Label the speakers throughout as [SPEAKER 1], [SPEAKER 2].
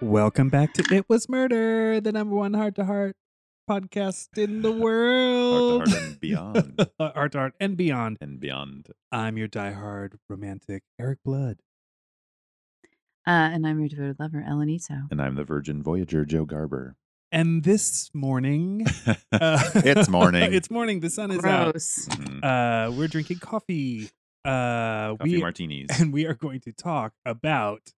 [SPEAKER 1] Welcome back to It Was Murder, the number one heart to heart podcast in the world.
[SPEAKER 2] Heart to heart and beyond.
[SPEAKER 1] heart to heart and beyond.
[SPEAKER 2] and beyond.
[SPEAKER 1] I'm your diehard romantic Eric Blood.
[SPEAKER 3] Uh, and I'm your devoted lover, Ellen Ito.
[SPEAKER 2] And I'm the Virgin Voyager, Joe Garber.
[SPEAKER 1] And this morning, uh,
[SPEAKER 2] It's morning.
[SPEAKER 1] it's morning. The sun is
[SPEAKER 3] Gross.
[SPEAKER 2] Mhm.
[SPEAKER 1] out. Uh, we're drinking coffee. Uh,
[SPEAKER 2] Coffee
[SPEAKER 1] we
[SPEAKER 2] martinis.
[SPEAKER 1] and we are going to talk about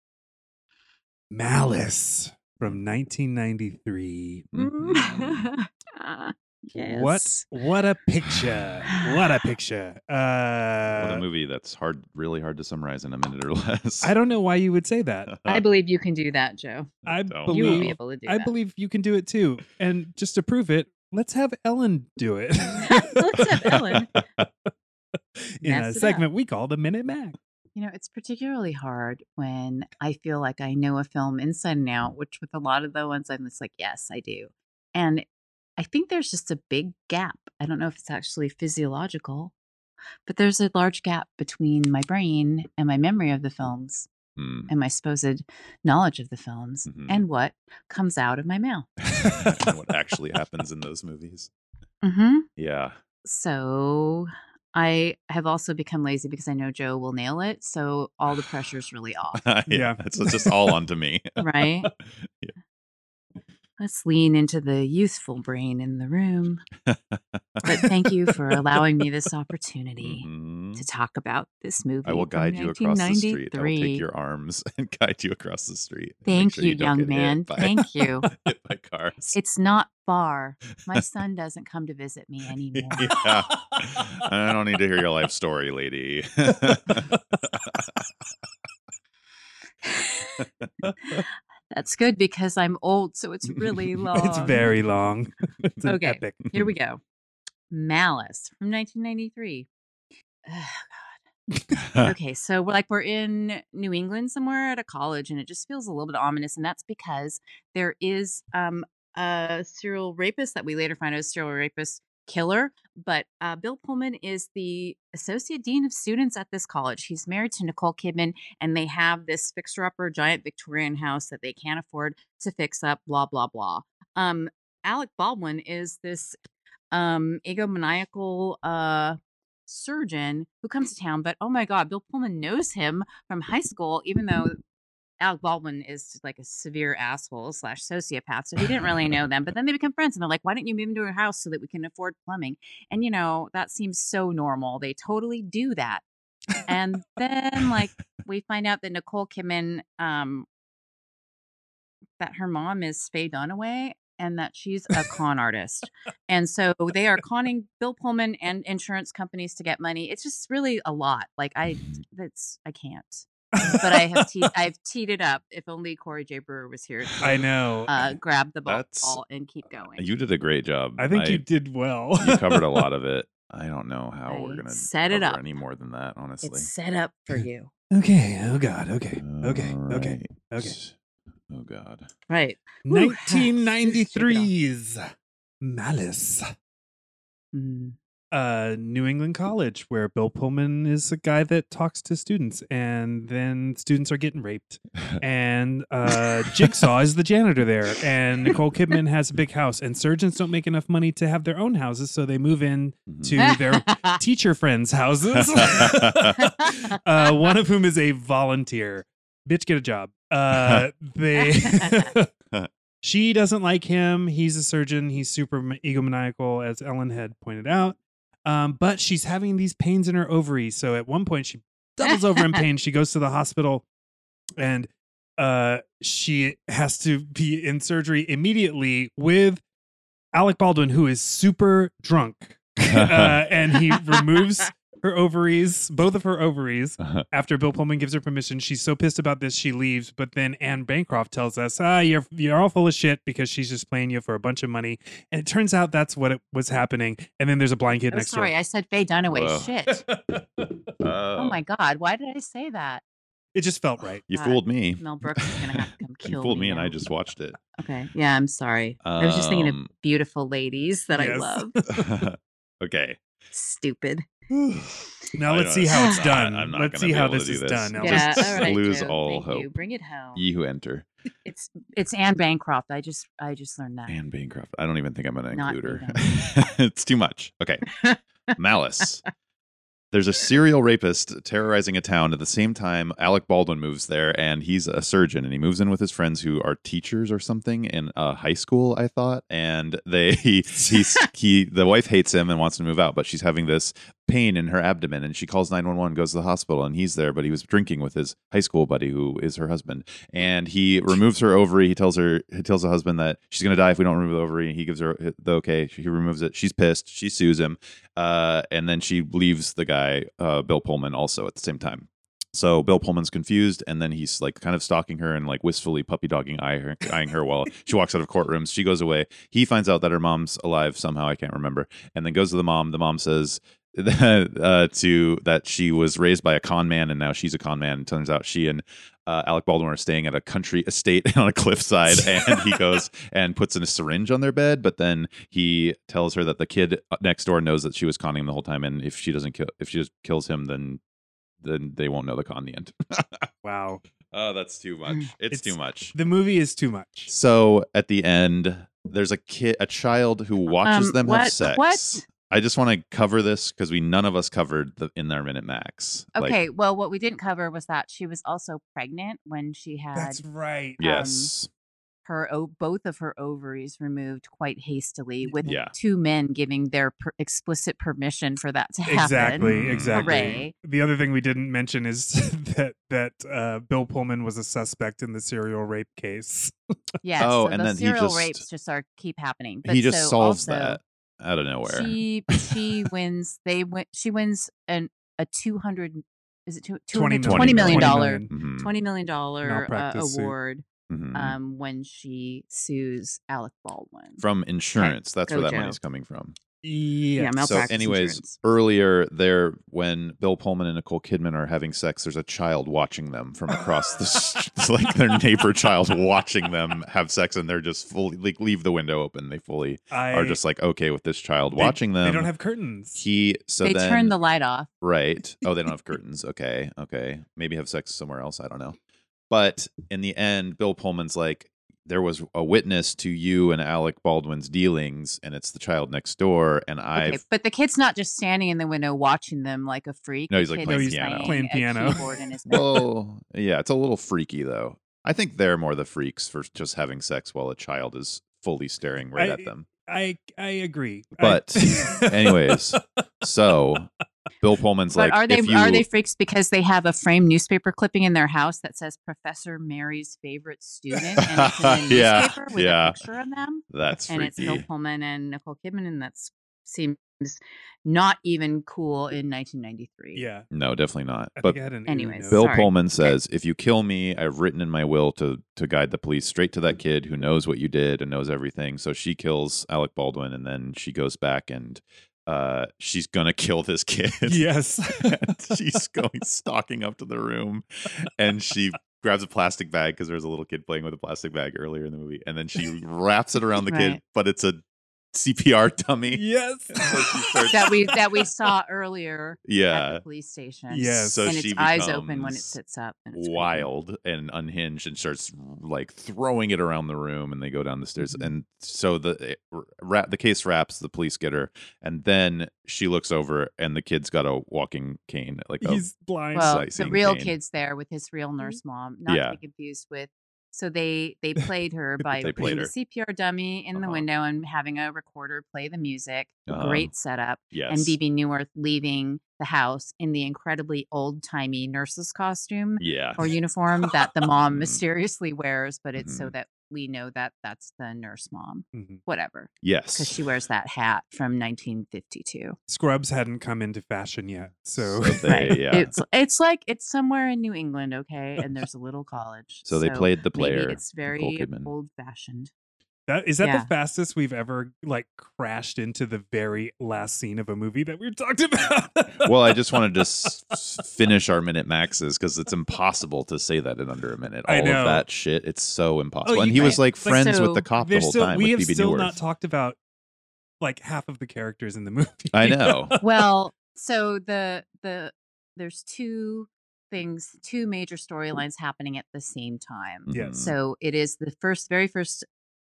[SPEAKER 1] Malice from 1993.
[SPEAKER 2] Mhm.
[SPEAKER 1] Mm-hmm. What what a picture. What a picture. Uh
[SPEAKER 2] what a movie that's hard, really hard to summarize in a minute or less.
[SPEAKER 1] I don't know why you would say that.
[SPEAKER 3] I believe you can do that, Joe.
[SPEAKER 1] I
[SPEAKER 2] Don't.
[SPEAKER 3] You will
[SPEAKER 1] believe
[SPEAKER 3] be able to do
[SPEAKER 1] I
[SPEAKER 3] that.
[SPEAKER 1] believe you can do it too. And just to prove it, let's have Ellen do it.
[SPEAKER 3] Let's have Ellen.
[SPEAKER 1] In a
[SPEAKER 3] mess it up.
[SPEAKER 1] segment we called a minute max.
[SPEAKER 3] You know, it's particularly hard when I feel like I know a film inside and out, which with a lot of the ones I'm just like, yes, I do. And I think there's just a big gap. I don't know if it's actually physiological, but there's a large gap between my brain and my memory of the films
[SPEAKER 2] Mm.
[SPEAKER 3] and my supposed knowledge of the films
[SPEAKER 1] Mm-hmm.
[SPEAKER 2] Mhm.
[SPEAKER 3] and what comes out of my mouth.
[SPEAKER 2] And what actually happens in those movies?
[SPEAKER 3] Mm-hmm.
[SPEAKER 2] Yeah.
[SPEAKER 3] So I have also become lazy because I know Joe will nail it. So all the pressure's really off,
[SPEAKER 2] yeah.
[SPEAKER 1] Yeah.
[SPEAKER 2] It's, it's just all onto me.
[SPEAKER 3] right?
[SPEAKER 2] Yeah.
[SPEAKER 3] Let's lean into the youthful brain in the room. But thank you for allowing me this opportunity
[SPEAKER 2] Mhm.
[SPEAKER 3] to talk about this movie.
[SPEAKER 2] I will
[SPEAKER 3] from
[SPEAKER 2] guide you across the street. I will
[SPEAKER 3] 1993.
[SPEAKER 2] take your arms and guide you across the street. and make
[SPEAKER 3] Thank
[SPEAKER 2] sure
[SPEAKER 3] you,
[SPEAKER 2] don't
[SPEAKER 3] young
[SPEAKER 2] get hit
[SPEAKER 3] man.
[SPEAKER 2] by-
[SPEAKER 3] Thank you.
[SPEAKER 2] hit by cars.
[SPEAKER 3] It's not far. My son doesn't come to visit me anymore.
[SPEAKER 2] yeah. I don't need to hear your life story, lady.
[SPEAKER 3] That's good because I'm old, so it's really long.
[SPEAKER 1] It's very long. It's an
[SPEAKER 3] Okay.
[SPEAKER 1] epic.
[SPEAKER 3] Here we go. Malice from 1993. Ugh, okay, so we're like we're in New England somewhere at a college, and it just feels a little bit ominous. And that's because there is um, a serial rapist that we later find out is a serial rapist killer. But uh, Bill Pullman is the associate dean of students at this college. He's married to Nicole Kidman, and they have this fixer-upper giant Victorian house that they can't afford to fix up. Blah blah blah. Um, Alec Baldwin is this um, egomaniacal. Uh, surgeon who comes to town, but oh my god, Bill Pullman knows him from high school, even though Alec Baldwin is like a severe asshole slash sociopath, so he didn't really know them. But then they become friends, and they're like, "Why don't you move into our house so that we can afford plumbing?" And you know that seems so normal. They totally do that. And then like we find out that Nicole Kidman, um, that her mom is Faye Dunaway. And that she's a con artist. And so they are conning Bill Pullman and insurance companies to get money. It's just really a lot. Like I, that's I can't. But I have te- I've teed it up. If only Corey J Brewer was here to
[SPEAKER 1] I know.
[SPEAKER 3] uh, grab the ball,
[SPEAKER 2] That's-
[SPEAKER 3] ball and keep going.
[SPEAKER 2] you did a great job.
[SPEAKER 1] I think you did well.
[SPEAKER 2] you covered a lot of it. I don't know how we're
[SPEAKER 3] I
[SPEAKER 2] gonna
[SPEAKER 3] set it
[SPEAKER 2] cover
[SPEAKER 3] up.
[SPEAKER 2] any more than that, honestly.
[SPEAKER 3] it's set up for you,
[SPEAKER 1] Okay. Oh God. Okay. Okay.
[SPEAKER 2] All
[SPEAKER 1] Okay.
[SPEAKER 2] right.
[SPEAKER 1] Okay.
[SPEAKER 2] Oh God.
[SPEAKER 3] right? Whew.
[SPEAKER 1] 1993's Malice.
[SPEAKER 3] Mm.
[SPEAKER 1] uh, New England college where Bill Pullman is a guy that talks to students, and then students are getting raped. And uh, Jigsaw is the janitor there, and Nicole Kidman has a big house, and surgeons don't make enough money to have their own houses, so they move in
[SPEAKER 2] Mhm.
[SPEAKER 1] to their teacher friends' houses. uh, one of whom is a volunteer. Bitch, get a job. Uh, they. she doesn't like him. He's a surgeon. He's super ma- egomaniacal, as Ellen had pointed out. Um, but she's having these pains in her ovaries. So at one point, she doubles over in pain. She goes to the hospital, and uh, she has to be in surgery immediately with Alec Baldwin, who is super drunk, uh,
[SPEAKER 2] Uh-huh.
[SPEAKER 1] and he removes her ovaries, both of her ovaries,
[SPEAKER 2] Uh-huh.
[SPEAKER 1] after Bill Pullman gives her permission, she's so pissed about this she leaves. But then Anne Bancroft tells us, "Ah, you're you're all full of shit because she's just playing you for a bunch of money." And it turns out that's what it was happening. And then there's a blind kid
[SPEAKER 3] Oh,
[SPEAKER 1] next
[SPEAKER 3] sorry, I said Faye Dunaway.
[SPEAKER 2] Whoa.
[SPEAKER 3] Shit. Oh my god, why did I say that?
[SPEAKER 1] It just felt right.
[SPEAKER 2] You
[SPEAKER 3] God.
[SPEAKER 2] fooled me.
[SPEAKER 3] Mel Brooks is gonna have to come
[SPEAKER 2] you
[SPEAKER 3] kill
[SPEAKER 2] fooled me, and
[SPEAKER 3] now.
[SPEAKER 2] I just watched it.
[SPEAKER 3] okay. Yeah, I'm sorry. I was just thinking of
[SPEAKER 2] Um,
[SPEAKER 3] beautiful ladies that I
[SPEAKER 1] Yes.
[SPEAKER 3] love.
[SPEAKER 2] okay.
[SPEAKER 3] Stupid.
[SPEAKER 1] Now
[SPEAKER 2] I
[SPEAKER 1] let's
[SPEAKER 2] don't-
[SPEAKER 1] see how it's
[SPEAKER 2] I'm
[SPEAKER 1] done.
[SPEAKER 2] not- I'm not
[SPEAKER 1] let's
[SPEAKER 2] gonna
[SPEAKER 1] see
[SPEAKER 2] be
[SPEAKER 1] how
[SPEAKER 2] able to
[SPEAKER 1] this
[SPEAKER 2] do
[SPEAKER 1] is
[SPEAKER 2] this.
[SPEAKER 3] uh,
[SPEAKER 1] done. Now
[SPEAKER 2] Yeah.
[SPEAKER 1] let's-
[SPEAKER 2] all right. lose
[SPEAKER 3] Joe.
[SPEAKER 2] all
[SPEAKER 3] Thank You.
[SPEAKER 2] hope.
[SPEAKER 3] Bring it home.
[SPEAKER 2] Ye who enter.
[SPEAKER 3] It's it's Anne Bancroft. I just I just learned that.
[SPEAKER 2] Anne Bancroft. I don't even think I'm going to
[SPEAKER 3] Not
[SPEAKER 2] include her. it's too much. Okay. Malice. There's a serial rapist terrorizing a town. At the same time, Alec Baldwin moves there and he's a surgeon and he moves in with his friends who are teachers or something in a high school, I thought. And they, he, he's, he, the wife hates him and wants to move out, but she's having this pain in her abdomen and she calls 911, goes to the hospital, and he's there, but he was drinking with his high school buddy who is her husband and he removes her ovary. He tells her, he tells the husband that she's gonna die if we don't remove the ovary. He gives her the okay. He removes it. She's pissed. She sues him, uh, and then she leaves the guy, uh, Bill Pullman, also at the same time. So Bill Pullman's confused, and then he's like kind of stalking her and like wistfully puppy dogging eye her, eyeing her while she walks out of courtrooms. She goes away. He finds out that her mom's alive somehow. I can't remember, and then goes to the mom. The mom says. uh, to that she was raised by a con man and now she's a con man. Turns out she and uh, Alec Baldwin are staying at a country estate on a cliffside, and he goes and puts in a syringe on their bed. But then he tells her that the kid uh, next door knows that she was conning him the whole time, and if she doesn't kill, if she just kills him, then then they won't know the con in the end.
[SPEAKER 1] Wow.
[SPEAKER 2] oh, that's too much. It's,
[SPEAKER 1] It's-
[SPEAKER 2] too much.
[SPEAKER 1] The movie is too much.
[SPEAKER 2] So at the end, there's a kid, a child who watches
[SPEAKER 3] Um,
[SPEAKER 2] them have
[SPEAKER 3] what-
[SPEAKER 2] sex.
[SPEAKER 3] what?
[SPEAKER 2] I just want to cover this because we none of us covered the in our minute max. Like,
[SPEAKER 3] Okay, um, well, what we didn't cover was that she was also pregnant when she had
[SPEAKER 1] That's right.
[SPEAKER 2] yes.
[SPEAKER 3] her o- both of her ovaries removed quite hastily, with
[SPEAKER 2] Yeah.
[SPEAKER 3] two men giving their per- explicit permission for that to happen.
[SPEAKER 1] Exactly.
[SPEAKER 2] Mm.
[SPEAKER 1] Exactly.
[SPEAKER 3] Hooray.
[SPEAKER 1] The other thing we didn't mention is that that uh, Bill Pullman was a suspect in the serial rape case.
[SPEAKER 3] Yes.
[SPEAKER 2] Oh,
[SPEAKER 3] so
[SPEAKER 2] and
[SPEAKER 3] those
[SPEAKER 2] then he
[SPEAKER 3] serial
[SPEAKER 2] just-
[SPEAKER 3] rapes just are keep happening. But
[SPEAKER 2] he just
[SPEAKER 3] so
[SPEAKER 2] solves
[SPEAKER 3] also,
[SPEAKER 2] that out of nowhere.
[SPEAKER 3] She she wins. They win. She wins an a two hundred. Is it two,
[SPEAKER 1] Twenty
[SPEAKER 3] 200 $20 million dollar
[SPEAKER 1] million.
[SPEAKER 2] Mhm,
[SPEAKER 3] twenty million dollar uh,
[SPEAKER 1] Malpractice suit.
[SPEAKER 3] award
[SPEAKER 2] mhm.
[SPEAKER 3] um, when she sues Alec Baldwin.
[SPEAKER 2] from insurance. That's where that
[SPEAKER 3] Gojo.
[SPEAKER 2] money's coming from.
[SPEAKER 1] Yeah.
[SPEAKER 3] Yeah,
[SPEAKER 2] so,
[SPEAKER 3] malpractice
[SPEAKER 2] anyways,
[SPEAKER 3] insurance.
[SPEAKER 2] earlier there, when Bill Pullman and Nicole Kidman are having sex, there's a child watching them from across the s- it's like their neighbor child watching them have sex, and they're just fully like leave the window open. They fully
[SPEAKER 1] I,
[SPEAKER 2] are just like okay with this child
[SPEAKER 1] they-
[SPEAKER 2] watching them.
[SPEAKER 1] They don't have curtains.
[SPEAKER 2] he so
[SPEAKER 3] they
[SPEAKER 2] then
[SPEAKER 3] turn the light off.
[SPEAKER 2] Right. Oh, they don't have curtains. Okay. Okay. Maybe have sex somewhere else. I don't know. But in the end, Bill Pullman's like, there was a witness to you and Alec Baldwin's dealings, and it's the child next door. And I've.
[SPEAKER 3] Okay, but the kid's not just standing in the window watching them like a freak.
[SPEAKER 2] No,
[SPEAKER 3] The
[SPEAKER 2] he's, like,
[SPEAKER 3] kid
[SPEAKER 2] playing
[SPEAKER 3] is
[SPEAKER 2] piano.
[SPEAKER 1] Playing
[SPEAKER 3] a
[SPEAKER 1] piano.
[SPEAKER 3] keyboard in his mouth.
[SPEAKER 2] Well, yeah, it's a little freaky, though. I think they're more the freaks for just having sex while a child is fully staring right
[SPEAKER 1] I-
[SPEAKER 2] at them.
[SPEAKER 1] I I agree. I-
[SPEAKER 2] But, Anyways, so Bill Pullman's
[SPEAKER 3] but
[SPEAKER 2] like,
[SPEAKER 3] are they
[SPEAKER 2] if you,
[SPEAKER 3] are they freaks because they have a framed newspaper clipping in their house that says Professor Mary's favorite student and it's in a newspaper
[SPEAKER 2] Yeah,
[SPEAKER 3] with
[SPEAKER 2] yeah.
[SPEAKER 3] a picture of them?
[SPEAKER 2] That's
[SPEAKER 3] and it's Bill
[SPEAKER 2] freaky.
[SPEAKER 3] Pullman and Nicole Kidman, and that's seems not even cool in 1993.
[SPEAKER 1] yeah.
[SPEAKER 2] No, definitely not.
[SPEAKER 1] I
[SPEAKER 2] But
[SPEAKER 1] think I had an ooh
[SPEAKER 3] anyways,
[SPEAKER 1] note.
[SPEAKER 2] Bill
[SPEAKER 3] Sorry.
[SPEAKER 2] Pullman says, "If you kill me, I've written in my will to to guide the police straight to
[SPEAKER 3] Mm-hmm.
[SPEAKER 2] that kid who knows what you did and knows everything." So she kills Alec Baldwin, and then she goes back and uh, she's gonna kill this kid.
[SPEAKER 1] Yes.
[SPEAKER 2] she's going stalking up to the room, and she grabs a plastic bag because there was a little kid playing with a plastic bag earlier in the movie, and then she wraps it around the kid,
[SPEAKER 3] Right.
[SPEAKER 2] but it's a CPR dummy.
[SPEAKER 1] yes.
[SPEAKER 2] So she starts-
[SPEAKER 3] that we that we saw earlier at
[SPEAKER 2] Yeah.
[SPEAKER 3] the police station.
[SPEAKER 1] Yes.
[SPEAKER 2] So
[SPEAKER 3] and
[SPEAKER 2] she
[SPEAKER 3] its eyes open when it
[SPEAKER 2] becomes
[SPEAKER 3] sits up. And it's creepy.
[SPEAKER 2] wild and unhinged and starts like throwing it around the room and they go down the stairs
[SPEAKER 3] Mhm.
[SPEAKER 2] and so the it wrap, the case wraps the police get her and then she looks over and the kid's got a walking cane like oh, a,
[SPEAKER 1] He's blind.
[SPEAKER 3] Well, the
[SPEAKER 2] slicing
[SPEAKER 3] real
[SPEAKER 2] pain. Mm-hmm.
[SPEAKER 3] kid's there with his real nurse mom, not
[SPEAKER 2] Yeah.
[SPEAKER 3] to be confused with. So they they played her by
[SPEAKER 2] They played
[SPEAKER 3] putting the
[SPEAKER 2] her.
[SPEAKER 3] CPR dummy in the
[SPEAKER 2] Uh-huh.
[SPEAKER 3] window and having a recorder play the music.
[SPEAKER 2] Uh-huh.
[SPEAKER 3] Great setup.
[SPEAKER 2] yes
[SPEAKER 3] And BB Newirth leaving the house in the incredibly old timey nurse's costume
[SPEAKER 2] yeah
[SPEAKER 3] or uniform that the mom
[SPEAKER 2] Mhm.
[SPEAKER 3] mysteriously wears, but it's
[SPEAKER 2] Mm-hmm.
[SPEAKER 3] so that we know that that's the nurse mom.
[SPEAKER 1] Mhm.
[SPEAKER 3] Whatever, because
[SPEAKER 2] yes
[SPEAKER 3] she wears that hat from 1952.
[SPEAKER 1] Scrubs hadn't come into fashion yet, so
[SPEAKER 2] they, yeah
[SPEAKER 3] It's it's like it's somewhere in New England, okay, and there's a little college.
[SPEAKER 2] so they played the
[SPEAKER 3] maybe
[SPEAKER 2] player
[SPEAKER 3] It's
[SPEAKER 2] Nicole
[SPEAKER 3] very
[SPEAKER 2] Kidman.
[SPEAKER 3] old fashioned.
[SPEAKER 1] that is that
[SPEAKER 3] Yeah.
[SPEAKER 1] the fastest we've ever like crashed into the very last scene of a movie that we talked about.
[SPEAKER 2] well i just wanted to s- s- finish our minute maxes because it's impossible to say that in under a minute all
[SPEAKER 1] I know. Oh,
[SPEAKER 2] of that shit it's so impossible and
[SPEAKER 1] you
[SPEAKER 2] he was
[SPEAKER 1] can't-
[SPEAKER 2] like
[SPEAKER 1] like,
[SPEAKER 2] friends
[SPEAKER 3] so
[SPEAKER 2] with the cop the
[SPEAKER 1] There's
[SPEAKER 2] whole
[SPEAKER 1] still,
[SPEAKER 2] time
[SPEAKER 1] we
[SPEAKER 2] with
[SPEAKER 1] have
[SPEAKER 2] BB
[SPEAKER 1] still
[SPEAKER 2] Newirth.
[SPEAKER 1] not talked about like half of the characters in the movie.
[SPEAKER 2] I know.
[SPEAKER 3] Well, so the the there's two things, two major storylines happening at the same time.
[SPEAKER 1] Yes.
[SPEAKER 2] Mhm.
[SPEAKER 3] So it is the first, very first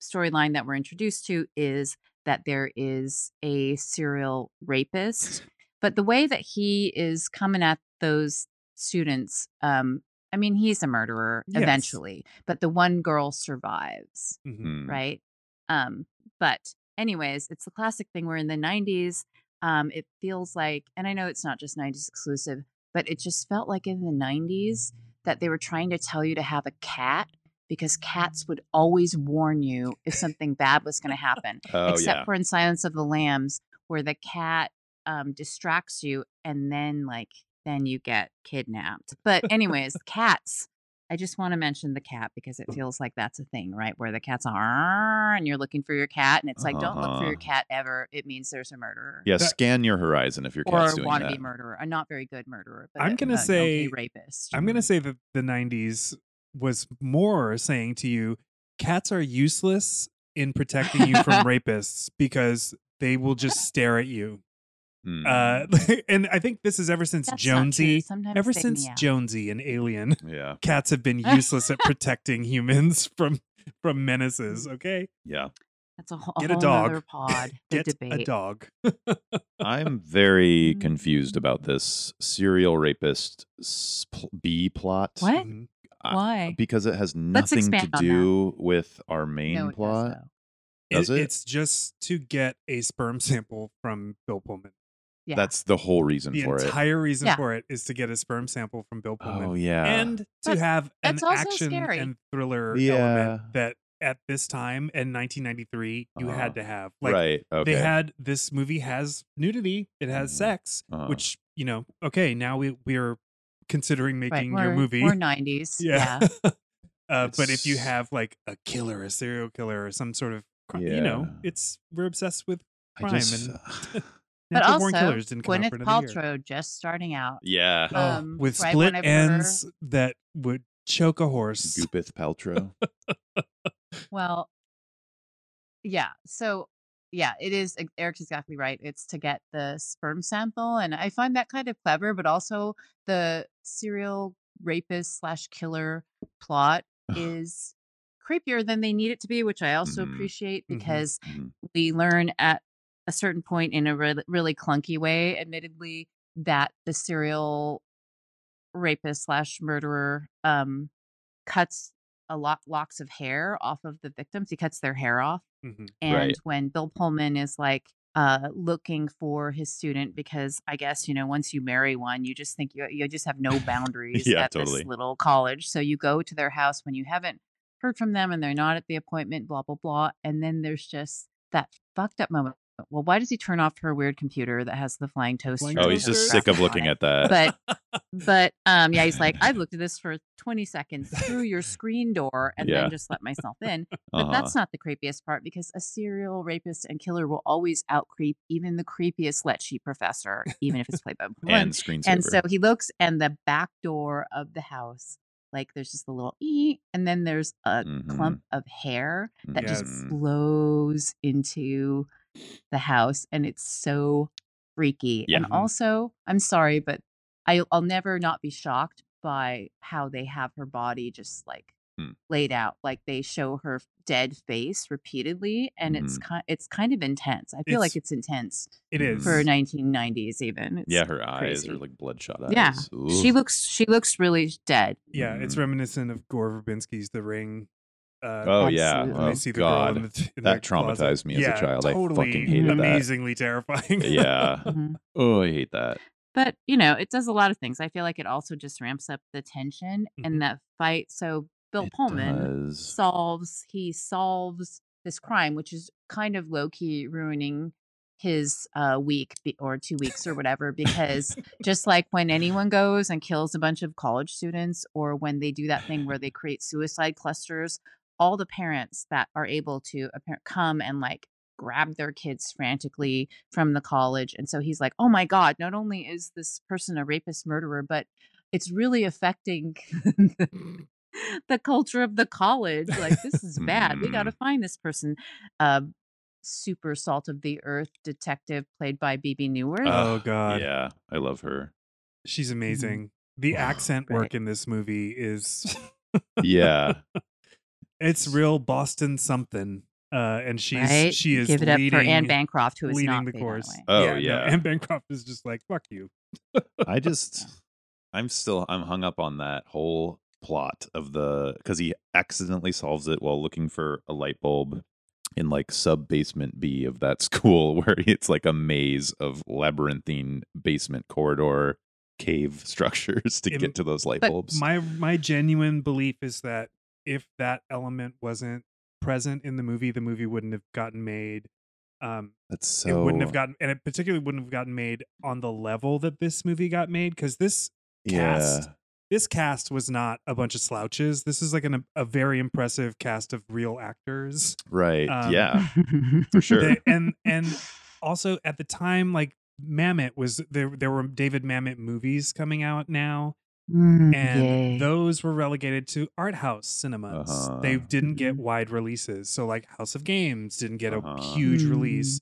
[SPEAKER 3] storyline that we're introduced to is that there is a serial rapist. But the way that he is coming at those students, um, I mean, he's a murderer
[SPEAKER 1] Yes.
[SPEAKER 3] eventually, but the one girl survives,
[SPEAKER 1] Mhm.
[SPEAKER 2] Mm.
[SPEAKER 3] right? Um, but, anyways, it's the classic thing where in the 90s, um, it feels like, and I know it's not just 90s exclusive, but it just felt like in the 90s that they were trying to tell you to have a cat because cats would always warn you if something bad was going to happen
[SPEAKER 2] Oh
[SPEAKER 3] except
[SPEAKER 2] yeah.
[SPEAKER 3] for in Silence of the Lambs, where the cat um, distracts you, and then like then you get kidnapped. But anyways, cats. I just want to mention the cat because it feels like that's a thing, right? Where the cat's are and you're looking for your cat, and it's like, don't look for your
[SPEAKER 2] Uh-huh.
[SPEAKER 3] cat ever. It means there's a murderer.
[SPEAKER 2] yeah.
[SPEAKER 1] That-
[SPEAKER 2] Scan your horizon if your
[SPEAKER 3] Or
[SPEAKER 2] cat's doing
[SPEAKER 3] wannabe
[SPEAKER 2] that.
[SPEAKER 3] murderer, a not very good murderer. But
[SPEAKER 1] I'm
[SPEAKER 3] a-
[SPEAKER 1] gonna
[SPEAKER 3] an okay
[SPEAKER 1] say-
[SPEAKER 3] rapist.
[SPEAKER 1] I'm going to say that the 90s was more saying to you cats are useless in protecting you from rapists because they will just stare at you.
[SPEAKER 2] Mm.
[SPEAKER 1] Uh, and I think this is ever since
[SPEAKER 3] That's not true.
[SPEAKER 1] Jonesy.
[SPEAKER 3] Sometimes
[SPEAKER 1] Ever
[SPEAKER 3] they
[SPEAKER 1] since
[SPEAKER 3] meow.
[SPEAKER 1] Jonesy and Alien,
[SPEAKER 2] yeah.
[SPEAKER 1] cats have been useless at protecting humans from from menaces.
[SPEAKER 3] Mm,
[SPEAKER 1] Okay,
[SPEAKER 2] Yeah.
[SPEAKER 3] that's a, wh-
[SPEAKER 1] Get a
[SPEAKER 3] whole
[SPEAKER 1] dog.
[SPEAKER 3] nother pod. the
[SPEAKER 1] get
[SPEAKER 3] debate.
[SPEAKER 1] a dog.
[SPEAKER 2] I'm very
[SPEAKER 3] Mm.
[SPEAKER 2] confused about this serial rapist s- pl- B plot.
[SPEAKER 3] What?
[SPEAKER 1] Mhm.
[SPEAKER 2] I-
[SPEAKER 3] Why?
[SPEAKER 2] Because it has
[SPEAKER 3] Let's
[SPEAKER 2] nothing to
[SPEAKER 3] expand on
[SPEAKER 2] do with our main
[SPEAKER 3] No, it does,
[SPEAKER 2] plot.
[SPEAKER 3] though.
[SPEAKER 2] Does it?
[SPEAKER 1] It's just to get a sperm sample from Bill Pullman.
[SPEAKER 3] Yeah.
[SPEAKER 2] That's the whole reason
[SPEAKER 1] The
[SPEAKER 2] for it.
[SPEAKER 1] entire reason
[SPEAKER 3] Yeah.
[SPEAKER 1] for it is to get a sperm sample from Bill Pullman.
[SPEAKER 2] Oh yeah.
[SPEAKER 1] and to
[SPEAKER 3] That's-
[SPEAKER 1] have an
[SPEAKER 3] that's also
[SPEAKER 1] action
[SPEAKER 3] scary.
[SPEAKER 1] and thriller
[SPEAKER 2] Yeah.
[SPEAKER 1] element that at this time in 1993 you had
[SPEAKER 2] Uh-huh.
[SPEAKER 1] to have like
[SPEAKER 2] right. Okay.
[SPEAKER 1] they had this movie has nudity it has
[SPEAKER 2] Mhm.
[SPEAKER 1] sex
[SPEAKER 2] Uh-huh.
[SPEAKER 1] which you know okay now we we're considering
[SPEAKER 3] Right,
[SPEAKER 1] making your
[SPEAKER 3] we're-
[SPEAKER 1] movie
[SPEAKER 3] We're 90s.
[SPEAKER 1] yeah, uh, but if you
[SPEAKER 2] It's-
[SPEAKER 1] have like a killer a serial killer or some sort of crime, you know
[SPEAKER 2] Yeah.
[SPEAKER 1] it's we're obsessed with
[SPEAKER 2] I
[SPEAKER 1] crime
[SPEAKER 2] just-
[SPEAKER 3] but
[SPEAKER 1] natural
[SPEAKER 3] also,
[SPEAKER 1] born killers didn't come out for
[SPEAKER 3] Gwyneth
[SPEAKER 1] another year.
[SPEAKER 3] Paltrow just starting out.
[SPEAKER 2] yeah.
[SPEAKER 1] Oh,
[SPEAKER 3] um,
[SPEAKER 1] with
[SPEAKER 3] right
[SPEAKER 1] split
[SPEAKER 3] whenever-
[SPEAKER 1] ends that would choke a horse
[SPEAKER 2] Goopith Paltrow.
[SPEAKER 3] Well, yeah. So, yeah, it is. e- Eric's exactly right. It's to get the sperm sample, and I find that kind of clever. But also, the serial rapist slash killer plot is creepier than they need it to be, which I also
[SPEAKER 2] Mhm.
[SPEAKER 3] appreciate
[SPEAKER 1] Mhm.
[SPEAKER 3] because
[SPEAKER 2] Mhm.
[SPEAKER 3] we learn at a certain point in a really, really clunky way, admittedly, that the serial rapist slash murderer um, cuts a lot locks of hair off of the victims. He cuts their hair off.
[SPEAKER 1] Mhm.
[SPEAKER 3] And
[SPEAKER 2] Right.
[SPEAKER 3] when Bill Pullman is like uh, looking for his student, because I guess you know once you marry one, you just think you you just have no boundaries
[SPEAKER 2] Yeah,
[SPEAKER 3] at
[SPEAKER 2] totally.
[SPEAKER 3] this little college. So you go to their house when you haven't heard from them and they're not at the appointment. Blah blah blah. And then there's just that fucked up moment. Well, why does he turn off her weird computer that has the flying toaster?
[SPEAKER 1] Flying
[SPEAKER 2] Oh, he's just
[SPEAKER 1] Goopith
[SPEAKER 2] sick of
[SPEAKER 3] on
[SPEAKER 2] looking
[SPEAKER 3] it?
[SPEAKER 2] at that.
[SPEAKER 3] but but um yeah he's like i've looked at this for 20 seconds through your screen door and
[SPEAKER 2] Yeah.
[SPEAKER 3] then just let myself in but
[SPEAKER 2] Uh-huh.
[SPEAKER 3] that's not the creepiest part because a serial rapist and killer will always out creep even the creepiest let she professor even if it's played by a woman
[SPEAKER 2] and screensaver.
[SPEAKER 3] and so he looks and the back door of the house like there's just a little ee, and then there's a
[SPEAKER 2] Mm-hmm,
[SPEAKER 3] clump of hair that
[SPEAKER 1] Yes.
[SPEAKER 2] Mm.
[SPEAKER 3] just blows into the house and it's so freaky
[SPEAKER 2] Yeah.
[SPEAKER 3] and
[SPEAKER 1] Mhm.
[SPEAKER 3] also i'm sorry but I, i'll never not be shocked by how they have her body just like
[SPEAKER 2] Mm.
[SPEAKER 3] laid out like they show her dead face repeatedly and it's kind it's kind of intense i feel like it's intense
[SPEAKER 1] it is
[SPEAKER 3] for 1990s even It's-
[SPEAKER 2] Yeah, her eyes are
[SPEAKER 3] crazy.
[SPEAKER 2] like bloodshot eyes.
[SPEAKER 3] Yeah.
[SPEAKER 2] Ooh.
[SPEAKER 3] she looks she looks really dead
[SPEAKER 1] Yeah, it's
[SPEAKER 2] Mhm.
[SPEAKER 1] reminiscent of Gore Verbinski's The Ring. Uh,
[SPEAKER 2] Oh yeah.
[SPEAKER 3] Absolutely.
[SPEAKER 1] when they
[SPEAKER 2] Oh,
[SPEAKER 1] see the
[SPEAKER 2] God.
[SPEAKER 1] girl in the, in
[SPEAKER 2] That
[SPEAKER 1] the closet.
[SPEAKER 2] traumatized me as a
[SPEAKER 1] Yeah,
[SPEAKER 2] child. I
[SPEAKER 1] Totally
[SPEAKER 2] fucking hated that.
[SPEAKER 1] amazingly terrifying.
[SPEAKER 2] yeah.
[SPEAKER 3] Mhm.
[SPEAKER 2] Oh, I hate that.
[SPEAKER 3] but you know it does a lot of things i feel like it also just ramps up the tension in that fight so bill
[SPEAKER 2] Mm-hmm. It
[SPEAKER 3] pullman
[SPEAKER 2] does.
[SPEAKER 3] solves he solves this crime which is kind of low-key ruining his uh week be- or two weeks or whatever because just like when anyone goes and kills a bunch of college students or when they do that thing where they create suicide clusters all the parents that are able to appar- come and like grab their kids frantically from the college and so he's like oh my god not only is this person a rapist murderer but it's really affecting the culture of the college. Like, this is bad. We got to find this person. Uh, super salt of the earth detective played by BB Newworth.
[SPEAKER 2] Uh,
[SPEAKER 1] Oh God,
[SPEAKER 2] Yeah, I love her.
[SPEAKER 3] Mm-hmm.
[SPEAKER 1] she's amazing. The
[SPEAKER 2] Wow,
[SPEAKER 1] accent
[SPEAKER 3] great.
[SPEAKER 1] work in this movie is
[SPEAKER 2] yeah.
[SPEAKER 1] it's real Boston something. Uh, and she's
[SPEAKER 3] right?
[SPEAKER 1] she is
[SPEAKER 3] give it up
[SPEAKER 1] leading,
[SPEAKER 3] for Anne Bancroft, who is
[SPEAKER 1] leading
[SPEAKER 3] not
[SPEAKER 1] the
[SPEAKER 3] big that
[SPEAKER 1] course.
[SPEAKER 3] way.
[SPEAKER 2] Oh,
[SPEAKER 1] no,
[SPEAKER 2] yeah.
[SPEAKER 1] Anne Bancroft is just like fuck you.
[SPEAKER 2] I just, I'm still, I'm hung up on that whole plot of the because he accidentally solves it while looking for a light bulb in like sub basement B of that school where it's like a maze of labyrinthine basement corridor cave structures to
[SPEAKER 1] Im-
[SPEAKER 2] get to those light
[SPEAKER 3] But
[SPEAKER 2] bulbs.
[SPEAKER 1] My my genuine belief is that if that element wasn't present in the movie, the movie wouldn't have gotten made. Um,
[SPEAKER 2] That's so.
[SPEAKER 1] it wouldn't have gotten, and it particularly wouldn't have gotten made on the level that this movie got made because this cast. this cast was not a bunch of slouches. This is like an, a very impressive cast of real actors.
[SPEAKER 2] Right.
[SPEAKER 1] Um,
[SPEAKER 2] yeah. For sure.
[SPEAKER 1] They- and and also at the time, like Mamet was there. There were David Mamet movies coming out now,
[SPEAKER 3] Mm,
[SPEAKER 1] and
[SPEAKER 3] yay.
[SPEAKER 1] those were relegated to art house cinemas.
[SPEAKER 2] Uh-huh.
[SPEAKER 1] They didn't get
[SPEAKER 3] Mhm.
[SPEAKER 1] wide releases. So like House of Games didn't get
[SPEAKER 2] Uh-huh.
[SPEAKER 1] a huge release.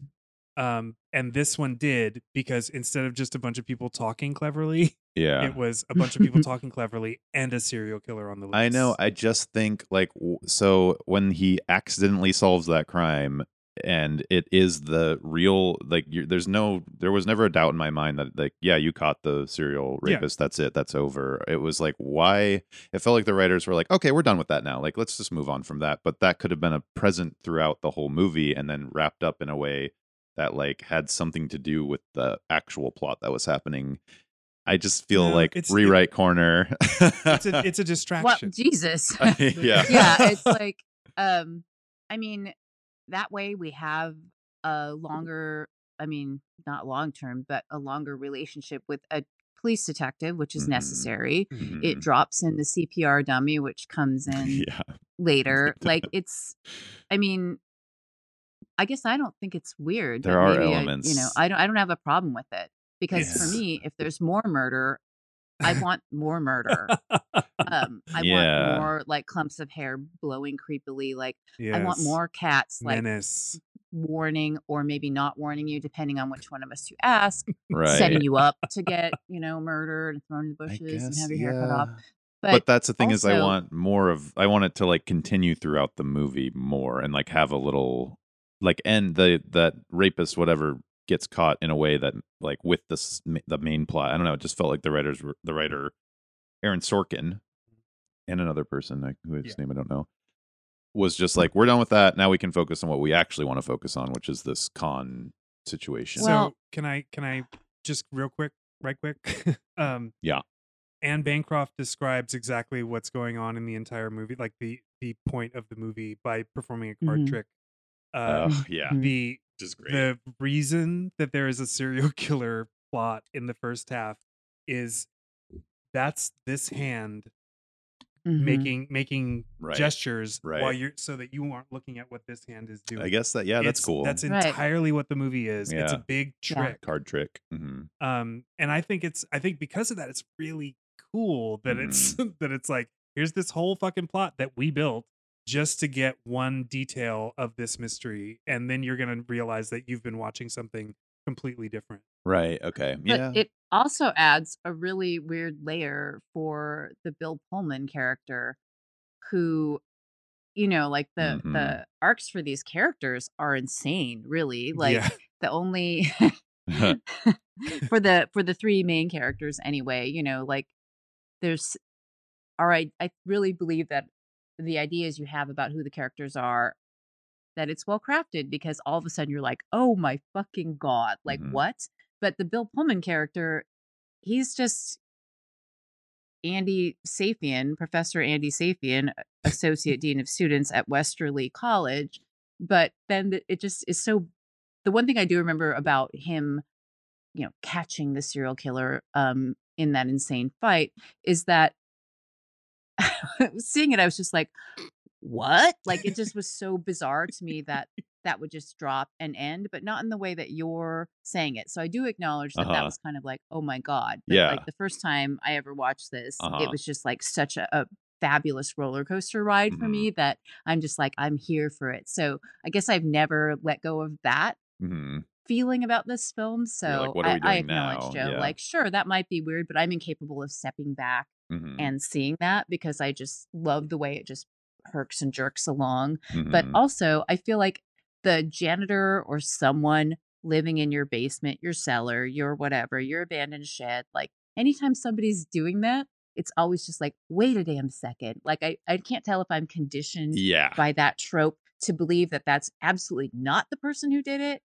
[SPEAKER 3] Mm.
[SPEAKER 1] Um, and this one did because instead of just a bunch of people talking cleverly,
[SPEAKER 2] yeah.
[SPEAKER 1] it was a bunch of people talking cleverly and a serial killer on the list.
[SPEAKER 2] I know. I just think like w- so when he accidentally solves that crime and it is the real like you there's no there was never a doubt in my mind that like yeah you caught the serial
[SPEAKER 1] Yeah.
[SPEAKER 2] rapist that's it that's over it was like why it felt like the writers were like okay we're done with that now like let's just move on from that but that could have been a present throughout the whole movie and then wrapped up in a way that like had something to do with the actual plot that was happening i just feel
[SPEAKER 1] No,
[SPEAKER 2] like
[SPEAKER 1] it's- it-
[SPEAKER 2] rewrite corner
[SPEAKER 1] it's a it's a
[SPEAKER 3] well,
[SPEAKER 1] distraction.
[SPEAKER 3] Jesus.
[SPEAKER 2] yeah
[SPEAKER 3] yeah, it's like um I mean that way we have a longer I mean not long term but a longer relationship with a police detective which is
[SPEAKER 1] Mm-hmm.
[SPEAKER 2] Mhm.
[SPEAKER 3] necessary.
[SPEAKER 2] Mhm.
[SPEAKER 3] It drops in the CPR dummy which comes in
[SPEAKER 2] yeah
[SPEAKER 3] later. like it's I mean I guess I don't think it's weird.
[SPEAKER 2] There
[SPEAKER 3] but
[SPEAKER 2] are
[SPEAKER 3] maybe I- you know,
[SPEAKER 2] elements.
[SPEAKER 3] I don't I don't have a problem with it because
[SPEAKER 2] Yes.
[SPEAKER 3] for me if there's more murder I want more murder. Um, I
[SPEAKER 2] Yeah.
[SPEAKER 3] want more like clumps of hair blowing creepily. Like I want
[SPEAKER 1] Yes.
[SPEAKER 3] more cats like
[SPEAKER 1] menace.
[SPEAKER 3] warning or maybe not warning you, depending on which one of us you ask,
[SPEAKER 2] right
[SPEAKER 3] setting you up to get you know murdered and thrown in the bushes and have your hair cut off.
[SPEAKER 2] yeah.
[SPEAKER 3] But,
[SPEAKER 2] But, that's the thing is I
[SPEAKER 3] also-
[SPEAKER 2] want more of I want it to like continue throughout the movie more and like have a little like end the that rapist whatever gets caught in a way that like with this ma- the main plot I don't know it just felt like the writers were the writer Aaron Sorkin and another person like, whose
[SPEAKER 1] Yeah.
[SPEAKER 2] name I don't know was just like we're done with that now we can focus on what we actually want to focus on which is this con situation
[SPEAKER 1] So
[SPEAKER 3] Well-
[SPEAKER 1] can I can I just real quick, right quick? um
[SPEAKER 2] Yeah.
[SPEAKER 1] Anne Bancroft describes exactly what's going on in the entire movie, like the the point of the movie by performing a card
[SPEAKER 3] Mhm.
[SPEAKER 1] trick. Uh,
[SPEAKER 2] Mm-hmm. Ugh, Mm-hmm. yeah
[SPEAKER 3] Mhm.
[SPEAKER 1] the
[SPEAKER 2] just
[SPEAKER 1] the reason that there is a serial killer plot in the first half is that's this hand
[SPEAKER 3] Mhm.
[SPEAKER 1] making making
[SPEAKER 2] Mm-hmm. right
[SPEAKER 1] gestures while
[SPEAKER 2] Right.
[SPEAKER 1] you're so that you aren't looking at what this hand is doing.
[SPEAKER 2] I guess that yeah that's
[SPEAKER 1] It's-
[SPEAKER 2] cool
[SPEAKER 1] That's
[SPEAKER 3] Right.
[SPEAKER 1] entirely what the movie is. It's a
[SPEAKER 2] Yeah.
[SPEAKER 1] big
[SPEAKER 3] Yeah.
[SPEAKER 1] trick.
[SPEAKER 2] card trick hmm
[SPEAKER 1] Um, and I think it's I think because of that, it's really cool that it's
[SPEAKER 2] Mm-hmm.
[SPEAKER 1] that it's like here's this whole fucking plot that we built just to get one detail of this mystery, and then you're gonna realize that you've been watching something completely different.
[SPEAKER 2] Right. Okay. yeah.
[SPEAKER 3] But it also adds a really weird layer for the Bill Pullman character, who, you know, like the
[SPEAKER 2] Mhm.
[SPEAKER 3] the arcs for these characters are insane. Really, like
[SPEAKER 1] yeah,
[SPEAKER 3] the only for the for the three main characters anyway. You know, like there's, all right. I really believe that the ideas you have about who the characters are that it's well crafted because all of a sudden you're like, oh my fucking god, like
[SPEAKER 2] Mhm.
[SPEAKER 3] what? But the Bill Pullman character, he's just Andy Safian, Professor Andy Safian, a- Associate Dean of Students at Westerly College. But then the- it just is so. The one thing I do remember about him, you know, catching the serial killer um, in that insane fight is that seeing it, I was just like, what? Like it just was so bizarre to me that that would just drop and end, but not in the way that you're saying it. So I do acknowledge that
[SPEAKER 2] Uh-huh.
[SPEAKER 3] that was kind of like, oh my God. But,
[SPEAKER 2] Yeah.
[SPEAKER 3] Like the first time I ever watched this,
[SPEAKER 2] Uh-huh.
[SPEAKER 3] it was just like such a, a fabulous roller coaster ride for
[SPEAKER 2] Mhm.
[SPEAKER 3] me that I'm just like, I'm here for it. So I guess I've never let go of that
[SPEAKER 2] Mhm.
[SPEAKER 3] feeling about this film. So
[SPEAKER 2] like, what are we
[SPEAKER 3] I, I
[SPEAKER 2] doing
[SPEAKER 3] acknowledge
[SPEAKER 2] now?
[SPEAKER 3] Joe.
[SPEAKER 2] Yeah.
[SPEAKER 3] Like, sure, that might be weird, but I'm incapable of stepping back
[SPEAKER 2] Mhm,
[SPEAKER 3] and seeing that because I just love the way it just herks and jerks along. But
[SPEAKER 2] mhm.
[SPEAKER 3] also, I feel like the janitor or someone living in your basement, your cellar, your whatever, your abandoned shed, like anytime somebody's doing that, it's always just like, wait a damn second. Like, I, I can't tell if I'm conditioned
[SPEAKER 2] yeah,
[SPEAKER 3] by that trope to believe that that's absolutely not the person who did it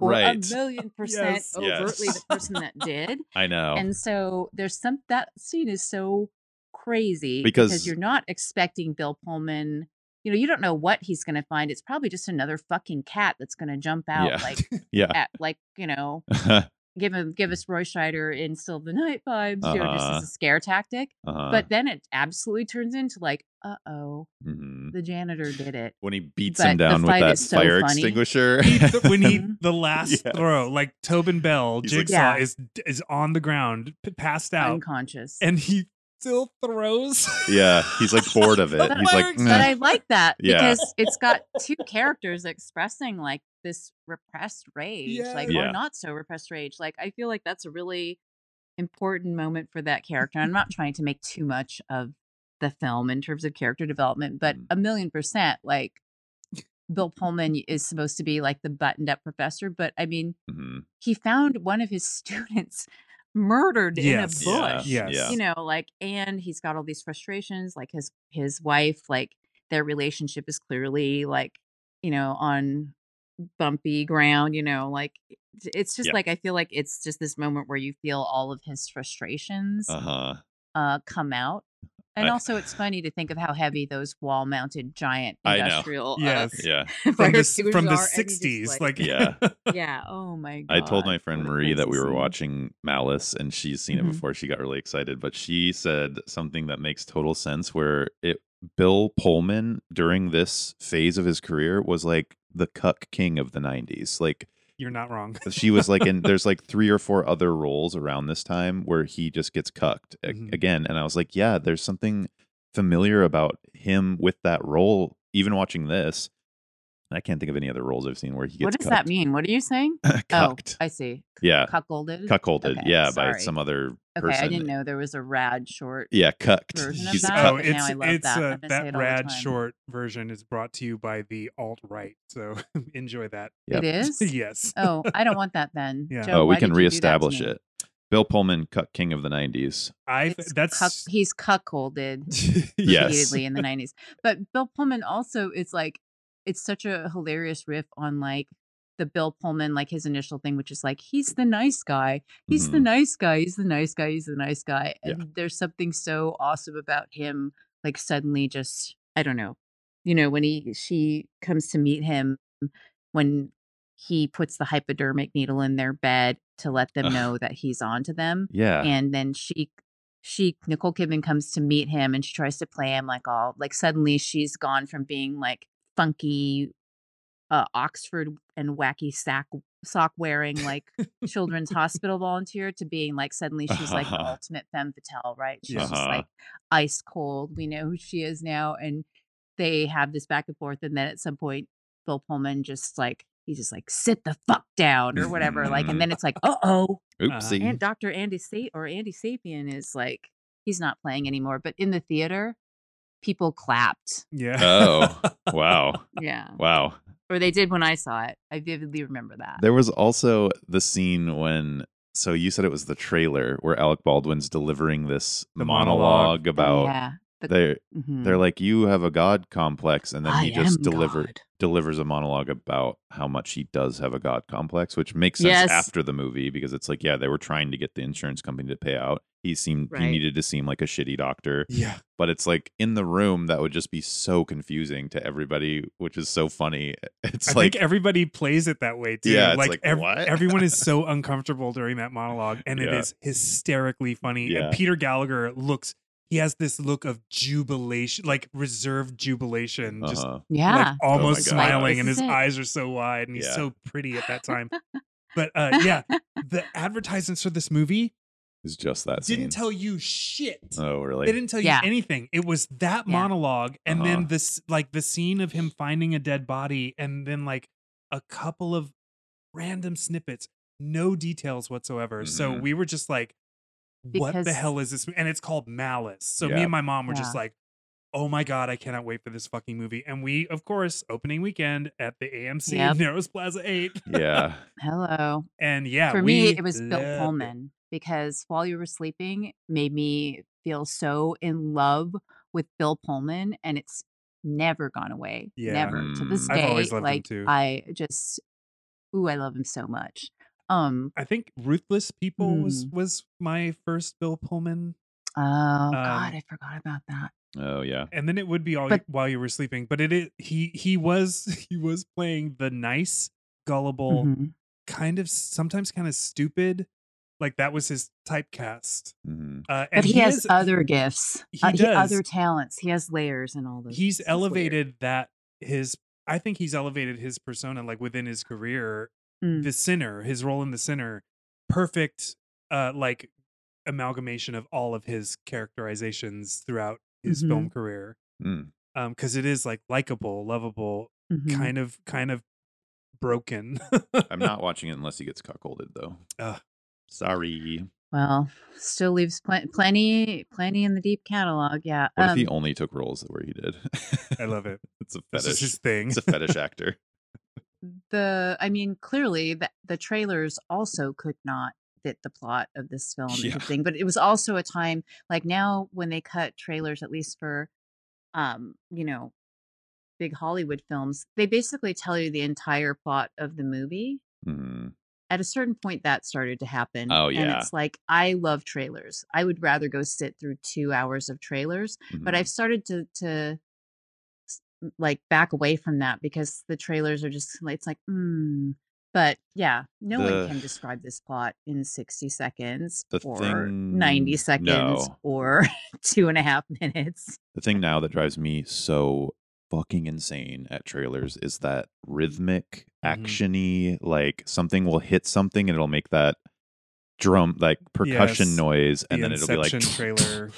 [SPEAKER 3] or a
[SPEAKER 2] Right.
[SPEAKER 3] million percent
[SPEAKER 1] Yes.
[SPEAKER 3] overtly
[SPEAKER 2] Yes. Oh.
[SPEAKER 3] the person that did.
[SPEAKER 2] I know.
[SPEAKER 3] And so there's some that scene is so crazy
[SPEAKER 2] Because-
[SPEAKER 3] you're not expecting Bill Pullman. You know, you don't know what he's going to find. It's probably just another fucking cat that's going to jump out
[SPEAKER 2] Yeah.
[SPEAKER 3] like
[SPEAKER 2] yeah.
[SPEAKER 3] at like, you know, give him give us Roy Scheider in Still the Night vibes, you know, just
[SPEAKER 2] Uh-huh.
[SPEAKER 3] as a scare tactic. but then it absolutely turns into like, uh-oh,
[SPEAKER 2] hmm
[SPEAKER 3] the janitor did it.
[SPEAKER 2] when he beats
[SPEAKER 3] But
[SPEAKER 2] him
[SPEAKER 3] the
[SPEAKER 2] down with
[SPEAKER 3] fight
[SPEAKER 2] that
[SPEAKER 3] is so
[SPEAKER 2] fire
[SPEAKER 3] funny.
[SPEAKER 2] extinguisher.
[SPEAKER 1] He- th- when he
[SPEAKER 3] Mhm.
[SPEAKER 1] the last
[SPEAKER 2] Yes.
[SPEAKER 1] throw, like Tobin Bell,
[SPEAKER 2] He's like-
[SPEAKER 1] Jigsaw
[SPEAKER 3] Yeah.
[SPEAKER 1] is is on the ground, p- passed out,
[SPEAKER 3] unconscious.
[SPEAKER 1] and he still throws.
[SPEAKER 2] yeah, he's like bored of it.
[SPEAKER 1] But
[SPEAKER 2] He's like,
[SPEAKER 1] fire's
[SPEAKER 2] "Nah."
[SPEAKER 3] but I like that
[SPEAKER 2] Yeah.
[SPEAKER 3] because it's got two characters expressing like this repressed rage, like
[SPEAKER 2] Yeah.
[SPEAKER 3] or not so repressed rage. Like I feel like that's a really important moment for that character. I'm not trying to make too much of the film in terms of character development, but
[SPEAKER 2] Mm.
[SPEAKER 3] a million percent like Bill Pullman is supposed to be like the buttoned up professor, but I mean,
[SPEAKER 2] Mhm.
[SPEAKER 3] he found one of his students murdered
[SPEAKER 1] Yes.
[SPEAKER 3] in a bush
[SPEAKER 2] Yeah.
[SPEAKER 1] Yes.
[SPEAKER 2] Yeah.
[SPEAKER 3] you know like and he's got all these frustrations like his his wife like their relationship is clearly like you know on bumpy ground you know like it's- it's just
[SPEAKER 2] Yeah.
[SPEAKER 3] like i feel like it's just this moment where you feel all of his frustrations uh,
[SPEAKER 2] uh-huh.
[SPEAKER 3] come out and
[SPEAKER 2] I-
[SPEAKER 3] also it's funny to think of how heavy those wall mounted giant
[SPEAKER 2] I know.
[SPEAKER 3] industrial uh,
[SPEAKER 1] Yes.
[SPEAKER 2] Yeah.
[SPEAKER 1] From
[SPEAKER 3] fire
[SPEAKER 1] the, s-
[SPEAKER 3] extinguishers
[SPEAKER 1] from the
[SPEAKER 3] are, and you just,
[SPEAKER 1] 60s. Like,
[SPEAKER 2] Yeah.
[SPEAKER 3] yeah oh my god
[SPEAKER 2] I told my friend
[SPEAKER 3] what a
[SPEAKER 2] Marie that
[SPEAKER 3] crazy
[SPEAKER 2] we were
[SPEAKER 3] scene.
[SPEAKER 2] watching Malice and she's seen it
[SPEAKER 3] Mhm.
[SPEAKER 2] before. She got really excited, but she said something that makes total sense where it Bill Pullman during this phase of his career was like the cuck king of the 90s. Like
[SPEAKER 1] you're not wrong.
[SPEAKER 2] she was like in there's like three or four other roles around this time where he just gets cucked a-
[SPEAKER 3] Mm-hmm.
[SPEAKER 1] Mhm.
[SPEAKER 2] again and i was like yeah there's something familiar about him with that role even watching this i can't think of any other roles i've seen where he gets
[SPEAKER 3] what does
[SPEAKER 2] cucked.
[SPEAKER 3] that mean what are you saying
[SPEAKER 2] cucked
[SPEAKER 3] oh i see
[SPEAKER 2] yeah
[SPEAKER 3] cuckolded
[SPEAKER 2] cuckolded
[SPEAKER 3] Okay,
[SPEAKER 2] yeah by
[SPEAKER 3] sorry.
[SPEAKER 2] some other
[SPEAKER 3] Okay,
[SPEAKER 2] person
[SPEAKER 3] I didn't know there was a rad short.
[SPEAKER 2] yeah cucked
[SPEAKER 3] version of
[SPEAKER 2] he's
[SPEAKER 3] that.
[SPEAKER 1] oh,
[SPEAKER 2] cucked.
[SPEAKER 3] but now
[SPEAKER 1] it's
[SPEAKER 3] I love
[SPEAKER 1] it's uh,
[SPEAKER 3] that. I'm gonna say
[SPEAKER 1] that
[SPEAKER 3] it all the
[SPEAKER 1] rad
[SPEAKER 3] time.
[SPEAKER 1] short version is brought to you by the alt right. So enjoy that.
[SPEAKER 2] Yep.
[SPEAKER 3] It is.
[SPEAKER 1] yes.
[SPEAKER 3] oh, I don't want that then.
[SPEAKER 1] Yeah.
[SPEAKER 3] Joe,
[SPEAKER 2] oh we
[SPEAKER 3] why
[SPEAKER 2] can
[SPEAKER 3] did you do that to
[SPEAKER 2] reestablish
[SPEAKER 3] me?
[SPEAKER 2] it bill pullman cuck king of the 90s
[SPEAKER 1] I
[SPEAKER 3] It's
[SPEAKER 1] that's
[SPEAKER 3] cuck- he's cuckolded
[SPEAKER 2] yes
[SPEAKER 3] repeatedly in the '90s. But Bill Pullman also is like, it's such a hilarious riff on like the Bill Pullman, like his initial thing, which is like he's the nice guy, he's the
[SPEAKER 2] Mhm.
[SPEAKER 3] nice guy, he's the nice guy, he's the nice guy,
[SPEAKER 2] Yeah.
[SPEAKER 3] and there's something so awesome about him, like suddenly just I don't know, you know when he she comes to meet him when he puts the hypodermic needle in their bed to let them
[SPEAKER 2] Ugh.
[SPEAKER 3] know that he's on to them
[SPEAKER 2] yeah
[SPEAKER 3] and then she she Nicole Kidman comes to meet him and she tries to play him like all like suddenly she's gone from being like funky uh Oxford and wacky sack sock wearing like children's hospital volunteer to being like suddenly she's like the
[SPEAKER 2] Uh-huh.
[SPEAKER 3] ultimate femme fatale, right? She's just
[SPEAKER 2] Uh-huh.
[SPEAKER 3] like ice cold. We know who she is now and they have this back and forth and then at some point Bill Pullman just like he's just like sit the fuck down or whatever like and then it's like uh-oh
[SPEAKER 2] oopsie
[SPEAKER 3] uh, and Dr. Andy Sa- or Andy Sapien is like he's not playing anymore, but in the theater, people clapped.
[SPEAKER 1] yeah.
[SPEAKER 2] Oh. wow
[SPEAKER 3] Yeah.
[SPEAKER 2] wow
[SPEAKER 3] Or they did when I saw it. I vividly remember that.
[SPEAKER 2] There was also the scene when so you said it was the trailer where Alec Baldwin's delivering this
[SPEAKER 1] The
[SPEAKER 2] monologue,
[SPEAKER 1] monologue.
[SPEAKER 2] about
[SPEAKER 3] yeah. the-
[SPEAKER 2] they're
[SPEAKER 3] mhm.
[SPEAKER 2] they're like you have a god complex and then
[SPEAKER 3] I
[SPEAKER 2] he just
[SPEAKER 3] am
[SPEAKER 2] deliver
[SPEAKER 3] God.
[SPEAKER 2] delivers a monologue about how much he does have a god complex, which makes sense
[SPEAKER 3] Yes.
[SPEAKER 2] after the movie because it's like yeah, they were trying to get the insurance company to pay out. He seemed he
[SPEAKER 3] Right.
[SPEAKER 2] needed to seem like a shitty doctor,
[SPEAKER 1] Yeah.
[SPEAKER 2] but it's like in the room that would just be so confusing to everybody, which is so funny. It's
[SPEAKER 1] I
[SPEAKER 2] like
[SPEAKER 1] think everybody plays it that way too.
[SPEAKER 2] Yeah, it's
[SPEAKER 1] like,
[SPEAKER 2] like,
[SPEAKER 1] ev-
[SPEAKER 2] what?
[SPEAKER 1] everyone is so uncomfortable during that monologue, and it
[SPEAKER 2] Yeah.
[SPEAKER 1] is hysterically funny.
[SPEAKER 2] Yeah.
[SPEAKER 1] And Peter Gallagher looks. He has this look of jubilation, like reserved jubilation, just
[SPEAKER 2] uh-huh.
[SPEAKER 1] like
[SPEAKER 3] yeah.
[SPEAKER 1] almost
[SPEAKER 2] Oh my God.
[SPEAKER 1] smiling, and
[SPEAKER 3] This
[SPEAKER 1] his
[SPEAKER 3] is it.
[SPEAKER 1] eyes are so wide, and he's
[SPEAKER 2] Yeah.
[SPEAKER 1] so pretty at that time. But uh, yeah, the advertisements for this movie
[SPEAKER 2] it's just that scene.
[SPEAKER 1] didn't tell you shit.
[SPEAKER 2] Oh, really?
[SPEAKER 1] They didn't tell you
[SPEAKER 3] Yeah.
[SPEAKER 1] anything. It was that
[SPEAKER 3] Yeah.
[SPEAKER 1] monologue and then
[SPEAKER 2] Uh-huh.
[SPEAKER 1] this like the scene of him finding a dead body and then like a couple of random snippets, no details whatsoever. So
[SPEAKER 2] Mhm.
[SPEAKER 1] we were just like, what the
[SPEAKER 3] Because-
[SPEAKER 1] hell is this? And it's called Malice. So
[SPEAKER 2] Yeah.
[SPEAKER 1] me and my mom were just
[SPEAKER 3] Yeah.
[SPEAKER 1] like, oh my God, I cannot wait for this fucking movie. And we, of course, opening weekend at the AMC
[SPEAKER 3] Yep.
[SPEAKER 1] Narrows Plaza 8.
[SPEAKER 2] yeah.
[SPEAKER 3] Hello.
[SPEAKER 1] And yeah,
[SPEAKER 3] For me,
[SPEAKER 1] we
[SPEAKER 3] it was
[SPEAKER 1] loved
[SPEAKER 3] Bill
[SPEAKER 1] it.
[SPEAKER 3] Pullman because while you were sleeping made me feel so in love with Bill Pullman, and it's never gone away.
[SPEAKER 1] Yeah.
[SPEAKER 3] Never to this
[SPEAKER 1] Mm.
[SPEAKER 3] day.
[SPEAKER 1] I've always loved him
[SPEAKER 3] like
[SPEAKER 1] too.
[SPEAKER 3] I just, ooh, I love him so much. Um.
[SPEAKER 1] I think Ruthless People was
[SPEAKER 3] Hmm.
[SPEAKER 1] was my first Bill Pullman,
[SPEAKER 3] Oh
[SPEAKER 1] Um,
[SPEAKER 3] God, I forgot about that.
[SPEAKER 2] Oh yeah.
[SPEAKER 1] and then it would be all
[SPEAKER 3] But-
[SPEAKER 1] while you were sleeping. But it, it he he was he was playing the nice, gullible,
[SPEAKER 3] Mhm.
[SPEAKER 1] kind of sometimes kind of stupid, like that was his typecast.
[SPEAKER 2] Mhm.
[SPEAKER 1] Uh, and
[SPEAKER 3] But he, has
[SPEAKER 1] is-
[SPEAKER 3] other gifts.
[SPEAKER 1] he
[SPEAKER 3] uh,
[SPEAKER 1] does.
[SPEAKER 3] other talents. He has layers and all those.
[SPEAKER 1] He's
[SPEAKER 3] this is weird.
[SPEAKER 1] elevated that his. I think he's elevated his persona like within his career
[SPEAKER 3] Mm.
[SPEAKER 1] the sinner his role in the sinner perfect uh like amalgamation of all of his characterizations throughout his film career
[SPEAKER 2] Mm.
[SPEAKER 1] um because it is like likable lovable
[SPEAKER 3] Mhm.
[SPEAKER 1] kind of kind of broken
[SPEAKER 2] I'm not watching it unless he gets cuckolded though.
[SPEAKER 1] Ugh.
[SPEAKER 2] Sorry.
[SPEAKER 3] Well, still leaves pl- plenty, plenty in the deep catalog. Yeah. Um,
[SPEAKER 2] What if he only took roles where he did?
[SPEAKER 1] i love it
[SPEAKER 2] it's a
[SPEAKER 1] that's
[SPEAKER 2] fetish.
[SPEAKER 1] just his thing
[SPEAKER 2] It's a fetish actor.
[SPEAKER 3] the, I mean, clearly the, the trailers also could not fit the plot of this film. and
[SPEAKER 2] Yeah.
[SPEAKER 3] Everything, but it was also a time like now when they cut trailers, at least for, um, you know, big Hollywood films, they basically tell you the entire plot of the movie.
[SPEAKER 2] Mhm.
[SPEAKER 3] At a certain point, that started to happen.
[SPEAKER 2] Oh,
[SPEAKER 3] And
[SPEAKER 2] yeah.
[SPEAKER 3] it's like, I love trailers. I would rather go sit through two hours of trailers but
[SPEAKER 2] Mhm.
[SPEAKER 3] I've started to to s- m- like back away from that because the trailers are just like it's like mm. but yeah no
[SPEAKER 2] The-
[SPEAKER 3] one can describe this plot in 60 seconds
[SPEAKER 2] The
[SPEAKER 3] or
[SPEAKER 2] thing-
[SPEAKER 3] 90 seconds
[SPEAKER 2] no.
[SPEAKER 3] or two and a half minutes
[SPEAKER 2] The thing now that drives me so fucking insane at trailers is that rhythmic,
[SPEAKER 1] Mhm.
[SPEAKER 2] actiony, like something will hit something and it'll make that drum like percussion
[SPEAKER 1] Yes.
[SPEAKER 2] noise and
[SPEAKER 1] The
[SPEAKER 2] then it'll be like
[SPEAKER 1] Inception trailer.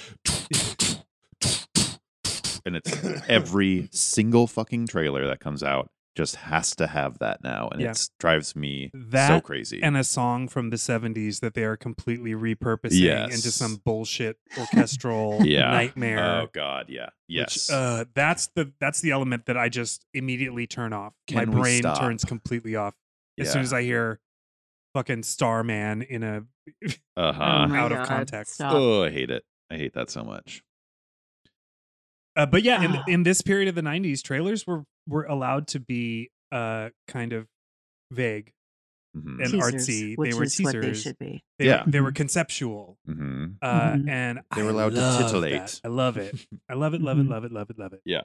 [SPEAKER 2] and it's every single fucking trailer that comes out just has to have that now and
[SPEAKER 1] Yeah.
[SPEAKER 2] it's drives me so
[SPEAKER 1] That
[SPEAKER 2] crazy.
[SPEAKER 1] and a song from the 70s that they are completely repurposing into
[SPEAKER 2] Yes.
[SPEAKER 1] some bullshit orchestral
[SPEAKER 2] Yeah.
[SPEAKER 1] nightmare
[SPEAKER 2] oh god, yeah. Yes.
[SPEAKER 1] Which, uh, that's the that's the element that I just immediately turn off. My
[SPEAKER 2] Can we
[SPEAKER 1] brain
[SPEAKER 2] stop?
[SPEAKER 1] turns completely off as
[SPEAKER 2] Yeah.
[SPEAKER 1] soon as I hear fucking Starman in a
[SPEAKER 2] uh-huh.
[SPEAKER 1] my- out of context.
[SPEAKER 3] Oh stop.
[SPEAKER 2] Oh, I hate it. I hate that so much.
[SPEAKER 1] Uh, but yeah, in,
[SPEAKER 3] Ah.
[SPEAKER 1] in this period of the '90s, trailers were were allowed to be uh, kind of vague
[SPEAKER 2] Mhm.
[SPEAKER 1] and
[SPEAKER 3] Teasers,
[SPEAKER 1] artsy.
[SPEAKER 3] which
[SPEAKER 1] they were
[SPEAKER 3] is
[SPEAKER 1] teasers.
[SPEAKER 3] what they should be
[SPEAKER 1] They were-
[SPEAKER 2] Yeah.
[SPEAKER 1] they were conceptual,
[SPEAKER 2] Mhm.
[SPEAKER 1] uh,
[SPEAKER 3] Mhm.
[SPEAKER 1] and
[SPEAKER 2] They were
[SPEAKER 1] I
[SPEAKER 2] allowed to
[SPEAKER 1] love that.
[SPEAKER 2] titillate.
[SPEAKER 1] I love it. I love it, love it,
[SPEAKER 3] Mhm.
[SPEAKER 1] love it, love it, love it.
[SPEAKER 2] Yeah.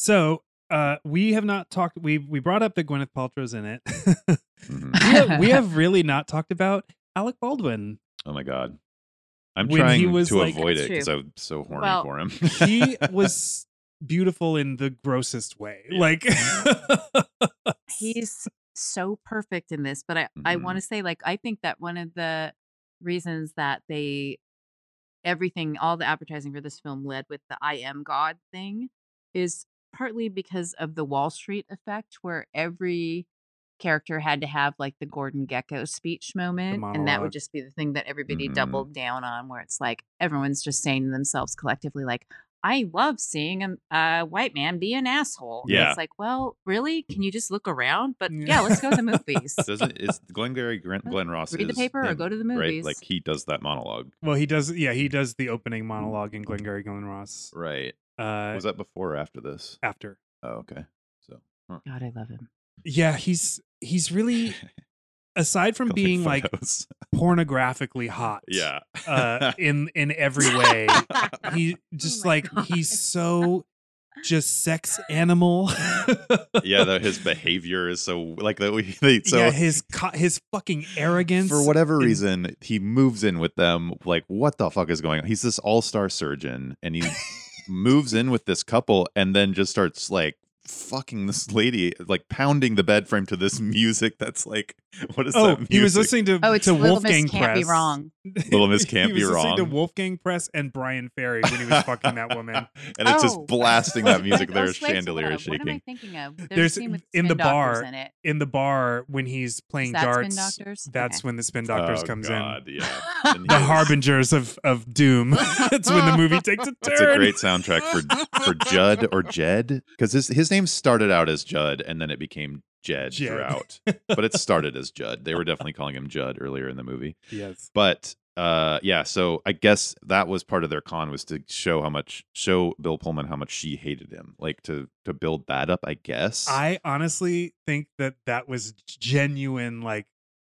[SPEAKER 1] So uh, we have not talked. We we brought up that Gwyneth Paltrow's in it.
[SPEAKER 2] Mhm.
[SPEAKER 1] we, have, we have really not talked about Alec Baldwin.
[SPEAKER 2] Oh my god. I'm
[SPEAKER 1] When he
[SPEAKER 2] trying
[SPEAKER 1] was,
[SPEAKER 2] to
[SPEAKER 1] like-
[SPEAKER 2] avoid it
[SPEAKER 3] That's
[SPEAKER 2] because
[SPEAKER 3] true.
[SPEAKER 2] I'm so horny
[SPEAKER 3] Well,
[SPEAKER 2] for him.
[SPEAKER 1] He was beautiful in the grossest way.
[SPEAKER 2] Yeah. Mm-hmm.
[SPEAKER 1] Like
[SPEAKER 3] he's so perfect in this but i i want to say like i think that one of the reasons that they everything all the advertising for this film led with the i am god thing is partly because of the wall street effect where every character had to have like the gordon gecko speech moment and that
[SPEAKER 1] monologue.
[SPEAKER 3] would just be the thing that everybody
[SPEAKER 2] Mhm.
[SPEAKER 3] doubled down on where it's like everyone's just saying to themselves collectively like I love seeing a, a white man be an asshole. And
[SPEAKER 2] Yeah.
[SPEAKER 3] It's like, well, really? Can you just look around? But
[SPEAKER 1] Yeah.
[SPEAKER 3] yeah, let's go to the movies.
[SPEAKER 2] Doesn't is Glengarry Glen, Glenn Ross
[SPEAKER 3] Read the
[SPEAKER 2] is
[SPEAKER 3] paper or
[SPEAKER 2] him,
[SPEAKER 3] go to the
[SPEAKER 2] Right,
[SPEAKER 3] movies.
[SPEAKER 2] like he does that monologue.
[SPEAKER 1] well, he does. Yeah, he does the opening monologue in Glengarry Glen Ross.
[SPEAKER 2] Right.
[SPEAKER 1] Uh,
[SPEAKER 2] Mm-hmm. Was that before or after this?
[SPEAKER 1] after.
[SPEAKER 2] Oh, okay. So huh.
[SPEAKER 3] God, I love him.
[SPEAKER 1] Yeah, he's he's really aside from
[SPEAKER 2] Glenn
[SPEAKER 1] being like
[SPEAKER 2] Photos.
[SPEAKER 1] pornographically hot.
[SPEAKER 2] yeah,
[SPEAKER 1] Uh, in in every way. he just
[SPEAKER 3] Oh my
[SPEAKER 1] like
[SPEAKER 3] God.
[SPEAKER 1] he's so just sex animal.
[SPEAKER 2] yeah. Though his behavior is so like that. We they, so
[SPEAKER 1] yeah, his co- his fucking arrogance.
[SPEAKER 2] for whatever
[SPEAKER 1] in-
[SPEAKER 2] reason he moves in with them. Like what the fuck is going on? He's this all star surgeon and he moves in with this couple and then just starts like fucking this lady, like pounding the bed frame to this music. That's like, what is
[SPEAKER 1] Oh,
[SPEAKER 2] that music?
[SPEAKER 1] he was listening to,
[SPEAKER 3] Oh, it's
[SPEAKER 1] to
[SPEAKER 3] Little
[SPEAKER 1] Wolfgang
[SPEAKER 3] Miss Can't
[SPEAKER 1] Press.
[SPEAKER 3] Be Wrong.
[SPEAKER 2] Little Miss Can't
[SPEAKER 1] he
[SPEAKER 2] Be
[SPEAKER 1] was listening to
[SPEAKER 2] Wrong.
[SPEAKER 1] Wolfgang Press and Brian Ferry when he was fucking that woman.
[SPEAKER 2] and it's
[SPEAKER 3] Oh.
[SPEAKER 2] just blasting that music.
[SPEAKER 3] Like,
[SPEAKER 2] there,
[SPEAKER 3] oh,
[SPEAKER 2] a
[SPEAKER 3] Slaves to
[SPEAKER 2] chandelier
[SPEAKER 3] Love.
[SPEAKER 2] is
[SPEAKER 3] What am I
[SPEAKER 2] shaking.
[SPEAKER 3] thinking of? There's,
[SPEAKER 1] There's
[SPEAKER 3] a scene with
[SPEAKER 1] in the
[SPEAKER 3] spin doctors
[SPEAKER 1] bar
[SPEAKER 3] in it.
[SPEAKER 1] In the bar when he's playing
[SPEAKER 3] Is that Spin
[SPEAKER 1] darts,
[SPEAKER 3] Doctors?
[SPEAKER 1] that's
[SPEAKER 3] Okay.
[SPEAKER 1] when the spin doctors
[SPEAKER 2] oh,
[SPEAKER 1] comes in.
[SPEAKER 2] God, Yeah. And
[SPEAKER 1] The
[SPEAKER 2] he-
[SPEAKER 1] harbingers of of doom. that's when the movie takes a turn.
[SPEAKER 2] That's a great soundtrack for for Judd or Jed because his his name started out as Judd and then it became Jed,
[SPEAKER 1] Jed.
[SPEAKER 2] throughout. But it started as Judd. They were definitely calling him Judd earlier in the movie.
[SPEAKER 1] yes.
[SPEAKER 2] But uh, yeah, so I guess that was part of their con was to show how much show Bill Pullman how much she hated him, like to to build that up. I guess.
[SPEAKER 1] I honestly think that that was genuine, like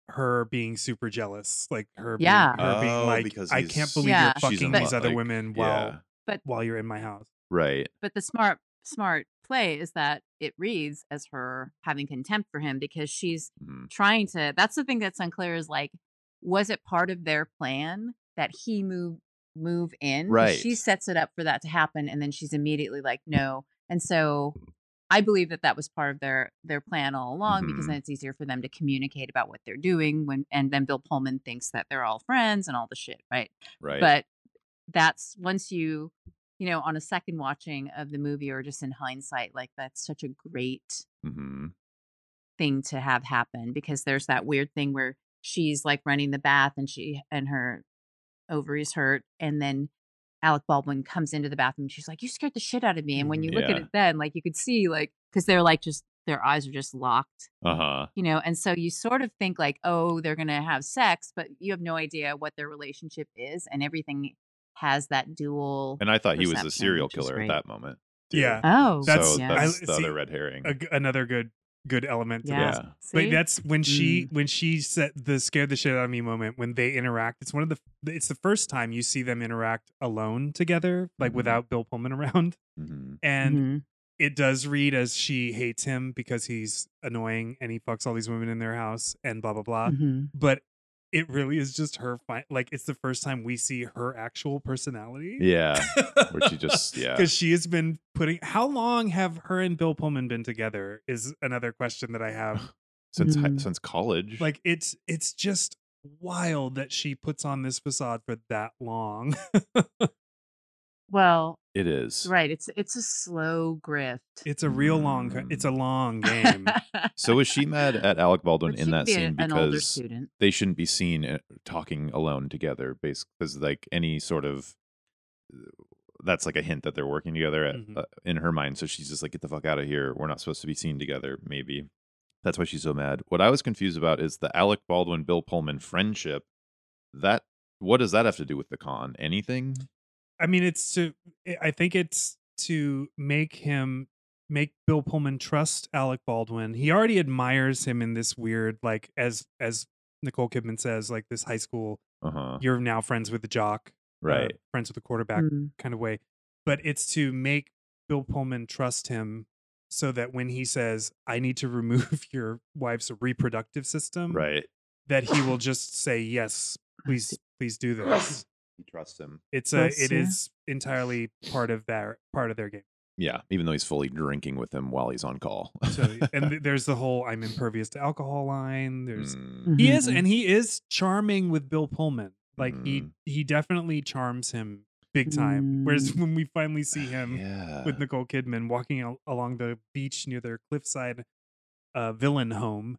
[SPEAKER 1] her being super jealous, like her, being-
[SPEAKER 3] Yeah.
[SPEAKER 1] her being,
[SPEAKER 2] Oh,
[SPEAKER 1] like,
[SPEAKER 2] because
[SPEAKER 1] I
[SPEAKER 2] he's-
[SPEAKER 1] can't believe
[SPEAKER 3] Yeah.
[SPEAKER 1] you're
[SPEAKER 2] she's
[SPEAKER 1] fucking
[SPEAKER 2] in
[SPEAKER 1] these
[SPEAKER 2] love,
[SPEAKER 1] other
[SPEAKER 2] like,
[SPEAKER 1] women
[SPEAKER 2] yeah,
[SPEAKER 1] while
[SPEAKER 3] But-
[SPEAKER 1] while you're in my house.
[SPEAKER 2] right.
[SPEAKER 3] But the smart smart play is that it reads as her having contempt for him because she's
[SPEAKER 2] Mhm.
[SPEAKER 3] trying to that's the thing that's unclear is like was it part of their plan that he move move in 'Cause
[SPEAKER 2] Right.
[SPEAKER 3] she sets it up for that to happen and then she's immediately like no and so i believe that that was part of their their plan all along because
[SPEAKER 2] Mhm.
[SPEAKER 3] then it's easier for them to communicate about what they're doing when and then bill pullman thinks that they're all friends and all the shit right
[SPEAKER 2] Right.
[SPEAKER 3] but that's once you you know on a second watching of the movie or just in hindsight like that's such a great
[SPEAKER 2] hmm
[SPEAKER 3] thing to have happen because there's that weird thing where she's like running the bath and she and her ovaries hurt and then Alec Baldwin comes into the bathroom. She's like, "You scared the shit out of me." And
[SPEAKER 1] Mm,
[SPEAKER 3] when you look at
[SPEAKER 2] Yeah.
[SPEAKER 3] it, then like you could see, like, because they're like just their eyes are just locked,
[SPEAKER 2] Uh huh.
[SPEAKER 3] you know. And so you sort of think like, "Oh, they're gonna have sex," but you have no idea what their relationship is, and everything has that dual.
[SPEAKER 2] And I thought he was a
[SPEAKER 3] Perception,
[SPEAKER 2] serial
[SPEAKER 3] which is
[SPEAKER 2] killer at
[SPEAKER 3] great.
[SPEAKER 2] that moment.
[SPEAKER 1] Yeah.
[SPEAKER 3] oh,
[SPEAKER 1] That's-
[SPEAKER 2] so
[SPEAKER 3] yeah.
[SPEAKER 2] that's
[SPEAKER 1] I-
[SPEAKER 2] the
[SPEAKER 1] see,
[SPEAKER 2] other red herring.
[SPEAKER 1] A g another good good element. To
[SPEAKER 3] Yeah.
[SPEAKER 1] This.
[SPEAKER 3] See? Mm.
[SPEAKER 1] But that's when she when she said the scared the shit out of me moment when they interact. It's one of the it's the first time you see them interact alone together, like
[SPEAKER 3] Mm-hmm.
[SPEAKER 2] Mhm.
[SPEAKER 1] without Bill Pullman around,
[SPEAKER 2] Mhm.
[SPEAKER 1] and
[SPEAKER 3] Mhm.
[SPEAKER 1] it does read as she hates him because he's annoying and he fucks all these women in their house and blah blah blah.
[SPEAKER 3] Mhm.
[SPEAKER 1] But it really is just her. Fi- like it's the first time we see her actual personality.
[SPEAKER 2] Yeah. Where she just yeah.
[SPEAKER 1] because she has been putting. How long have her and Bill Pullman been together? Is another question that I have.
[SPEAKER 2] since hi-
[SPEAKER 3] Mhm.
[SPEAKER 2] since college.
[SPEAKER 1] Like it's it's just wild that she puts on this facade for that long.
[SPEAKER 3] Well,
[SPEAKER 2] it is.
[SPEAKER 3] right. It's it's a slow grift.
[SPEAKER 1] It's a real long. co- It's a
[SPEAKER 2] Mm.
[SPEAKER 1] long game.
[SPEAKER 2] So is she mad at Alec Baldwin
[SPEAKER 3] But
[SPEAKER 2] in
[SPEAKER 3] she
[SPEAKER 2] that
[SPEAKER 3] could be a-
[SPEAKER 2] scene
[SPEAKER 3] an older
[SPEAKER 2] because
[SPEAKER 3] student.
[SPEAKER 2] they shouldn't be seen uh, talking alone together? Basically, because like any sort of uh, that's like a hint that they're working together at,
[SPEAKER 3] Mm-hmm.
[SPEAKER 1] Mhm.
[SPEAKER 2] uh, in her mind. So she's just like, "Get the fuck out of here. We're not supposed to be seen together." Maybe that's why she's so mad. What I was confused about is the Alec Baldwin Bill Pullman friendship. That what does that have to do with the con? Anything?
[SPEAKER 1] I mean, it's to. I- I think it's to make him make Bill Pullman trust Alec Baldwin. He already admires him in this weird, like as as Nicole Kidman says, like this high school.
[SPEAKER 2] Uh
[SPEAKER 3] Um,
[SPEAKER 2] huh.
[SPEAKER 1] You're now friends with the jock, uh,
[SPEAKER 2] Right.
[SPEAKER 1] friends with the quarterback,
[SPEAKER 3] Mm.
[SPEAKER 1] kind of way. But it's to make Bill Pullman trust him so that when he says, I need to remove your wife's reproductive
[SPEAKER 3] um,
[SPEAKER 1] system,
[SPEAKER 2] Right.
[SPEAKER 1] that he will just say, Yes, please, please do this.
[SPEAKER 2] He trusts him.
[SPEAKER 1] It's a
[SPEAKER 3] Yes,
[SPEAKER 1] it
[SPEAKER 3] yeah.
[SPEAKER 1] is entirely part of their part of their game.
[SPEAKER 2] Yeah, even though he's fully drinking with him while he's on call.
[SPEAKER 1] So and th- there's the whole I'm impervious to alcohol line. There's
[SPEAKER 2] Mm,
[SPEAKER 1] he is
[SPEAKER 3] Mhm.
[SPEAKER 1] and he is charming with Bill Pullman. Like he
[SPEAKER 2] Mm.
[SPEAKER 1] he definitely charms him big time. Whereas when we finally see him
[SPEAKER 2] yeah.
[SPEAKER 1] with Nicole Kidman walking al- along the beach near their cliffside uh, villain home.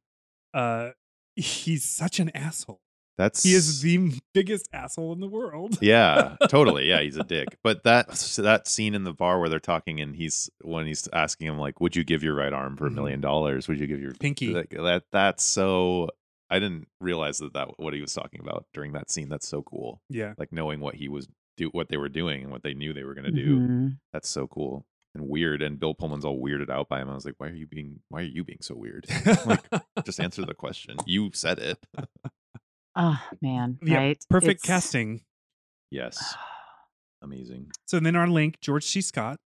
[SPEAKER 1] Uh, he's such an asshole.
[SPEAKER 2] That's
[SPEAKER 1] He is the m- biggest asshole in the world.
[SPEAKER 2] yeah, totally. Yeah, he's a dick. But that so that scene in the bar where they're talking and he's when he's asking him like, "Would you give your right arm for a
[SPEAKER 1] Mhm.
[SPEAKER 2] million dollars? Would you give your
[SPEAKER 1] Pinky.
[SPEAKER 2] Like, that that's so. I didn't realize that that what he was talking about during that scene. That's so cool.
[SPEAKER 1] Yeah.
[SPEAKER 2] Like knowing what he was do what they were doing and what they knew they were gonna do.
[SPEAKER 3] Mhm.
[SPEAKER 2] That's so cool and weird. And Bill Pullman's all weirded out by him. I was like, why are you being why are you being so weird? like just answer the question. You said it.
[SPEAKER 3] Oh man,
[SPEAKER 1] Yeah,
[SPEAKER 3] right?
[SPEAKER 1] Perfect
[SPEAKER 3] It's-
[SPEAKER 1] casting.
[SPEAKER 2] Yes. Amazing.
[SPEAKER 1] So then our link, George C. Scott,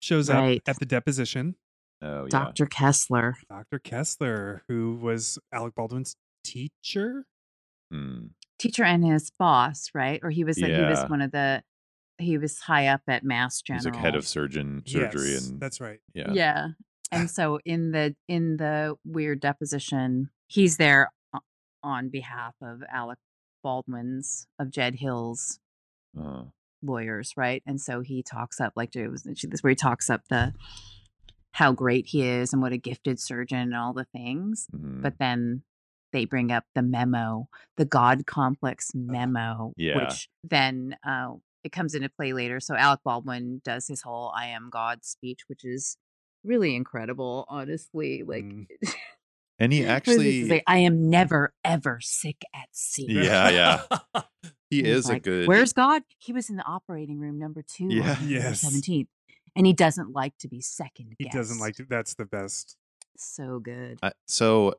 [SPEAKER 1] shows
[SPEAKER 3] Right.
[SPEAKER 1] up at the deposition.
[SPEAKER 2] Oh yeah.
[SPEAKER 3] Dr. Kessler.
[SPEAKER 1] Dr. Kessler, who was Alec Baldwin's teacher.
[SPEAKER 2] Mm. Hmm,
[SPEAKER 3] Teacher and his boss, right? Or he was like he was
[SPEAKER 2] Yeah.
[SPEAKER 3] one of the he was high up at Mass General.
[SPEAKER 2] He's like head of surgeon surgery
[SPEAKER 1] Yes,
[SPEAKER 2] and
[SPEAKER 1] that's right.
[SPEAKER 2] yeah.
[SPEAKER 3] yeah. And so in the in the weird deposition, he's there o- on behalf of Alec Baldwin's of Jed Hill's
[SPEAKER 2] Uh,
[SPEAKER 3] lawyers, right? And so he talks up like it was this where he talks up the how great he is and what a gifted surgeon and all the things.
[SPEAKER 2] mhm.
[SPEAKER 3] But then they bring up the memo, the God complex memo,
[SPEAKER 2] yeah.
[SPEAKER 3] which then uh, it comes into play later. So Alec Baldwin does his whole "I am God" speech, which is really incredible. Honestly, like
[SPEAKER 1] Mm.
[SPEAKER 2] and he
[SPEAKER 3] what does he
[SPEAKER 2] actually
[SPEAKER 3] say? I am never ever sick at sea.
[SPEAKER 2] Yeah, yeah. he
[SPEAKER 3] And he's
[SPEAKER 2] is a
[SPEAKER 3] like,
[SPEAKER 2] good
[SPEAKER 3] Where's God? He was in the operating room number two. on
[SPEAKER 2] Yeah.
[SPEAKER 3] November
[SPEAKER 1] Yes.
[SPEAKER 3] 17th. And he doesn't like to be second
[SPEAKER 1] He doesn't
[SPEAKER 3] guessed.
[SPEAKER 1] like to, that's the best.
[SPEAKER 3] So good.
[SPEAKER 2] I, so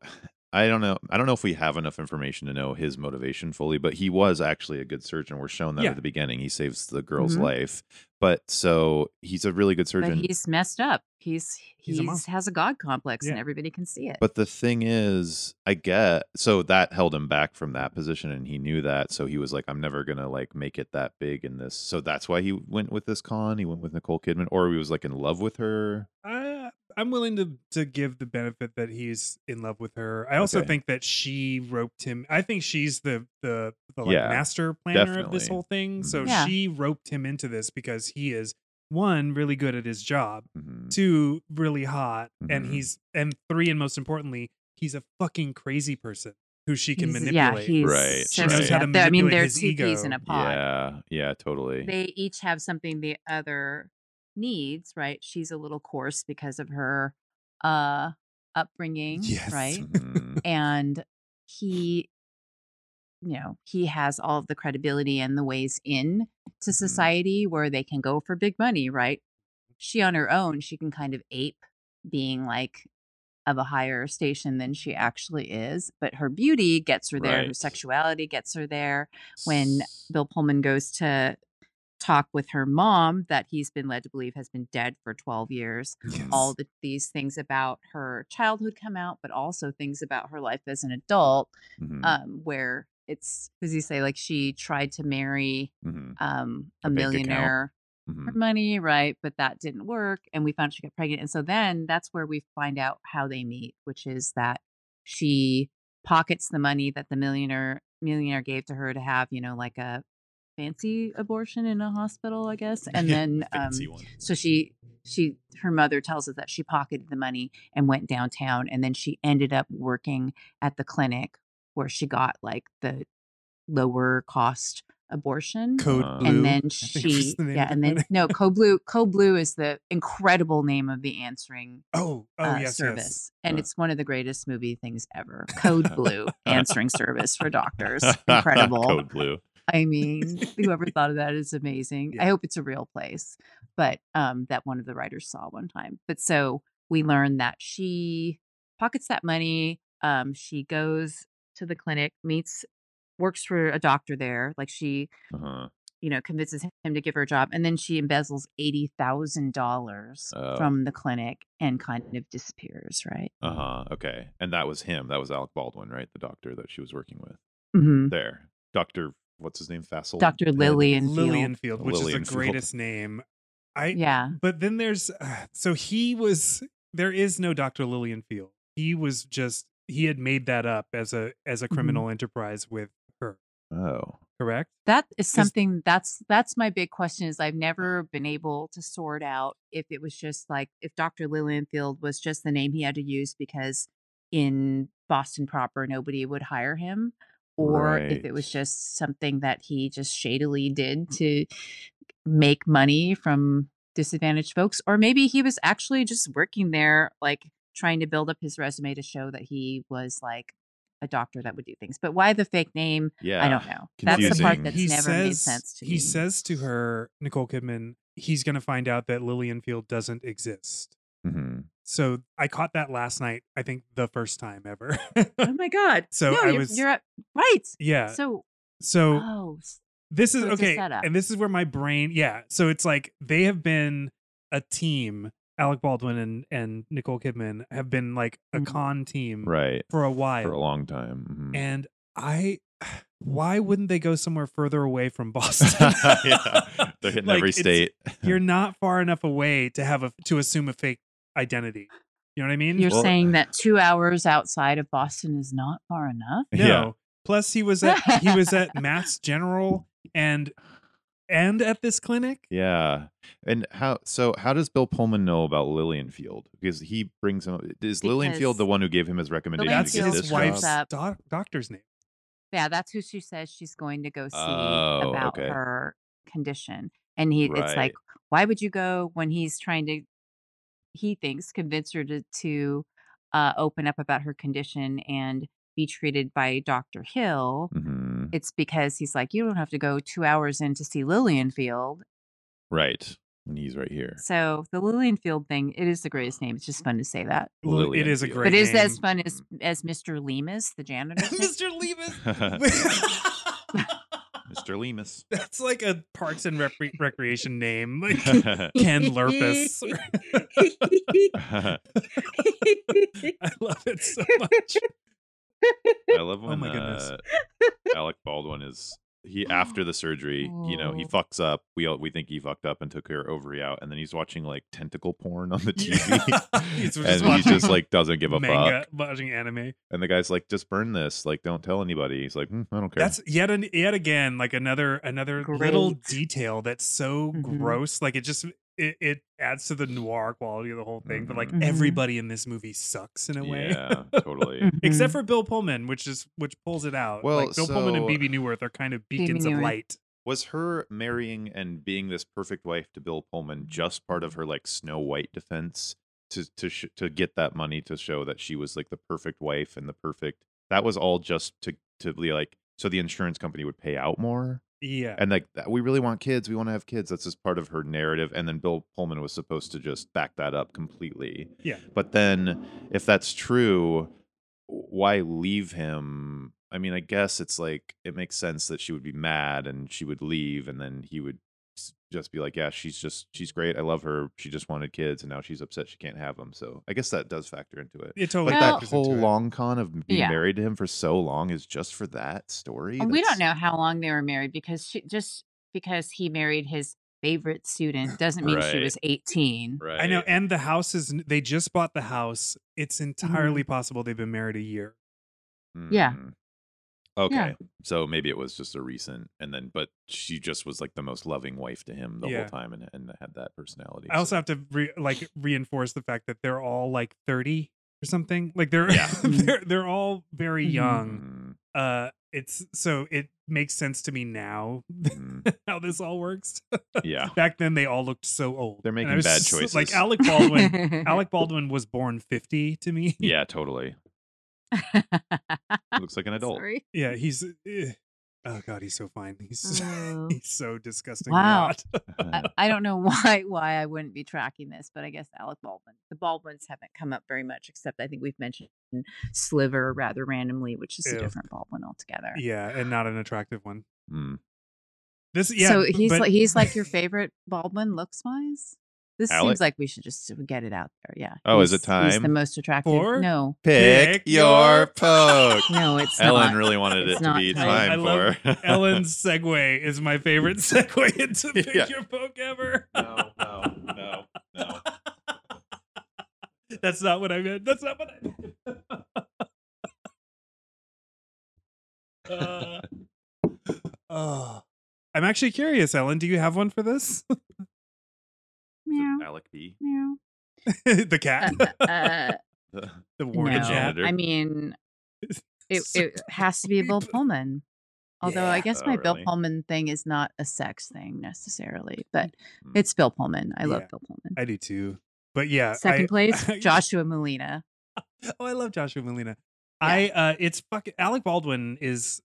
[SPEAKER 2] I don't know. I don't know if we have enough information to know his motivation fully, but he was actually a good surgeon. We're shown that
[SPEAKER 1] Yeah.
[SPEAKER 2] at the beginning. He saves the girl's
[SPEAKER 3] Mhm.
[SPEAKER 2] life, but so he's a really good
[SPEAKER 3] But
[SPEAKER 2] surgeon.
[SPEAKER 3] he's messed up. He's
[SPEAKER 1] He's
[SPEAKER 3] he's,
[SPEAKER 1] a monster.
[SPEAKER 3] has a God complex and
[SPEAKER 1] Yeah.
[SPEAKER 3] everybody can see it.
[SPEAKER 2] But the thing is, I get so that held him back from that position, and he knew that. So he was like, "I'm never gonna like make it that big in this." So that's why he went with this con. He went with Nicole Kidman, or he was like in love with her.
[SPEAKER 1] I, I'm willing to to give the benefit that he's in love with her. I also
[SPEAKER 2] Okay.
[SPEAKER 1] think that she roped him. I think she's the the the like
[SPEAKER 2] Yeah,
[SPEAKER 1] master planner of this
[SPEAKER 2] definitely.
[SPEAKER 1] whole thing. So
[SPEAKER 2] Mhm.
[SPEAKER 3] Yeah.
[SPEAKER 1] she roped him into this because he is one really good at his job,
[SPEAKER 2] Mhm.
[SPEAKER 1] two really hot, and
[SPEAKER 2] Mhm.
[SPEAKER 1] he's and three and most importantly, he's a fucking crazy person who she can
[SPEAKER 3] He's-
[SPEAKER 1] manipulate.
[SPEAKER 3] Yeah, he's
[SPEAKER 2] Right,
[SPEAKER 3] so
[SPEAKER 2] right. She knows how
[SPEAKER 1] to
[SPEAKER 3] messed up. I mean,
[SPEAKER 1] manipulate
[SPEAKER 3] they're
[SPEAKER 1] his
[SPEAKER 3] two peas in
[SPEAKER 1] ego.
[SPEAKER 3] a pod.
[SPEAKER 2] Yeah, yeah, totally.
[SPEAKER 3] They each have something the other needs, right? She's a little coarse because of her uh upbringing,
[SPEAKER 1] Yes.
[SPEAKER 3] right?
[SPEAKER 2] Mhm.
[SPEAKER 3] and he you know he has all of the credibility and the ways in to
[SPEAKER 2] Mhm.
[SPEAKER 3] society where they can go for big money right she on her own she can kind of ape being like of a higher station than she actually is but her beauty gets her there her
[SPEAKER 2] Right.
[SPEAKER 3] sexuality gets her there when bill pullman goes to talk with her mom that he's been led to believe has been dead for 12 years
[SPEAKER 1] Yes.
[SPEAKER 3] all the, these things about her childhood come out, but also things about her life as an adult,
[SPEAKER 2] Mhm.
[SPEAKER 3] um, where it's does he say like she tried to marry
[SPEAKER 2] Mhm.
[SPEAKER 3] um, a,
[SPEAKER 2] A bank account.
[SPEAKER 3] millionaire
[SPEAKER 2] Mhm.
[SPEAKER 3] for money, right? But that didn't work, and we found she got pregnant, and so then that's where we find out how they meet, which is that she pockets the money that the millionaire millionaire gave to her to have, you know, like a fancy abortion in a hospital, I guess, and then um,
[SPEAKER 2] Fancy one.
[SPEAKER 3] so she she her mother tells us that she pocketed the money and went downtown and then she ended up working at the clinic where she got like the lower cost abortion.
[SPEAKER 1] Code
[SPEAKER 2] Uh,
[SPEAKER 1] blue.
[SPEAKER 3] and then
[SPEAKER 1] I think was
[SPEAKER 3] she
[SPEAKER 1] the name of
[SPEAKER 3] yeah,
[SPEAKER 1] the
[SPEAKER 3] and then
[SPEAKER 1] clinic.
[SPEAKER 3] no, Code Blue Code Blue is the incredible name of the answering
[SPEAKER 1] oh oh
[SPEAKER 3] uh,
[SPEAKER 1] yes
[SPEAKER 3] service.
[SPEAKER 1] yes.
[SPEAKER 3] And
[SPEAKER 2] Huh.
[SPEAKER 3] it's one of the greatest movie things ever. Code Blue answering service for doctors. Incredible.
[SPEAKER 2] Code blue.
[SPEAKER 3] I mean, whoever thought of that is amazing. I
[SPEAKER 1] Yeah.
[SPEAKER 3] hope it's a real place, but um, that one of the writers saw one time. But so we learned that she pockets that money. Um, she goes to the clinic, meets, works for a doctor there. Like she,
[SPEAKER 2] Uh-huh.
[SPEAKER 3] you know, convinces him to give her a job, and then she embezzels eighty thousand dollars
[SPEAKER 2] Oh.
[SPEAKER 3] from the clinic and kind of disappears. Right.
[SPEAKER 2] Uh huh. Okay. And that was him. That was Alec Baldwin, right? The doctor that she was working with.
[SPEAKER 3] hmm
[SPEAKER 2] There. Doctor, what's his name? Fassel.
[SPEAKER 3] Dr. Lillian Field.
[SPEAKER 1] Lillianfield, which
[SPEAKER 2] Lillianfield.
[SPEAKER 1] is the greatest name. I
[SPEAKER 3] Yeah.
[SPEAKER 1] But then there's uh, so he was there is no Dr. Lillianfield. He was just he had made that up as a as a criminal enterprise with her,
[SPEAKER 2] Oh.
[SPEAKER 1] correct?
[SPEAKER 3] That is something that's that's my big question is I've never been able to sort out if it was just like if Dr. Lillianfield was just the name he had to use because in Boston proper nobody would hire him or if it was
[SPEAKER 2] Right.
[SPEAKER 3] just something that he just shadily did to make money from disadvantaged folks or maybe he was actually just working there like trying to build up his resume to show that he was like a doctor that would do things but why the fake name
[SPEAKER 2] Yeah.
[SPEAKER 3] I don't know. That's the part
[SPEAKER 2] confusing.
[SPEAKER 3] that's
[SPEAKER 1] he
[SPEAKER 3] never
[SPEAKER 1] says,
[SPEAKER 3] made sense to
[SPEAKER 1] he
[SPEAKER 3] me.
[SPEAKER 1] says to her, Nicole Kidman, he's going to find out that Lillianfield doesn't exist.
[SPEAKER 2] Mhm.
[SPEAKER 1] So I caught that last night, I think the first time ever.
[SPEAKER 3] "Oh my god!"
[SPEAKER 1] So
[SPEAKER 3] no,
[SPEAKER 1] I
[SPEAKER 3] you're,
[SPEAKER 1] was-
[SPEAKER 3] you're up- right.
[SPEAKER 1] yeah.
[SPEAKER 3] So
[SPEAKER 1] So
[SPEAKER 3] oh, s-
[SPEAKER 1] this is
[SPEAKER 3] So it's a
[SPEAKER 1] okay
[SPEAKER 3] setup.
[SPEAKER 1] and this is where my brain yeah so it's like they have been a team alec baldwin and and nicole kidman have been like a
[SPEAKER 3] Mhm.
[SPEAKER 1] con team
[SPEAKER 2] Right.
[SPEAKER 1] for a while
[SPEAKER 2] For a long time. Mhm.
[SPEAKER 1] and i why wouldn't they go somewhere further away from boston
[SPEAKER 2] yeah. They're hitting
[SPEAKER 1] Like,
[SPEAKER 2] every
[SPEAKER 1] it's-
[SPEAKER 2] state.
[SPEAKER 1] You're not far enough away to have a to assume a fake identity. You know what I mean?
[SPEAKER 3] You're
[SPEAKER 2] Well-
[SPEAKER 3] saying that two hours outside of Boston is not far enough?
[SPEAKER 1] no. Plus, he was at he was at Mass General and and at this clinic.
[SPEAKER 2] Yeah. And how so how does Bill Pullman know about Lilienfield? Because he brings him is Lilienfield
[SPEAKER 3] Because
[SPEAKER 2] the one who gave him his recommendation
[SPEAKER 1] That's
[SPEAKER 2] to get
[SPEAKER 3] Lilienfield
[SPEAKER 2] this
[SPEAKER 1] his
[SPEAKER 3] comes
[SPEAKER 1] wife's uh
[SPEAKER 2] job?
[SPEAKER 3] up.
[SPEAKER 1] doc- doctor's name.
[SPEAKER 3] Yeah, that's who she says she's going to go see
[SPEAKER 2] Oh,
[SPEAKER 3] about
[SPEAKER 2] okay.
[SPEAKER 3] her condition. And he it's
[SPEAKER 2] Right.
[SPEAKER 3] like, why would you go when he's trying to he thinks convince her to, to uh, open up about her condition and be treated by Dr.
[SPEAKER 1] Mm.
[SPEAKER 3] Hill?
[SPEAKER 2] hmm
[SPEAKER 3] It's because he's like, you don't have to go two hours in to see Lilienfield.
[SPEAKER 2] Right. And he's right here.
[SPEAKER 3] So the Lilienfield thing, it is the greatest name. It's just fun to say that.
[SPEAKER 1] Well, it is a
[SPEAKER 2] Lilienfield.
[SPEAKER 1] great.
[SPEAKER 3] but is
[SPEAKER 1] name.
[SPEAKER 3] as fun as as Mr. Lemus, the janitor?
[SPEAKER 1] Mr. Levis?
[SPEAKER 2] Mr. Lemus.
[SPEAKER 1] That's like a Parks and Recre- Recreation name, like Ken Lurpus.
[SPEAKER 2] I
[SPEAKER 1] I love it so much.
[SPEAKER 2] love when
[SPEAKER 1] Oh my goodness.
[SPEAKER 2] uh, Alec Baldwin is he after the surgery, you know, he
[SPEAKER 3] Oh.
[SPEAKER 2] fucks up. We all, we think he fucked up and took her ovary out, and then he's watching like tentacle porn on the TV.
[SPEAKER 1] Yeah. He's just
[SPEAKER 2] and he
[SPEAKER 1] watching
[SPEAKER 2] just like doesn't give a fuck.
[SPEAKER 1] Manga, watching anime.
[SPEAKER 2] And the guy's like, just burn this. Like, don't tell anybody. He's like, "Hmm, I don't care.
[SPEAKER 1] That's yet an, yet again like another another little
[SPEAKER 3] Great.
[SPEAKER 1] detail that's so
[SPEAKER 3] Mhm.
[SPEAKER 1] gross. Like it just it, it adds to the noir quality of the whole thing. But like
[SPEAKER 3] Mhm. Mhm.
[SPEAKER 1] everybody in this movie sucks in a way.
[SPEAKER 2] Mm-hmm. Yeah, totally.
[SPEAKER 3] Mm-hmm. Mm.
[SPEAKER 1] Except for Bill Pullman, which is which pulls it out.
[SPEAKER 2] Well,
[SPEAKER 1] like Bill Pullman and
[SPEAKER 2] so-
[SPEAKER 1] BB Newworth are kind of beacons of
[SPEAKER 3] Newworth.
[SPEAKER 1] light.
[SPEAKER 2] Was her marrying and being this perfect wife to Bill Pullman just part of her like Snow White defense to to sh- to get that money to show that she was like the perfect wife and the perfect? That was all just to to be like so the insurance company would pay out more
[SPEAKER 1] Yeah.
[SPEAKER 2] and like that, we really want kids we want to have kids that's just part of her narrative and then bill pullman was supposed to just back that up completely
[SPEAKER 1] Yeah.
[SPEAKER 2] but then if that's true why leave him i mean i guess it's like it makes sense that she would be mad and she would leave and then he would s- just be like yeah she's just she's great i love her she just wanted kids and now she's upset she can't have them so i guess that does factor into it
[SPEAKER 1] It totally
[SPEAKER 2] but
[SPEAKER 3] Well-
[SPEAKER 2] that
[SPEAKER 1] factors into
[SPEAKER 2] whole
[SPEAKER 1] it.
[SPEAKER 2] long con of being
[SPEAKER 3] Yeah.
[SPEAKER 2] married to him for so long is just for that story
[SPEAKER 3] And we
[SPEAKER 2] That's-
[SPEAKER 3] don't know how long they were married because she just because he married his favorite student doesn't mean she
[SPEAKER 2] Right.
[SPEAKER 3] was 18.
[SPEAKER 2] right
[SPEAKER 1] I know, and the house is they just bought the house. It's entirely
[SPEAKER 3] Mm-hmm.
[SPEAKER 1] possible they've been married a year.
[SPEAKER 3] Yeah.
[SPEAKER 2] Mm. Okay. So maybe it was just a recent, and then, but she just was like the most loving wife to him the
[SPEAKER 1] Yeah.
[SPEAKER 2] whole time and, and had that personality.
[SPEAKER 1] I also
[SPEAKER 2] so-
[SPEAKER 1] have to re- like reinforce the fact that they're all like 30 or something. Like they're
[SPEAKER 2] Yeah.
[SPEAKER 3] Mm.
[SPEAKER 1] they're they're all very
[SPEAKER 3] Mhm.
[SPEAKER 1] young.
[SPEAKER 2] Mm,
[SPEAKER 1] Uh it's so it makes sense to me now
[SPEAKER 2] mm,
[SPEAKER 1] how this all works.
[SPEAKER 2] yeah.
[SPEAKER 1] Back then they all looked so old.
[SPEAKER 2] They're
[SPEAKER 1] And I
[SPEAKER 2] making
[SPEAKER 1] was
[SPEAKER 2] bad
[SPEAKER 1] so- Like
[SPEAKER 2] choices.
[SPEAKER 1] Alec Baldwin Alec Baldwin was born 50 to me.
[SPEAKER 2] Yeah, totally. Looks like an adult.
[SPEAKER 3] Sorry.
[SPEAKER 1] Yeah, he's eh. Oh god, he's so fine. He's
[SPEAKER 3] Oh.
[SPEAKER 1] he's so disgusting.
[SPEAKER 3] Wow.
[SPEAKER 1] hot.
[SPEAKER 3] I, I don't know why why I wouldn't be tracking this, but I guess Alec Baldwin. The Baldwins haven't come up very much, except I think we've mentioned Sliver rather randomly, which is
[SPEAKER 1] Ew.
[SPEAKER 3] a different Baldwin altogether.
[SPEAKER 1] Yeah, and not an attractive one.
[SPEAKER 2] Mm.
[SPEAKER 1] This yeah.
[SPEAKER 3] so
[SPEAKER 1] b-
[SPEAKER 3] he's
[SPEAKER 1] but-
[SPEAKER 3] like he's like your favorite Baldwin looks wise. This
[SPEAKER 2] Alec?
[SPEAKER 3] seems like we should just get it out there. Yeah.
[SPEAKER 2] Oh, is it
[SPEAKER 3] He's- He's the
[SPEAKER 2] time
[SPEAKER 3] most attractive.
[SPEAKER 1] for-
[SPEAKER 3] No,
[SPEAKER 1] Pick
[SPEAKER 2] Pick your
[SPEAKER 1] your
[SPEAKER 2] poke.
[SPEAKER 3] no, it's
[SPEAKER 2] Ellen
[SPEAKER 3] not.
[SPEAKER 2] really wanted
[SPEAKER 3] It's
[SPEAKER 2] it to
[SPEAKER 3] not
[SPEAKER 2] be
[SPEAKER 3] time.
[SPEAKER 1] I
[SPEAKER 2] time
[SPEAKER 1] love
[SPEAKER 2] for
[SPEAKER 1] Ellen's segue is my favorite segue into pick
[SPEAKER 2] Yeah.
[SPEAKER 1] your poke ever.
[SPEAKER 2] no, no, no, no.
[SPEAKER 1] That's not what I meant. That's not what I meant. uh, oh. I'm actually curious, Ellen. Do you have one for this?
[SPEAKER 3] Meow,
[SPEAKER 2] Alec B.
[SPEAKER 3] meow.
[SPEAKER 1] the cat,
[SPEAKER 3] Uh,
[SPEAKER 1] the
[SPEAKER 3] no,
[SPEAKER 1] warden cat.
[SPEAKER 2] janitor.
[SPEAKER 3] I mean, it,
[SPEAKER 1] So
[SPEAKER 3] it has to be Bill
[SPEAKER 1] creepy.
[SPEAKER 3] Pullman. Although I
[SPEAKER 1] Yeah.
[SPEAKER 3] guess
[SPEAKER 2] Oh,
[SPEAKER 3] my Bill
[SPEAKER 2] really?
[SPEAKER 3] Pullman thing is not a sex thing necessarily, but
[SPEAKER 2] mm.
[SPEAKER 3] it's Bill Pullman. I love
[SPEAKER 1] Yeah.
[SPEAKER 3] Bill Pullman.
[SPEAKER 1] I do too. But
[SPEAKER 2] uh,
[SPEAKER 1] yeah,
[SPEAKER 3] Second
[SPEAKER 1] I-
[SPEAKER 3] place, Joshua Molina.
[SPEAKER 1] Oh, I love Joshua Molina. I uh it's fucking Alec Baldwin is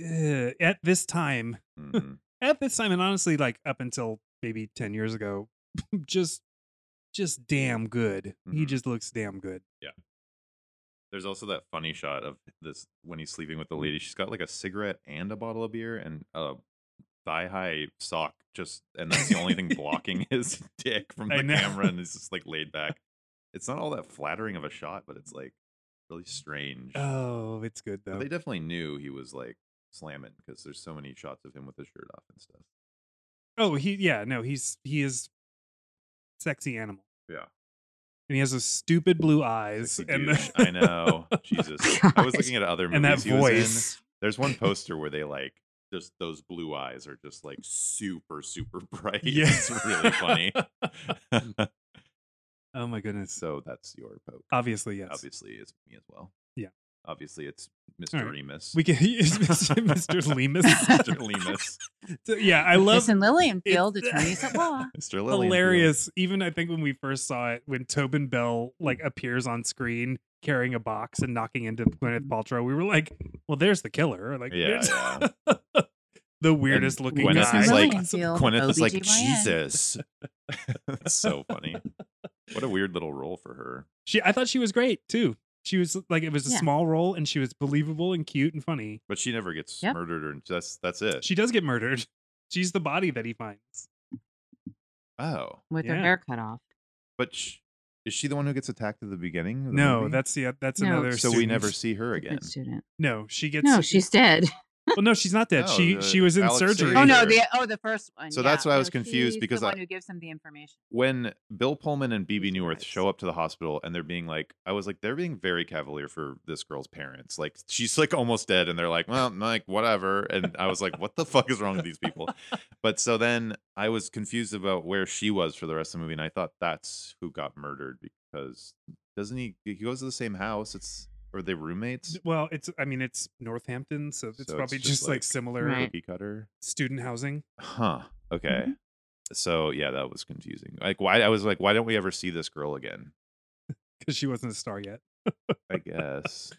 [SPEAKER 1] uh, at this time
[SPEAKER 2] Mm,
[SPEAKER 1] at this time and honestly like up until maybe 10 years ago just just damn good. He
[SPEAKER 2] Mhm.
[SPEAKER 1] just looks damn good.
[SPEAKER 2] There's also that funny shot of this when he's sleeping with the
[SPEAKER 1] Mm.
[SPEAKER 2] lady. She's got like a cigarette and a bottle of beer and a thigh high sock. Just and that's the only thing blocking his dick from
[SPEAKER 1] I
[SPEAKER 2] the
[SPEAKER 1] know.
[SPEAKER 2] camera, and he's just like laid back. It's not all that flattering of a shot, but it's like really strange.
[SPEAKER 1] Oh, it's good
[SPEAKER 2] but
[SPEAKER 1] though.
[SPEAKER 2] they definitely knew he was like slamming because there's so many shots of him with his shirt off and stuff.
[SPEAKER 1] Oh, he yeah, no, he's he is sexy animal.
[SPEAKER 2] Yeah.
[SPEAKER 1] And he has those stupid blue eyes
[SPEAKER 2] Sexy
[SPEAKER 1] and
[SPEAKER 2] douche. I know. Jesus. I was looking at other movies
[SPEAKER 1] and that
[SPEAKER 2] he was in.
[SPEAKER 1] voice.
[SPEAKER 2] There's one poster where they like just those blue eyes are just like super super bright.
[SPEAKER 1] Yeah.
[SPEAKER 2] It's really funny.
[SPEAKER 1] Oh my goodness.
[SPEAKER 2] so that's your vote.
[SPEAKER 1] Obviously, yes.
[SPEAKER 2] Obviously, it's me as well.
[SPEAKER 1] Yeah.
[SPEAKER 2] Obviously, it's
[SPEAKER 1] All
[SPEAKER 2] Mr.
[SPEAKER 1] right.
[SPEAKER 2] Remus.
[SPEAKER 1] We can it's Mr. Lemus.
[SPEAKER 2] Mr. Lemus.
[SPEAKER 1] yeah, I love
[SPEAKER 3] Listen, Lillianfield,
[SPEAKER 1] it's-
[SPEAKER 3] attorneys at law.
[SPEAKER 2] Mr. Lillian.
[SPEAKER 1] hilarious. Even I think when we first saw it, when Tobin Bell like appears on screen carrying a box and knocking into Gwyneth
[SPEAKER 3] Mm-hmm.
[SPEAKER 1] Paltrow, we were like, "Well, there's the killer!" Like,
[SPEAKER 2] Yeah,
[SPEAKER 1] there's- the weirdest looking
[SPEAKER 2] Gwyneth
[SPEAKER 1] guy.
[SPEAKER 2] is like-
[SPEAKER 3] Lillianfield,
[SPEAKER 2] Gwyneth is like,
[SPEAKER 3] OBGYN.
[SPEAKER 2] Jesus. That's so funny. What a weird little role for her.
[SPEAKER 1] she, I thought she was great too. She was like, it was a
[SPEAKER 3] Yeah.
[SPEAKER 1] small role, and she was believable and cute and funny.
[SPEAKER 2] But she never gets
[SPEAKER 3] Yep.
[SPEAKER 2] murdered or that's that's it.
[SPEAKER 1] She does get murdered. She's the body that he finds.
[SPEAKER 2] oh.
[SPEAKER 3] With her
[SPEAKER 1] Yeah.
[SPEAKER 3] hair cut off.
[SPEAKER 2] But sh- is she the one who gets attacked at the beginning? of the
[SPEAKER 1] No,
[SPEAKER 2] movie?
[SPEAKER 1] that's the that's
[SPEAKER 3] No.
[SPEAKER 1] another.
[SPEAKER 2] so we
[SPEAKER 1] student.
[SPEAKER 2] never see her again.
[SPEAKER 3] Different Student.
[SPEAKER 1] No, she gets.
[SPEAKER 3] No, she's dead.
[SPEAKER 1] well, no, she's not dead.
[SPEAKER 2] No, uh,
[SPEAKER 1] she
[SPEAKER 2] the
[SPEAKER 1] she was in
[SPEAKER 2] Alex
[SPEAKER 1] surgery.
[SPEAKER 2] Sage-
[SPEAKER 3] Oh no,
[SPEAKER 2] Either.
[SPEAKER 3] the oh the first one.
[SPEAKER 2] So
[SPEAKER 3] yeah.
[SPEAKER 2] that's why I was
[SPEAKER 3] No,
[SPEAKER 2] confused
[SPEAKER 3] she's
[SPEAKER 2] because
[SPEAKER 3] the
[SPEAKER 2] I-
[SPEAKER 3] one who gives him the information.
[SPEAKER 2] When Bill Pullman and BB Newirth
[SPEAKER 3] Christ.
[SPEAKER 2] show up to the hospital and they're being like, I was like, they're being very cavalier for this girl's parents. Like, she's like almost dead. And they're like, well, like, whatever. And I was like, what the fuck is wrong with these people? But so then I was confused about where she was for the rest of the movie. And I thought that's who got murdered because doesn't he? He goes to the same house. It's, or they roommates?
[SPEAKER 1] Well, it's I mean it's Northampton, so it's
[SPEAKER 2] So it's
[SPEAKER 1] probably
[SPEAKER 2] just
[SPEAKER 1] just, like,
[SPEAKER 2] like-
[SPEAKER 1] similar
[SPEAKER 3] Right.
[SPEAKER 2] Cookie cutter.
[SPEAKER 1] student housing.
[SPEAKER 2] Huh. Okay. So yeah, that was confusing. Like why I was like, why don't we ever see this girl again?
[SPEAKER 1] because she wasn't a star yet,
[SPEAKER 2] I guess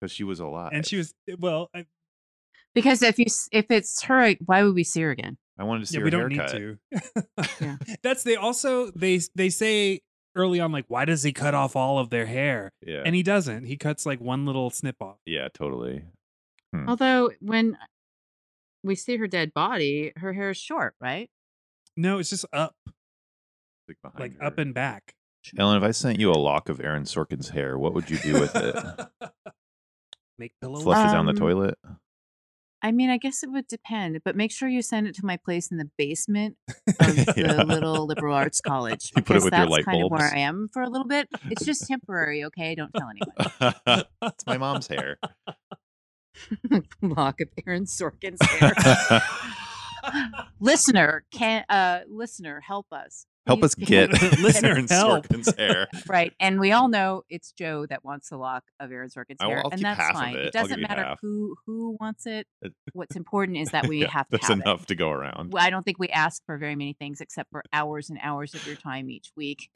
[SPEAKER 2] because she was alive.
[SPEAKER 1] and she was eh, well. I,
[SPEAKER 3] Because if you s- if it's her, why would we see her again?
[SPEAKER 2] I wanted to see
[SPEAKER 1] yeah,
[SPEAKER 2] her
[SPEAKER 1] we don't
[SPEAKER 2] haircut.
[SPEAKER 1] need to.
[SPEAKER 3] Yeah.
[SPEAKER 1] That's they also they they say early on like why does he cut off all of their hair?
[SPEAKER 2] Yeah.
[SPEAKER 1] And he doesn't. He cuts like one little snip off.
[SPEAKER 2] yeah. Totally. Hmm.
[SPEAKER 3] Although when we see her dead body, her hair is short, right?
[SPEAKER 1] No, it's just up,
[SPEAKER 2] Like, behind
[SPEAKER 1] like
[SPEAKER 2] her.
[SPEAKER 1] up and back.
[SPEAKER 2] Ellen, if I sent you a lock of Aaron Sorkin's hair, what would you do with it?
[SPEAKER 1] Make pillows.
[SPEAKER 2] Flush it down the
[SPEAKER 3] Um,
[SPEAKER 2] toilet.
[SPEAKER 3] I mean, I guess it would depend, but make sure you send it to my place in the basement of the
[SPEAKER 2] Yeah.
[SPEAKER 3] little liberal arts college.
[SPEAKER 2] You put it
[SPEAKER 3] because
[SPEAKER 2] with your
[SPEAKER 3] that's
[SPEAKER 2] light
[SPEAKER 3] kind of where
[SPEAKER 2] bulbs.
[SPEAKER 3] I am for a little bit. It's just temporary, okay? Don't tell anyone.
[SPEAKER 2] it's my mom's hair.
[SPEAKER 3] Lock of Aaron Sorkin's hair. listener, can uh, listener, help us.
[SPEAKER 2] Help
[SPEAKER 3] Please
[SPEAKER 2] us get
[SPEAKER 1] Listener,
[SPEAKER 2] Aaron
[SPEAKER 1] help.
[SPEAKER 2] Sorkin's hair.
[SPEAKER 3] Right. And we all know it's Joe that wants the lock of Aaron Sorkin's
[SPEAKER 2] I'll-
[SPEAKER 3] hair.
[SPEAKER 2] I'll
[SPEAKER 3] and
[SPEAKER 2] keep
[SPEAKER 3] that's
[SPEAKER 2] half of
[SPEAKER 3] fine.
[SPEAKER 2] it.
[SPEAKER 3] It,
[SPEAKER 2] I'll give
[SPEAKER 3] doesn't
[SPEAKER 2] you
[SPEAKER 3] matter
[SPEAKER 2] half.
[SPEAKER 3] who who wants it.
[SPEAKER 2] It-
[SPEAKER 3] What's important is that we
[SPEAKER 2] Yeah,
[SPEAKER 3] have to
[SPEAKER 2] That's
[SPEAKER 3] have
[SPEAKER 2] enough
[SPEAKER 3] it.
[SPEAKER 2] to go around.
[SPEAKER 3] Well, I don't think we ask for very many things except for hours and hours of your time each week,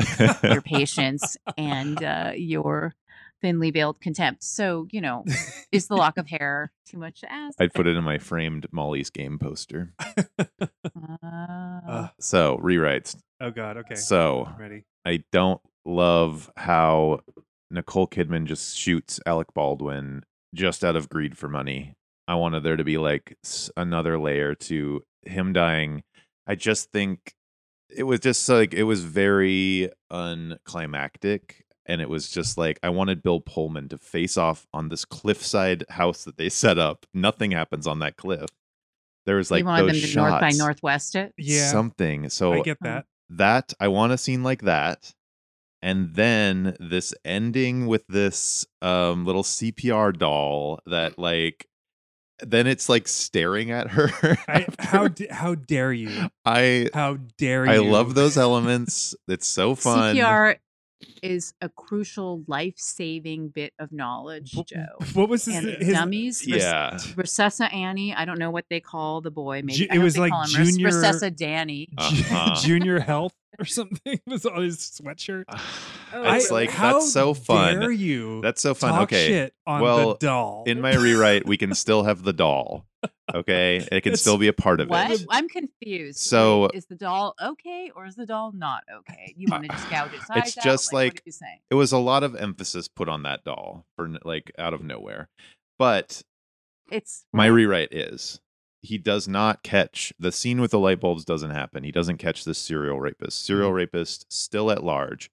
[SPEAKER 3] your patience, and uh, your thinly veiled contempt. So, you know, is the lock of hair too much to ask?
[SPEAKER 2] I'd put it in my framed Molly's game poster.
[SPEAKER 3] Uh,
[SPEAKER 1] Uh,
[SPEAKER 2] So rewrites.
[SPEAKER 1] oh God. Okay.
[SPEAKER 2] So
[SPEAKER 1] I'm ready.
[SPEAKER 2] I don't love how Nicole Kidman just shoots Alec Baldwin just out of greed for money. I wanted there to be like s- another layer to him dying. I just think it was just like it was very unclimactic. And it was just like I wanted Bill Pullman to face off on this cliffside house that they set up. Nothing happens on that cliff. There was like
[SPEAKER 3] you wanted
[SPEAKER 2] those
[SPEAKER 3] them to
[SPEAKER 2] shots,
[SPEAKER 3] north by northwest it?
[SPEAKER 1] Yeah.
[SPEAKER 2] something. So
[SPEAKER 1] I get
[SPEAKER 3] um,
[SPEAKER 1] that.
[SPEAKER 2] that I want a scene like that. And then this ending with this um little CPR doll
[SPEAKER 1] Mm.
[SPEAKER 2] that like then it's like staring at her.
[SPEAKER 1] I, how d- how dare you?
[SPEAKER 2] I
[SPEAKER 1] How dare
[SPEAKER 2] I
[SPEAKER 1] you?
[SPEAKER 2] love those elements. It's so fun.
[SPEAKER 3] CPR is a crucial life saving bit of knowledge, Joe.
[SPEAKER 1] What was his,
[SPEAKER 3] And
[SPEAKER 1] his
[SPEAKER 3] dummies. res-
[SPEAKER 2] Yeah.
[SPEAKER 3] Recessa Annie. I don't know what they call the boy. Maybe
[SPEAKER 1] Ju-
[SPEAKER 3] I
[SPEAKER 1] it
[SPEAKER 3] hope
[SPEAKER 1] was
[SPEAKER 3] they
[SPEAKER 1] like
[SPEAKER 3] call him res-
[SPEAKER 1] junior-
[SPEAKER 3] Recessa Danny.
[SPEAKER 1] Ju-
[SPEAKER 2] Uh-huh.
[SPEAKER 1] junior health or something was on his sweatshirt.
[SPEAKER 2] it's
[SPEAKER 1] I-
[SPEAKER 2] like
[SPEAKER 1] how
[SPEAKER 2] that's so
[SPEAKER 1] Dare
[SPEAKER 2] fun.
[SPEAKER 1] you?
[SPEAKER 2] That's so fun.
[SPEAKER 1] Talk
[SPEAKER 2] okay.
[SPEAKER 1] shit on
[SPEAKER 2] Well,
[SPEAKER 1] the doll.
[SPEAKER 2] In my rewrite, we can still have the doll. Okay? It can
[SPEAKER 1] It's-
[SPEAKER 2] still be a part of
[SPEAKER 3] What?
[SPEAKER 2] it.
[SPEAKER 3] I'm confused.
[SPEAKER 2] So-
[SPEAKER 3] Wait, is the doll okay or is the doll not okay? You want to just gouge its eyes out?
[SPEAKER 2] just
[SPEAKER 3] what
[SPEAKER 2] like-
[SPEAKER 3] are you saying?
[SPEAKER 2] it was a lot of emphasis put on that doll for n- like out of nowhere. But
[SPEAKER 3] It's
[SPEAKER 2] my rewrite is he does not catch the scene with the light bulbs doesn't happen. He doesn't catch the serial rapist. Serial rapist still at large.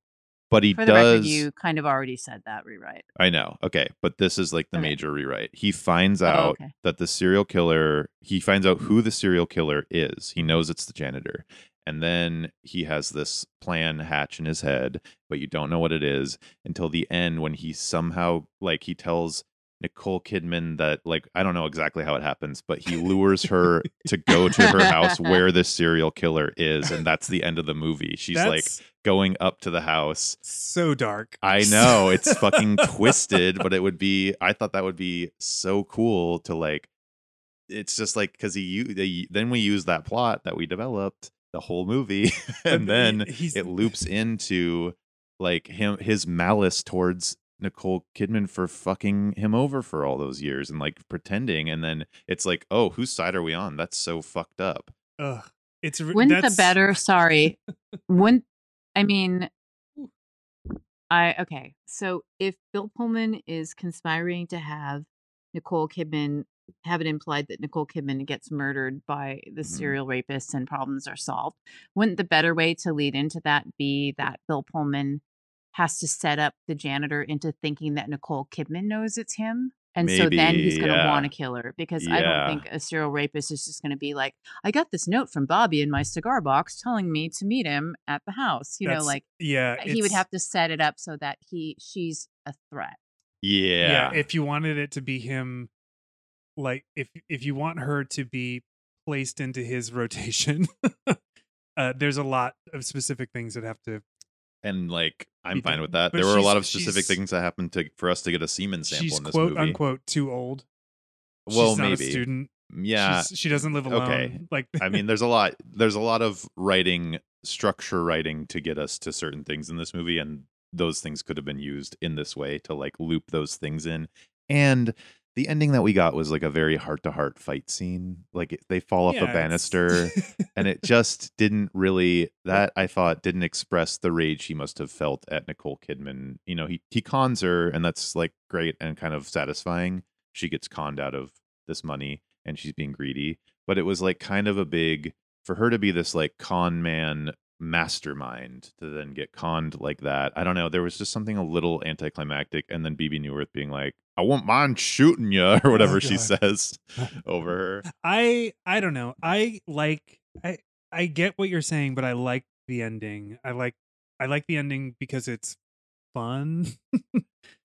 [SPEAKER 2] but he
[SPEAKER 3] Mm-hmm. For the
[SPEAKER 2] does.
[SPEAKER 3] record, you kind of already said that rewrite.
[SPEAKER 2] I know. Okay, but this is like the
[SPEAKER 3] Okay.
[SPEAKER 2] major rewrite. He finds
[SPEAKER 3] Oh,
[SPEAKER 2] out
[SPEAKER 3] okay.
[SPEAKER 2] that the serial killer, he finds out who the serial killer is. He knows it's the janitor. And then he has this plan hatch in his head, but you don't know what it is until the end when he somehow like he tells Nicole Kidman that like I don't know exactly how it happens, but he lures her to go to her house where the serial killer is and that's the end of the movie. She's like
[SPEAKER 1] That's
[SPEAKER 2] going up to the house
[SPEAKER 1] so dark.
[SPEAKER 2] I know it's fucking twisted, but it would be. I thought that would be so cool to like. It's just like because he u- they, then we use that plot that we developed the whole movie, and then
[SPEAKER 1] he's,
[SPEAKER 2] it loops into like him his malice towards Nicole Kidman for fucking him over for all those years and like pretending, and then it's like, oh, whose side are we on? That's so fucked up.
[SPEAKER 1] Ugh. It's re-
[SPEAKER 3] Wouldn't
[SPEAKER 1] that's-
[SPEAKER 3] the better? Sorry, wouldn't I mean? I okay. So if Bill Pullman is conspiring to have Nicole Kidman have it implied that Nicole Kidman gets murdered by the
[SPEAKER 2] Mhm.
[SPEAKER 3] serial rapist and problems are solved, wouldn't the better way to lead into that be that Bill Pullman has to set up the janitor into thinking that Nicole Kidman knows it's him? And so then he's
[SPEAKER 2] Maybe,
[SPEAKER 3] going to
[SPEAKER 2] yeah.
[SPEAKER 3] want to kill her because I
[SPEAKER 2] Yeah.
[SPEAKER 3] don't think a serial rapist is just going to be like, I got this note from Bobby in my cigar box telling me to meet him at the house. You know,
[SPEAKER 1] that's-
[SPEAKER 3] like
[SPEAKER 1] yeah,
[SPEAKER 3] he would
[SPEAKER 1] it's-
[SPEAKER 3] have to set it up so that he she's a threat.
[SPEAKER 2] Yeah,
[SPEAKER 1] If you wanted it to be him, like if if you want her to be placed into his rotation, uh, there's a lot of specific things that have to.
[SPEAKER 2] and like I'm
[SPEAKER 1] Be
[SPEAKER 2] fine
[SPEAKER 1] done.
[SPEAKER 2] with that.
[SPEAKER 1] But
[SPEAKER 2] there were a lot of
[SPEAKER 1] she's-
[SPEAKER 2] specific
[SPEAKER 1] she's-
[SPEAKER 2] things that happened to for us to get a semen sample
[SPEAKER 1] she's
[SPEAKER 2] in this
[SPEAKER 1] quote
[SPEAKER 2] movie.
[SPEAKER 1] unquote too old.
[SPEAKER 2] well,
[SPEAKER 1] she's not
[SPEAKER 2] maybe
[SPEAKER 1] a student.
[SPEAKER 2] Yeah.
[SPEAKER 1] She's- she doesn't live alone.
[SPEAKER 2] Okay.
[SPEAKER 1] Like
[SPEAKER 2] I mean, there's a lot there's a lot of writing structure writing to get us to certain things in this movie and those things could have been used in this way to like loop those things in. And the ending that we got was like a very heart-to-heart fight scene. Like it- they fall off
[SPEAKER 1] Yeah,
[SPEAKER 2] a
[SPEAKER 1] it's-
[SPEAKER 2] banister and it just didn't really that I thought didn't express the rage he must have felt at Nicole Kidman. You know, he he cons her and that's like great and kind of satisfying. She gets conned out of this money and she's being greedy, but it was like kind of a big for her to be this like con man mastermind to then get conned like that. I don't know, there was just something a little anticlimactic and then BB Newirth being like, "I won't mind shooting you" or whatever she
[SPEAKER 1] God.
[SPEAKER 2] says over her.
[SPEAKER 1] I I don't know. I like I I get what you're saying, but I like the ending. I like I like the ending because it's fun.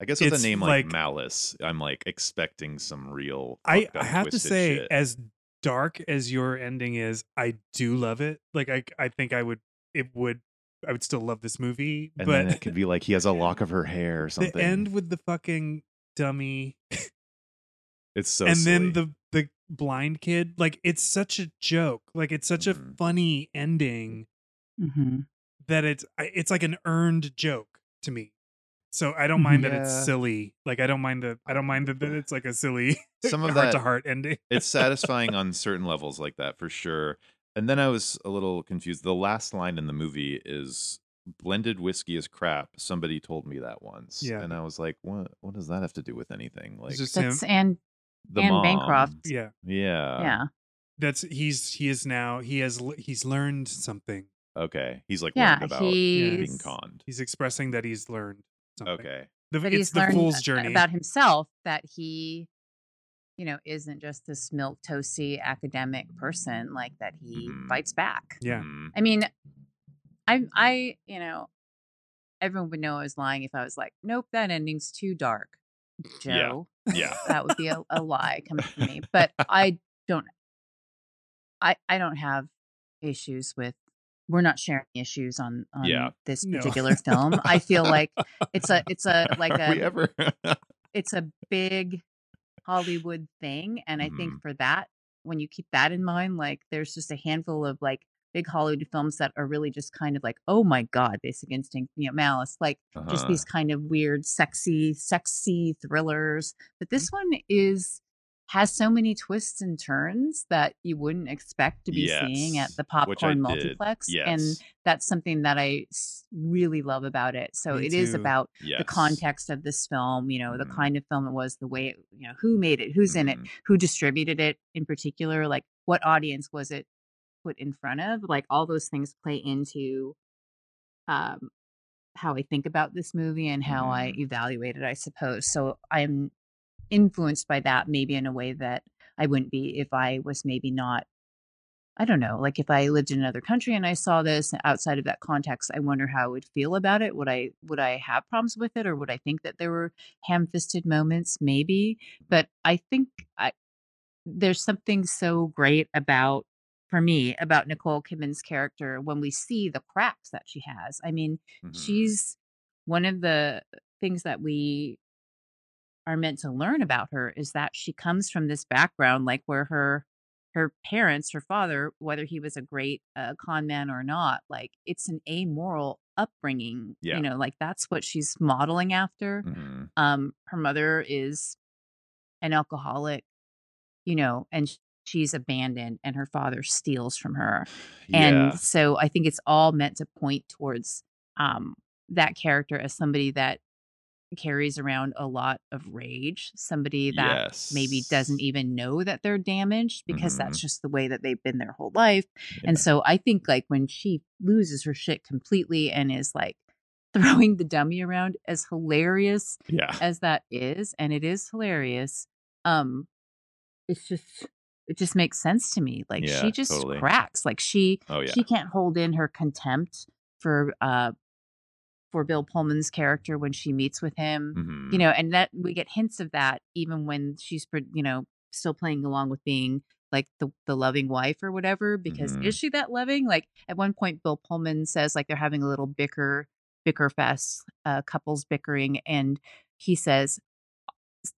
[SPEAKER 2] I guess with
[SPEAKER 1] It's
[SPEAKER 2] a name like,
[SPEAKER 1] like-
[SPEAKER 2] Malice, I'm like expecting some real.
[SPEAKER 1] I,
[SPEAKER 2] fucked
[SPEAKER 1] I
[SPEAKER 2] up,
[SPEAKER 1] have to
[SPEAKER 2] twisted
[SPEAKER 1] say,
[SPEAKER 2] shit.
[SPEAKER 1] as dark as your ending is, I do love it. Like I I think I would it would I would still love this movie,
[SPEAKER 2] and then it
[SPEAKER 1] but
[SPEAKER 2] could be like he has a lock of her hair or something.
[SPEAKER 1] the end with the fucking dummy
[SPEAKER 2] it's so.
[SPEAKER 1] and then
[SPEAKER 2] silly.
[SPEAKER 1] the the blind kid like it's such a joke like it's such a
[SPEAKER 2] Mhm.
[SPEAKER 1] funny ending
[SPEAKER 3] Mm-hmm.
[SPEAKER 1] that it's I- it's like an earned joke to me so i don't mind that
[SPEAKER 2] Yeah.
[SPEAKER 1] it's silly like i don't mind the i don't mind that, that it's like a silly
[SPEAKER 2] Some of
[SPEAKER 1] heart
[SPEAKER 2] that-
[SPEAKER 1] to heart ending
[SPEAKER 2] it's satisfying on certain levels like that for sure. And then I was a little confused. The last line in the movie is blended whiskey is crap. Somebody told me that once.
[SPEAKER 1] Yeah.
[SPEAKER 2] And I was like, what what does that have to do with anything? Like
[SPEAKER 1] it's just him uh,
[SPEAKER 3] That's and
[SPEAKER 2] the
[SPEAKER 3] Anne
[SPEAKER 2] mom.
[SPEAKER 3] Bancroft.
[SPEAKER 1] yeah
[SPEAKER 2] Yeah.
[SPEAKER 3] yeah.
[SPEAKER 1] that's he's he is now he has l- he's learned something
[SPEAKER 2] Okay. He's like
[SPEAKER 3] Yeah,
[SPEAKER 2] learned about being
[SPEAKER 3] he's-
[SPEAKER 2] conned.
[SPEAKER 1] he's expressing that he's learned something
[SPEAKER 2] Okay.
[SPEAKER 1] the,
[SPEAKER 3] that
[SPEAKER 1] it's
[SPEAKER 3] he's
[SPEAKER 1] the
[SPEAKER 3] learned
[SPEAKER 1] fool's
[SPEAKER 3] a-
[SPEAKER 1] journey
[SPEAKER 3] about himself that he you know isn't just this milk toasty academic person like that he
[SPEAKER 2] Mhm.
[SPEAKER 3] fights back
[SPEAKER 1] Mm-hmm. yeah
[SPEAKER 2] Mhm.
[SPEAKER 3] i mean i i you know everyone would know i was lying if i was like nope that ending's too dark
[SPEAKER 2] Yeah.
[SPEAKER 3] joe
[SPEAKER 2] Mm-hmm. Yeah.
[SPEAKER 3] that would be a, a lie coming from me but i don't i i don't have issues with we're not sharing issues on on
[SPEAKER 2] Yeah.
[SPEAKER 3] this
[SPEAKER 1] No.
[SPEAKER 3] particular film i feel like it's a it's a like
[SPEAKER 2] Are we
[SPEAKER 3] a
[SPEAKER 2] ever
[SPEAKER 3] it's a big Hollywood thing. And I think
[SPEAKER 2] Mhm.
[SPEAKER 3] for that, when you keep that in mind, like there's just a handful of like big Hollywood films that are really just kind of like, oh my God, Basic Instinct, you know, Malice, like just
[SPEAKER 2] Uh-huh.
[SPEAKER 3] these kind of weird, sexy, sexy thrillers. But
[SPEAKER 2] Mm-hmm.
[SPEAKER 3] this one is has so many twists and turns that you wouldn't expect to be seeing at
[SPEAKER 2] Yes,
[SPEAKER 3] the
[SPEAKER 2] which I
[SPEAKER 3] popcorn
[SPEAKER 2] did.
[SPEAKER 3] multiplex and
[SPEAKER 2] Yes.
[SPEAKER 3] that's something that i s- really love about it so
[SPEAKER 1] Me
[SPEAKER 3] it is
[SPEAKER 1] too.
[SPEAKER 3] about
[SPEAKER 2] yes.
[SPEAKER 3] the context of this film, you know, the
[SPEAKER 2] Mhm.
[SPEAKER 3] kind of film it was, the way it, you know, who made it, who's in it,
[SPEAKER 2] Mhm.
[SPEAKER 3] who distributed it in particular, like what audience was it put in front of, like all those things play into um how I think about this movie and how I evaluate it, I suppose. So I'm influenced by that maybe in a way that I wouldn't be if I was maybe not I don't know, like if I lived in another country and I saw this outside of that context, I wonder how I would feel about it. Would I would I have problems with it or would I think that there were ham-fisted moments maybe? But I think I there's something so great about for me about Nicole Kidman's character when we see the cracks that she has. I mean,
[SPEAKER 2] Mhm.
[SPEAKER 3] she's one of the things that we are meant to learn about her is that she comes from this background like where her her parents her father whether he was a great uh, con man or not like it's an amoral upbringing
[SPEAKER 2] Yeah.
[SPEAKER 3] you know like that's what she's modeling after
[SPEAKER 2] Mhm.
[SPEAKER 3] um her mother is an alcoholic you know and sh- she's abandoned and her father steals from her and
[SPEAKER 2] yeah.
[SPEAKER 3] so I think it's all meant to point towards um, that character as somebody that carries around a lot of rage, somebody that
[SPEAKER 2] yes.
[SPEAKER 3] maybe doesn't even know that they're damaged because that's
[SPEAKER 2] Mhm.
[SPEAKER 3] just the way that they've been their whole life. And
[SPEAKER 2] Yeah.
[SPEAKER 3] so I think like when she loses her shit completely and is like throwing the dummy around, as hilarious
[SPEAKER 2] yeah.
[SPEAKER 3] as that is, and it is hilarious, um, it's just it just makes sense to me. Like
[SPEAKER 2] Yeah,
[SPEAKER 3] she just
[SPEAKER 2] totally.
[SPEAKER 3] cracks. Like she
[SPEAKER 2] Oh yeah.
[SPEAKER 3] she can't hold in her contempt for uh for Bill Pullman's character when she meets with him.
[SPEAKER 2] Mhm.
[SPEAKER 3] You know, and that we get hints of that even when she's pre- you know still playing along with being like the the loving wife or whatever because
[SPEAKER 2] Mhm.
[SPEAKER 3] is she that loving? Like at one point Bill Pullman says like they're having a little bicker bicker fest, uh couples bickering and he says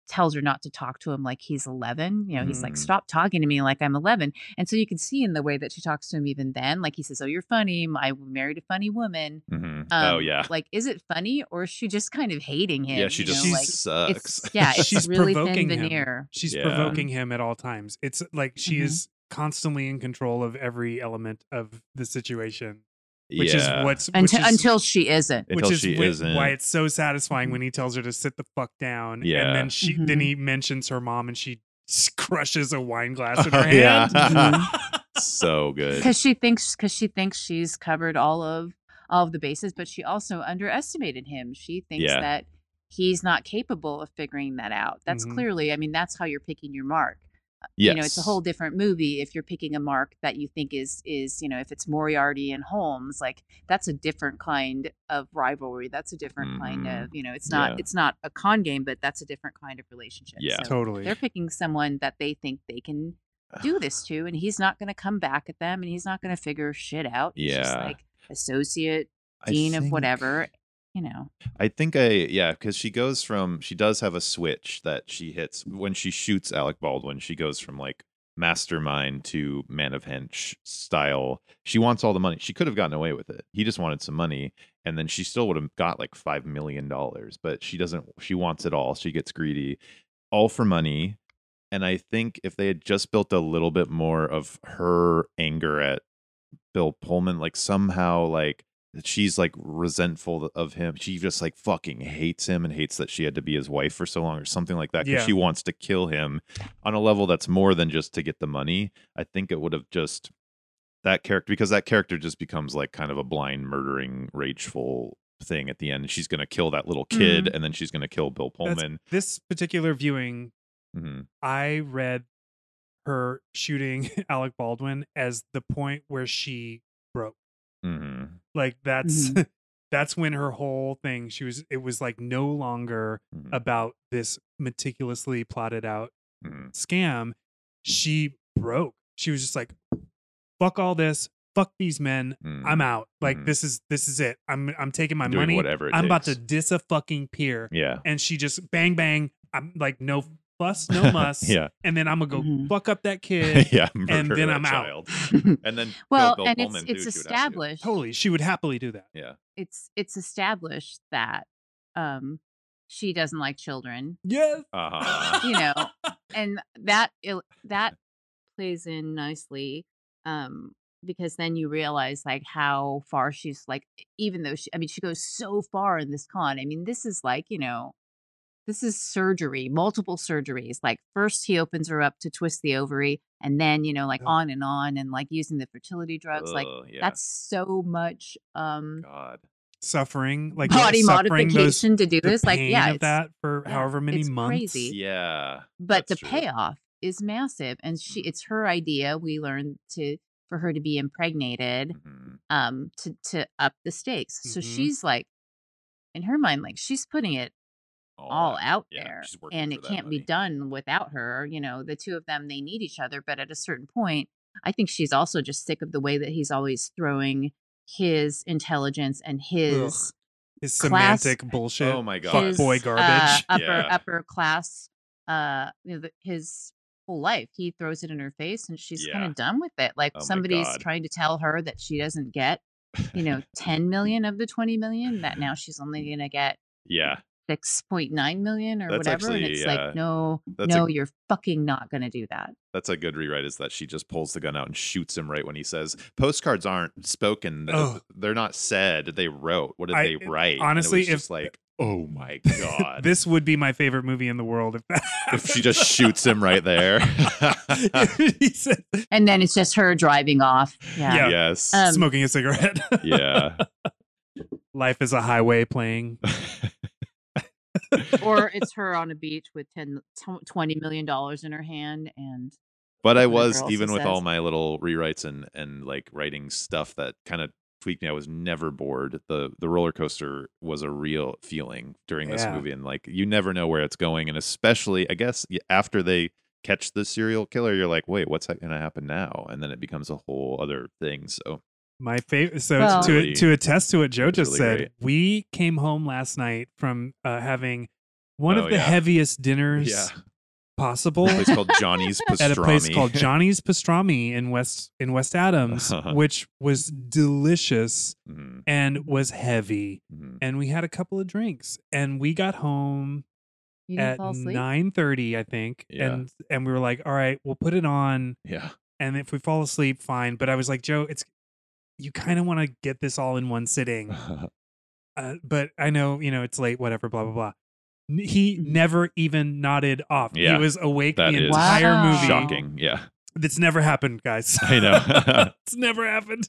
[SPEAKER 3] tells her not to talk to him like he's 11 you know he's like
[SPEAKER 2] Mhm.
[SPEAKER 3] stop talking to me like i'm 11 and so you can see in the way that she talks to him even then like he says oh you're funny i married a funny woman
[SPEAKER 2] Mhm.
[SPEAKER 3] um,
[SPEAKER 2] oh yeah.
[SPEAKER 3] like is it funny or is she just kind of hating him
[SPEAKER 2] yeah. She
[SPEAKER 3] you know,
[SPEAKER 2] just
[SPEAKER 3] like
[SPEAKER 2] sucks.
[SPEAKER 3] it's yeah it's
[SPEAKER 1] She's
[SPEAKER 3] really
[SPEAKER 1] provoking
[SPEAKER 3] thin
[SPEAKER 1] him.
[SPEAKER 3] veneer
[SPEAKER 1] She's
[SPEAKER 2] Yeah.
[SPEAKER 1] provoking him at all times. It's like she
[SPEAKER 3] Mhm.
[SPEAKER 1] is constantly in control of every element of the situation, which
[SPEAKER 2] Yeah.
[SPEAKER 1] is what's which
[SPEAKER 3] until
[SPEAKER 1] is,
[SPEAKER 3] until Mm-hmm. she isn't
[SPEAKER 1] which
[SPEAKER 2] until
[SPEAKER 1] is
[SPEAKER 2] she
[SPEAKER 1] whi-
[SPEAKER 2] isn't.
[SPEAKER 1] why it's so satisfying when he tells her to sit the fuck down.
[SPEAKER 2] Yeah.
[SPEAKER 1] and then she then
[SPEAKER 3] Mhm.
[SPEAKER 1] he mentions her mom, and she s- crushes a wine glass in
[SPEAKER 2] Oh,
[SPEAKER 1] her
[SPEAKER 2] yeah.
[SPEAKER 1] hand.
[SPEAKER 3] Mm-hmm.
[SPEAKER 2] so good.
[SPEAKER 3] because she thinks because she thinks she's covered all of all of the bases but she also underestimated him she thinks
[SPEAKER 2] Yeah.
[SPEAKER 3] that he's not capable of figuring that out that's
[SPEAKER 1] Mhm.
[SPEAKER 3] clearly i mean that's how you're picking your mark
[SPEAKER 2] Yes.
[SPEAKER 3] you know it's a whole different movie if you're picking a mark that you think is is you know if it's moriarty and holmes like that's a different kind of rivalry that's a different kind
[SPEAKER 2] Mhm.
[SPEAKER 3] of you know it's not
[SPEAKER 2] Yeah.
[SPEAKER 3] it's not a con game but that's a different kind of relationship
[SPEAKER 2] Yeah.
[SPEAKER 3] so
[SPEAKER 1] totally.
[SPEAKER 3] they're picking someone that they think they can do this to and he's not going to come back at them and he's not going to figure shit out he's just
[SPEAKER 2] Yeah.
[SPEAKER 3] like associate
[SPEAKER 2] I
[SPEAKER 3] dean of
[SPEAKER 2] think-
[SPEAKER 3] whatever you know
[SPEAKER 2] I think I yeah, because she goes from she does have a switch that she hits when she shoots Alec Baldwin. She goes from like mastermind to man of hench style. She wants all the money. She could have gotten away with it. He just wanted some money, and then she still would have got like five million dollars. But she doesn't. She wants it all. She gets greedy, all for money. And I think if they had just built a little bit more of her anger at Bill Pullman, like somehow like that she's like resentful of him. She just like fucking hates him and hates that she had to be his wife for so long or something like that. Because
[SPEAKER 1] Yeah.
[SPEAKER 2] she wants to kill him on a level that's more than just to get the money. I think it would have just that character because that character just becomes like kind of a blind murdering rageful thing at the end. She's gonna kill that little kid and then she's gonna kill Bill
[SPEAKER 1] That's-
[SPEAKER 2] Pullman.
[SPEAKER 1] This particular viewing,
[SPEAKER 2] hmm
[SPEAKER 1] I read her shooting Alec Baldwin as the point where she broke.
[SPEAKER 2] hmm
[SPEAKER 1] like that's
[SPEAKER 2] Mm-hmm.
[SPEAKER 1] that's when her whole thing she was it was like no longer
[SPEAKER 2] hmm
[SPEAKER 1] about this meticulously plotted out
[SPEAKER 2] Mm-hmm.
[SPEAKER 1] scam she broke she was just like fuck all this fuck these men i'm out like
[SPEAKER 2] Mhm.
[SPEAKER 1] this is this is it i'm i'm taking my
[SPEAKER 2] Doing
[SPEAKER 1] money
[SPEAKER 2] whatever it
[SPEAKER 1] i'm about to
[SPEAKER 2] takes.
[SPEAKER 1] diss a fucking peer
[SPEAKER 2] Yeah.
[SPEAKER 1] and she just bang bang i'm like no fuss no muss
[SPEAKER 2] yeah.
[SPEAKER 1] and then i'm gonna go
[SPEAKER 3] Mhm.
[SPEAKER 1] fuck up that kid
[SPEAKER 2] yeah.
[SPEAKER 1] and
[SPEAKER 2] murder
[SPEAKER 1] then
[SPEAKER 2] that
[SPEAKER 1] I'm out.
[SPEAKER 2] child. And then
[SPEAKER 3] well
[SPEAKER 2] Bill, Bill
[SPEAKER 3] and
[SPEAKER 2] Pullman,
[SPEAKER 3] it's
[SPEAKER 2] too, she
[SPEAKER 3] it's
[SPEAKER 2] would have to do it.
[SPEAKER 3] established
[SPEAKER 1] totally she would happily do that
[SPEAKER 3] it's it's established that um she doesn't like children
[SPEAKER 1] yes
[SPEAKER 2] Uh-huh.
[SPEAKER 3] you know and that il- that plays in nicely um because then you realize like how far she's like e, even though she i mean she goes so far in this con i mean this is like you know this is surgery multiple surgeries like first he opens her up to twist the ovary and then you know like
[SPEAKER 1] Ugh.
[SPEAKER 3] on and on and like using the fertility drugs like
[SPEAKER 2] Ugh, yeah.
[SPEAKER 3] that's so much um
[SPEAKER 2] Oh, God.
[SPEAKER 1] suffering, like
[SPEAKER 3] body
[SPEAKER 1] suffering those-
[SPEAKER 3] modification to do
[SPEAKER 1] the
[SPEAKER 3] this. Like,
[SPEAKER 1] pain
[SPEAKER 3] yeah,
[SPEAKER 1] of
[SPEAKER 3] it's,
[SPEAKER 1] that for
[SPEAKER 3] yeah,
[SPEAKER 1] however many
[SPEAKER 3] it's
[SPEAKER 1] months.
[SPEAKER 3] crazy.
[SPEAKER 2] Yeah.
[SPEAKER 3] but the
[SPEAKER 2] That's true.
[SPEAKER 3] payoff is massive. And she, it's her idea. We learned to for her to be impregnated
[SPEAKER 2] Mhm.
[SPEAKER 3] um to to up the stakes.
[SPEAKER 2] Mm-hmm.
[SPEAKER 3] So
[SPEAKER 1] Mhm.
[SPEAKER 3] she's like, in her mind, like she's putting it all
[SPEAKER 2] that-
[SPEAKER 3] out
[SPEAKER 2] Oh, yeah,
[SPEAKER 3] there
[SPEAKER 2] she's working
[SPEAKER 3] and
[SPEAKER 2] for
[SPEAKER 3] it
[SPEAKER 2] that
[SPEAKER 3] can't
[SPEAKER 2] money.
[SPEAKER 3] be done without her you know the two of them they need each other but at a certain point i think she's also just sick of the way that he's always throwing his intelligence and his
[SPEAKER 1] His
[SPEAKER 3] Class-
[SPEAKER 1] semantic bullshit.
[SPEAKER 2] Oh my god.
[SPEAKER 1] fuck
[SPEAKER 3] his,
[SPEAKER 1] boy
[SPEAKER 3] uh,
[SPEAKER 1] garbage.
[SPEAKER 3] upper
[SPEAKER 2] Yeah.
[SPEAKER 3] upper class uh you know the, his whole life he throws it in her face and she's kind
[SPEAKER 2] Yeah.
[SPEAKER 3] of done with it like
[SPEAKER 2] Oh my
[SPEAKER 3] somebody's
[SPEAKER 2] God.
[SPEAKER 3] trying to tell her that she doesn't get you know 10 million of the 20 million that now she's only going to get
[SPEAKER 2] yeah.
[SPEAKER 3] six point nine million or
[SPEAKER 2] That's
[SPEAKER 3] whatever. and
[SPEAKER 2] actually,
[SPEAKER 3] it's
[SPEAKER 2] uh,
[SPEAKER 3] like, no,
[SPEAKER 2] that's a-
[SPEAKER 3] no, you're fucking not gonna do that.
[SPEAKER 2] That's a good rewrite is that she just pulls the gun out and shoots him right when he says, Postcards aren't spoken. th-
[SPEAKER 1] Oh.
[SPEAKER 2] They're not said. They wrote. What did
[SPEAKER 1] I-
[SPEAKER 2] they write? And it
[SPEAKER 1] honestly,
[SPEAKER 2] was
[SPEAKER 1] if-
[SPEAKER 2] just like, oh my God.
[SPEAKER 1] This would be my favorite movie in the world if that
[SPEAKER 2] if she just shoots him right there.
[SPEAKER 1] happened. he said,
[SPEAKER 3] And then it's just her driving off. Yeah.
[SPEAKER 1] Yeah. Uh,
[SPEAKER 2] Yes.
[SPEAKER 3] Um,
[SPEAKER 1] smoking a cigarette.
[SPEAKER 2] yeah.
[SPEAKER 1] Life is a highway playing.
[SPEAKER 3] or it's her on a beach with 10, tw- 20 million dollars in her hand and
[SPEAKER 2] But I
[SPEAKER 3] whatever
[SPEAKER 2] was,
[SPEAKER 3] else
[SPEAKER 2] even
[SPEAKER 3] it
[SPEAKER 2] with all
[SPEAKER 3] says.
[SPEAKER 2] my little rewrites and and like writing stuff that kind of tweaked me, I was never bored. The the roller coaster was a real feeling during this
[SPEAKER 1] Yeah.
[SPEAKER 2] movie, and like you never know where it's going, and especially I guess y- after they catch the serial killer, you're like, wait, what's going to happen now? And then it becomes a whole other thing. So
[SPEAKER 1] My favorite. So
[SPEAKER 3] Well-
[SPEAKER 1] to
[SPEAKER 2] Really-
[SPEAKER 1] to attest to what Joe
[SPEAKER 2] it's
[SPEAKER 1] just
[SPEAKER 2] really
[SPEAKER 1] said,
[SPEAKER 2] great.
[SPEAKER 1] we came home last night from uh, having one
[SPEAKER 2] Oh,
[SPEAKER 1] of the
[SPEAKER 2] yeah.
[SPEAKER 1] heaviest dinners
[SPEAKER 2] yeah,
[SPEAKER 1] possible
[SPEAKER 2] a place called Johnny's Pastrami.
[SPEAKER 1] at a place called Johnny's Pastrami in West in West Adams, which was delicious
[SPEAKER 2] Mhm,
[SPEAKER 1] and was heavy.
[SPEAKER 2] mhm.
[SPEAKER 1] And we had a couple of drinks, and we got home
[SPEAKER 3] you didn't
[SPEAKER 1] at
[SPEAKER 3] fall asleep.
[SPEAKER 1] nine thirty, I think,
[SPEAKER 2] Yeah.
[SPEAKER 1] and and we were like, all right, we'll put it on,
[SPEAKER 2] Yeah,
[SPEAKER 1] and if we fall asleep, fine. But I was like, Joe, it's you kind of want to get this all in one sitting, uh, but I know you know it's late, whatever, blah blah blah. N- He
[SPEAKER 3] Mhm.
[SPEAKER 1] never even nodded off.
[SPEAKER 2] Yeah,
[SPEAKER 1] he was awake
[SPEAKER 2] that
[SPEAKER 1] the
[SPEAKER 2] is
[SPEAKER 1] entire
[SPEAKER 3] Wow.
[SPEAKER 1] movie.
[SPEAKER 2] shocking. Yeah,
[SPEAKER 1] That's never happened, guys.
[SPEAKER 2] I know.
[SPEAKER 1] it's never happened.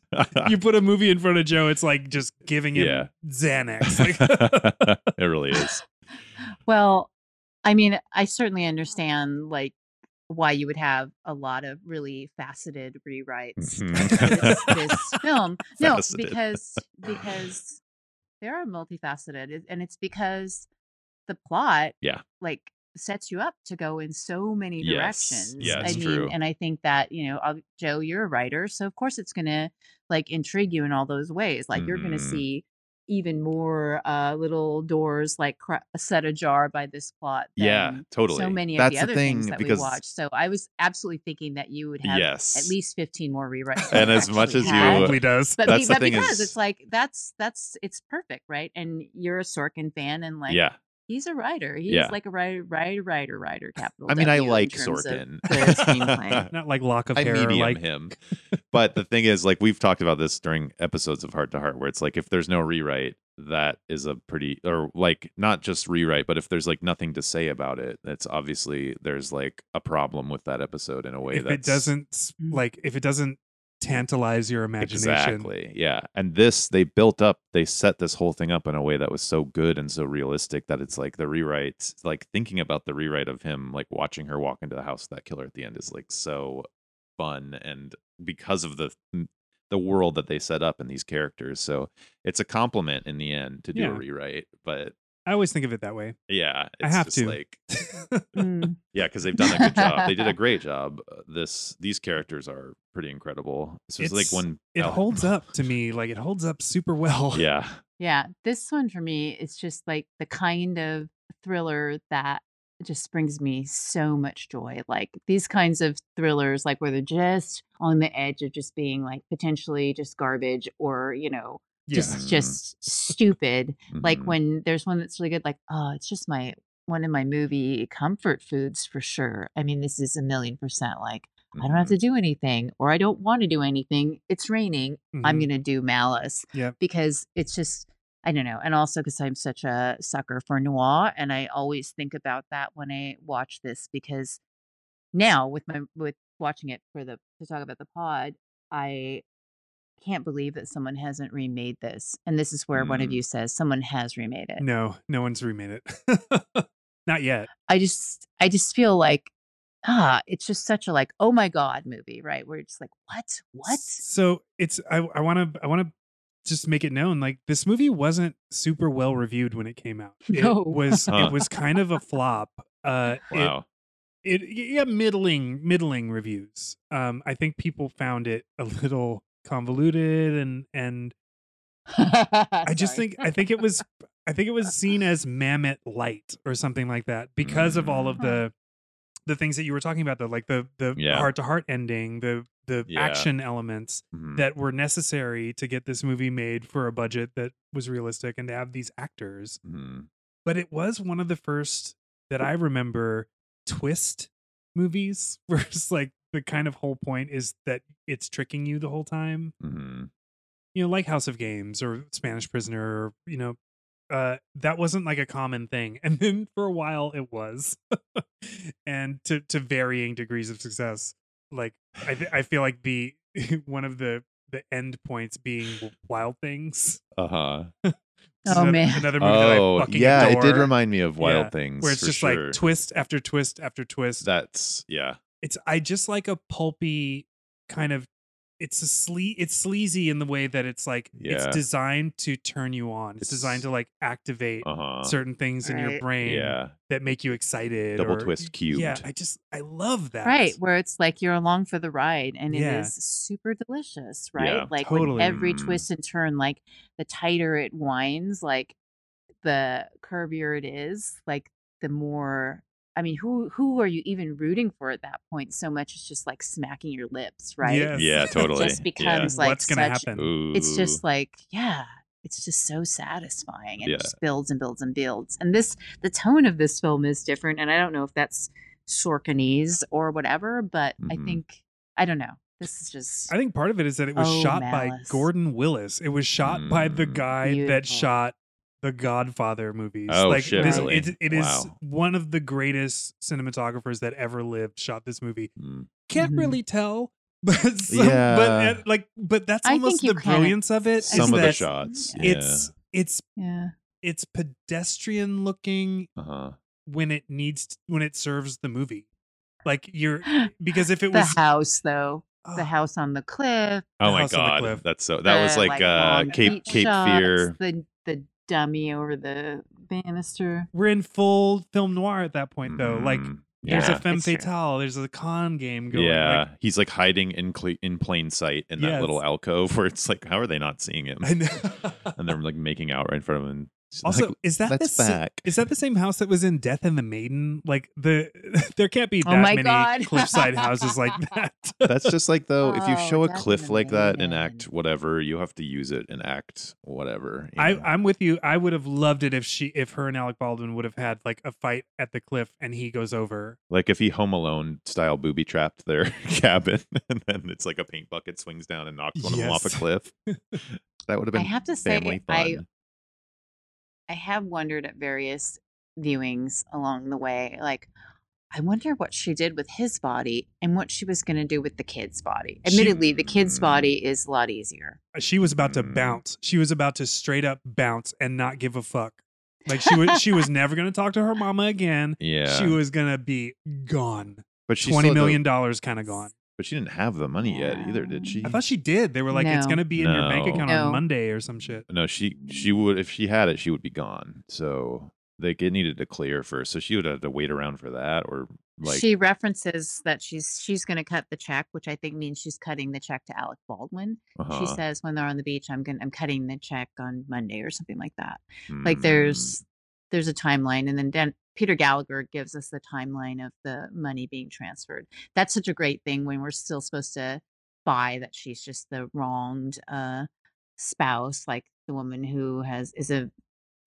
[SPEAKER 1] You put a movie in front of Joe, it's like just giving him
[SPEAKER 2] Yeah.
[SPEAKER 1] Xanax. Like,
[SPEAKER 2] it really is.
[SPEAKER 3] Well, I mean, I certainly understand like why you would have a lot of really faceted rewrites this,
[SPEAKER 2] Mm-hmm.
[SPEAKER 3] this film. No,
[SPEAKER 2] Faceted.
[SPEAKER 3] because because they are multifaceted, it- and it's because the plot,
[SPEAKER 2] Yeah.
[SPEAKER 3] like sets you up to go in so many
[SPEAKER 2] Yes.
[SPEAKER 3] directions.
[SPEAKER 2] Yeah,
[SPEAKER 3] I
[SPEAKER 2] it's
[SPEAKER 3] mean,
[SPEAKER 2] true.
[SPEAKER 3] and I think that you know, ob- Joe, you're a writer, so of course it's gonna like intrigue you in all those ways. Like you're gonna
[SPEAKER 2] Mhm.
[SPEAKER 3] see even more uh little doors like cra- set ajar by this plot.
[SPEAKER 2] Yeah,
[SPEAKER 3] than
[SPEAKER 2] totally.
[SPEAKER 3] So many of
[SPEAKER 2] That's
[SPEAKER 3] the other
[SPEAKER 2] thing
[SPEAKER 3] things that
[SPEAKER 2] because
[SPEAKER 3] we watched. So I was absolutely thinking that you would have
[SPEAKER 2] yes,
[SPEAKER 3] at least 15 more rewrites. than
[SPEAKER 2] And
[SPEAKER 3] you
[SPEAKER 2] as much
[SPEAKER 3] actually
[SPEAKER 2] as you- uh,
[SPEAKER 3] had
[SPEAKER 1] probably does.
[SPEAKER 3] but,
[SPEAKER 2] That's
[SPEAKER 3] be,
[SPEAKER 2] the
[SPEAKER 3] but
[SPEAKER 2] thing
[SPEAKER 3] because
[SPEAKER 2] is-
[SPEAKER 3] it's like that's that's it's perfect, right? And you're a Sorkin fan, and like
[SPEAKER 2] yeah.
[SPEAKER 3] he's a writer. He's
[SPEAKER 2] Yeah.
[SPEAKER 3] like a writer, writer, writer, writer. Capital.
[SPEAKER 2] I mean, I
[SPEAKER 3] W in
[SPEAKER 2] like
[SPEAKER 3] terms of
[SPEAKER 2] Sorkin.
[SPEAKER 3] the screenplay.
[SPEAKER 1] Not like lock of
[SPEAKER 2] I
[SPEAKER 1] hair.
[SPEAKER 2] medium
[SPEAKER 1] like
[SPEAKER 2] him, but the thing is, like we've talked about this during episodes of Heart to Heart, where it's like if there's no rewrite, that is a pretty or like not just rewrite, but if there's like nothing to say about it, that's obviously there's like a problem with that episode in a way
[SPEAKER 1] if
[SPEAKER 2] that's
[SPEAKER 1] it doesn't s-
[SPEAKER 3] Mm.
[SPEAKER 1] like if it doesn't tantalize your imagination.
[SPEAKER 2] Exactly. Yeah. And this, they built up, they set this whole thing up in a way that was so good and so realistic that it's like the rewrite, like thinking about the rewrite of him, like watching her walk into the house with that killer at the end is like so fun. And because of the, mm, the world that they set up and these characters. So it's a compliment in the end to do a
[SPEAKER 1] Yeah.
[SPEAKER 2] rewrite. But
[SPEAKER 1] I always think of it that way.
[SPEAKER 2] yeah,
[SPEAKER 1] I
[SPEAKER 2] it's
[SPEAKER 1] have
[SPEAKER 2] just
[SPEAKER 1] to.
[SPEAKER 2] like,
[SPEAKER 3] Mm.
[SPEAKER 2] yeah, because they've done a good job. They did a great job. Uh, This, these characters are pretty incredible. This is like
[SPEAKER 1] It's-
[SPEAKER 2] when
[SPEAKER 1] It
[SPEAKER 2] Al-
[SPEAKER 1] holds up to me. Like it holds up super well.
[SPEAKER 2] Oh, Yeah.
[SPEAKER 3] Yeah, this one for me is just like the kind of thriller that just brings me so much joy. Like these kinds of thrillers, like where they're just on the edge of just being like potentially just garbage or you know
[SPEAKER 1] Yeah.
[SPEAKER 3] just just stupid. like
[SPEAKER 2] Mhm.
[SPEAKER 3] when there's one that's really good like oh it's just my one of my movie comfort foods for sure i mean this is a million percent like i don't have
[SPEAKER 2] Mhm.
[SPEAKER 3] to do anything or i don't want to do anything it's raining i'm
[SPEAKER 1] Mhm.
[SPEAKER 3] gonna do malice
[SPEAKER 1] Yep.
[SPEAKER 3] because it's just i don't know and also because i'm such a sucker for noir and i always think about that when i watch this because now with my with watching it for the to talk about the pod i can't believe that someone hasn't remade this. And this is where one of
[SPEAKER 2] Mm.
[SPEAKER 3] you says someone has remade it.
[SPEAKER 1] No, no one's remade it. Not yet.
[SPEAKER 3] I just I just feel like ah, it's just such a like oh my god movie, right? Where it's like what what
[SPEAKER 1] So it's I I want to I want to just make it known like this movie wasn't super well reviewed when it came out. It
[SPEAKER 3] No.
[SPEAKER 1] was
[SPEAKER 2] Huh.
[SPEAKER 1] it was kind of a flop. Uh it-
[SPEAKER 2] Mm-hmm. Wow.
[SPEAKER 1] it yeah middling middling reviews um i think people found it a little convoluted and and i just think i think it was i think it was seen as mammoth light or something like that because of all of
[SPEAKER 3] Mm.
[SPEAKER 1] the the things that you were talking about though like the the
[SPEAKER 2] Yeah.
[SPEAKER 1] heart to heart ending the the
[SPEAKER 2] Yeah.
[SPEAKER 1] action elements
[SPEAKER 2] Mhm.
[SPEAKER 1] that were necessary to get this movie made for a budget that was realistic and to have these actors
[SPEAKER 2] Mhm.
[SPEAKER 1] but it was one of the first that I remember twist movies where it's like the kind of whole point is that it's tricking you the whole time.
[SPEAKER 2] Mhm.
[SPEAKER 1] You know, like House of Games or Spanish Prisoner, or, you know, uh, that wasn't like a common thing. And then for a while it was. and to, to varying degrees of success. Like, I, th- I feel like the one of the, the end points being Wild Things.
[SPEAKER 2] Uh-huh.
[SPEAKER 1] This is
[SPEAKER 3] Oh,
[SPEAKER 1] another,
[SPEAKER 3] man.
[SPEAKER 1] Another movie that I
[SPEAKER 2] Oh,
[SPEAKER 1] fucking
[SPEAKER 2] yeah. It did
[SPEAKER 1] adore.
[SPEAKER 2] remind me of Wild
[SPEAKER 1] Yeah,
[SPEAKER 2] Things.
[SPEAKER 1] where it's
[SPEAKER 2] for
[SPEAKER 1] just
[SPEAKER 2] sure.
[SPEAKER 1] like twist after twist after twist.
[SPEAKER 2] That's yeah.
[SPEAKER 1] it's I just like a pulpy kind of it's a sle- it's sleazy in the way that it's like
[SPEAKER 2] Yeah.
[SPEAKER 1] it's designed to turn you on. It's, designed
[SPEAKER 2] It's-
[SPEAKER 1] to like activate
[SPEAKER 2] Uh huh.
[SPEAKER 1] certain things in your
[SPEAKER 3] Right.
[SPEAKER 1] brain
[SPEAKER 2] Yeah.
[SPEAKER 1] that make you excited.
[SPEAKER 2] Double
[SPEAKER 1] or-
[SPEAKER 2] twist
[SPEAKER 1] Yeah,
[SPEAKER 2] cubed.
[SPEAKER 1] I just I love that.
[SPEAKER 3] Right, where it's like you're along for the ride and
[SPEAKER 1] Yeah.
[SPEAKER 3] it is super delicious, right?
[SPEAKER 2] Yeah,
[SPEAKER 3] like with
[SPEAKER 1] totally.
[SPEAKER 3] every
[SPEAKER 2] Mm.
[SPEAKER 3] twist and turn, like the tighter it winds, like the curvier it is, like the more I mean, who who are you even rooting for at that point? So much it's just like smacking your lips, right?
[SPEAKER 1] Yes.
[SPEAKER 2] Yeah. Totally.
[SPEAKER 3] Just
[SPEAKER 2] yeah.
[SPEAKER 3] becomes like
[SPEAKER 1] What's gonna
[SPEAKER 3] such-
[SPEAKER 1] happen?
[SPEAKER 2] Ooh.
[SPEAKER 3] It's just like, yeah, it's just so satisfying. and
[SPEAKER 2] Yeah.
[SPEAKER 3] It just builds and builds and builds. And this the tone of this film is different. And I don't know if that's Sorkinese or whatever, but
[SPEAKER 2] Mhm.
[SPEAKER 3] I think I don't know. This is just
[SPEAKER 1] I think part of it is that it was
[SPEAKER 3] Oh,
[SPEAKER 1] shot by
[SPEAKER 3] Malice.
[SPEAKER 1] Gordon Willis. It was shot by the
[SPEAKER 2] Mm.
[SPEAKER 1] guy that
[SPEAKER 3] Beautiful.
[SPEAKER 1] shot the Godfather movies.
[SPEAKER 2] Oh,
[SPEAKER 1] like
[SPEAKER 2] shit,
[SPEAKER 1] this,
[SPEAKER 3] really?
[SPEAKER 1] it, it is
[SPEAKER 2] Wow.
[SPEAKER 1] one of the greatest cinematographers that ever lived shot this movie.
[SPEAKER 2] Mm.
[SPEAKER 1] can't
[SPEAKER 3] Mhm.
[SPEAKER 1] really tell. But some, but
[SPEAKER 2] Yeah.
[SPEAKER 1] uh, like but that's
[SPEAKER 3] I think
[SPEAKER 1] almost
[SPEAKER 3] you
[SPEAKER 1] the
[SPEAKER 3] kinda-
[SPEAKER 1] brilliance of it. is
[SPEAKER 2] Some of the
[SPEAKER 1] that
[SPEAKER 2] shots. Yeah.
[SPEAKER 1] Mm, It's it's
[SPEAKER 3] yeah.
[SPEAKER 1] it's pedestrian looking
[SPEAKER 2] Uh huh.
[SPEAKER 1] when it needs t- when it serves the movie. Like you're because if it
[SPEAKER 3] The
[SPEAKER 1] was
[SPEAKER 3] house though.
[SPEAKER 1] oh,
[SPEAKER 3] The house on the cliff.
[SPEAKER 2] Oh
[SPEAKER 1] The
[SPEAKER 2] my
[SPEAKER 1] House on the
[SPEAKER 2] god,
[SPEAKER 1] Cliff.
[SPEAKER 2] that's so. Ah. That was
[SPEAKER 3] the,
[SPEAKER 2] like, uh,
[SPEAKER 3] long
[SPEAKER 2] Cape
[SPEAKER 3] beach
[SPEAKER 2] Cape
[SPEAKER 3] shots,
[SPEAKER 2] Fear.
[SPEAKER 3] The the dummy over the banister.
[SPEAKER 1] we're in full film noir at that point though. Like
[SPEAKER 2] Mm,
[SPEAKER 1] there's a
[SPEAKER 2] yeah.
[SPEAKER 1] femme
[SPEAKER 3] It's true.
[SPEAKER 1] fatale, there's a con game going.
[SPEAKER 2] yeah,
[SPEAKER 1] Like,
[SPEAKER 2] he's like hiding in cle in plain sight in that
[SPEAKER 1] Yes.
[SPEAKER 2] little alcove where it's like, how are they not seeing him?
[SPEAKER 1] I know.
[SPEAKER 2] And they're like making out right in front of him. She's
[SPEAKER 1] also,
[SPEAKER 2] like,
[SPEAKER 1] is that the
[SPEAKER 2] that's
[SPEAKER 1] sa-
[SPEAKER 2] back.
[SPEAKER 1] is that the same house that was in Death and the Maiden? Like the there can't be
[SPEAKER 3] Oh
[SPEAKER 1] that
[SPEAKER 3] my
[SPEAKER 1] many
[SPEAKER 3] God.
[SPEAKER 1] cliffside houses like that.
[SPEAKER 2] That's just like though, if you
[SPEAKER 3] Oh,
[SPEAKER 2] show a
[SPEAKER 3] that's
[SPEAKER 2] cliff like that and
[SPEAKER 3] amazing.
[SPEAKER 2] act whatever, you have to use it and act whatever. you
[SPEAKER 1] I,
[SPEAKER 2] know?
[SPEAKER 1] I'm with you. I would have loved it if she, if her and Alec Baldwin would have had like a fight at the cliff, and he goes over.
[SPEAKER 2] like if he Home Alone style booby trapped their cabin, and then it's like a paint bucket swings down and knocks one of them off a
[SPEAKER 1] Yes.
[SPEAKER 2] cliff. That would have
[SPEAKER 3] I
[SPEAKER 2] been
[SPEAKER 3] have to say
[SPEAKER 2] family fun.
[SPEAKER 3] I I have wondered at various viewings along the way, like, I wonder what she did with his body and what she was going to do with the kid's body.
[SPEAKER 1] She-
[SPEAKER 3] Admittedly, the kid's
[SPEAKER 2] Mm.
[SPEAKER 3] body is a lot easier.
[SPEAKER 1] Uh, She was about to
[SPEAKER 2] Mm.
[SPEAKER 1] bounce. She was about to straight up bounce and not give a fuck. Like she was, she was never gonna talk to her mama again.
[SPEAKER 2] yeah,
[SPEAKER 1] She was gonna be gone.
[SPEAKER 2] but she
[SPEAKER 1] Twenty
[SPEAKER 2] still had the-
[SPEAKER 1] million dollars, kind of gone.
[SPEAKER 2] But she didn't have the money yet either, did
[SPEAKER 3] Yeah.
[SPEAKER 2] she?
[SPEAKER 1] I thought she did. They were like, it's
[SPEAKER 3] No.
[SPEAKER 1] gonna be in your bank
[SPEAKER 2] No.
[SPEAKER 1] account on
[SPEAKER 3] No.
[SPEAKER 1] Monday or some shit.
[SPEAKER 2] no, she she would if she had it, she would be gone. So like it needed to clear first, so she would have to wait around for that, or like
[SPEAKER 3] she references that she's she's going to cut the check, which I think means she's cutting the check to Alec Baldwin.
[SPEAKER 2] uh-huh.
[SPEAKER 3] She says when they're on the beach, I'm going to I'm cutting the check on Monday or something like that.
[SPEAKER 1] Mm.
[SPEAKER 3] like
[SPEAKER 2] Mm,
[SPEAKER 3] there's there's a timeline and then Dan, peter gallagher gives us the timeline of the money being transferred that's such a great thing when we're still supposed to buy that she's just the wronged uh spouse like the woman who has is a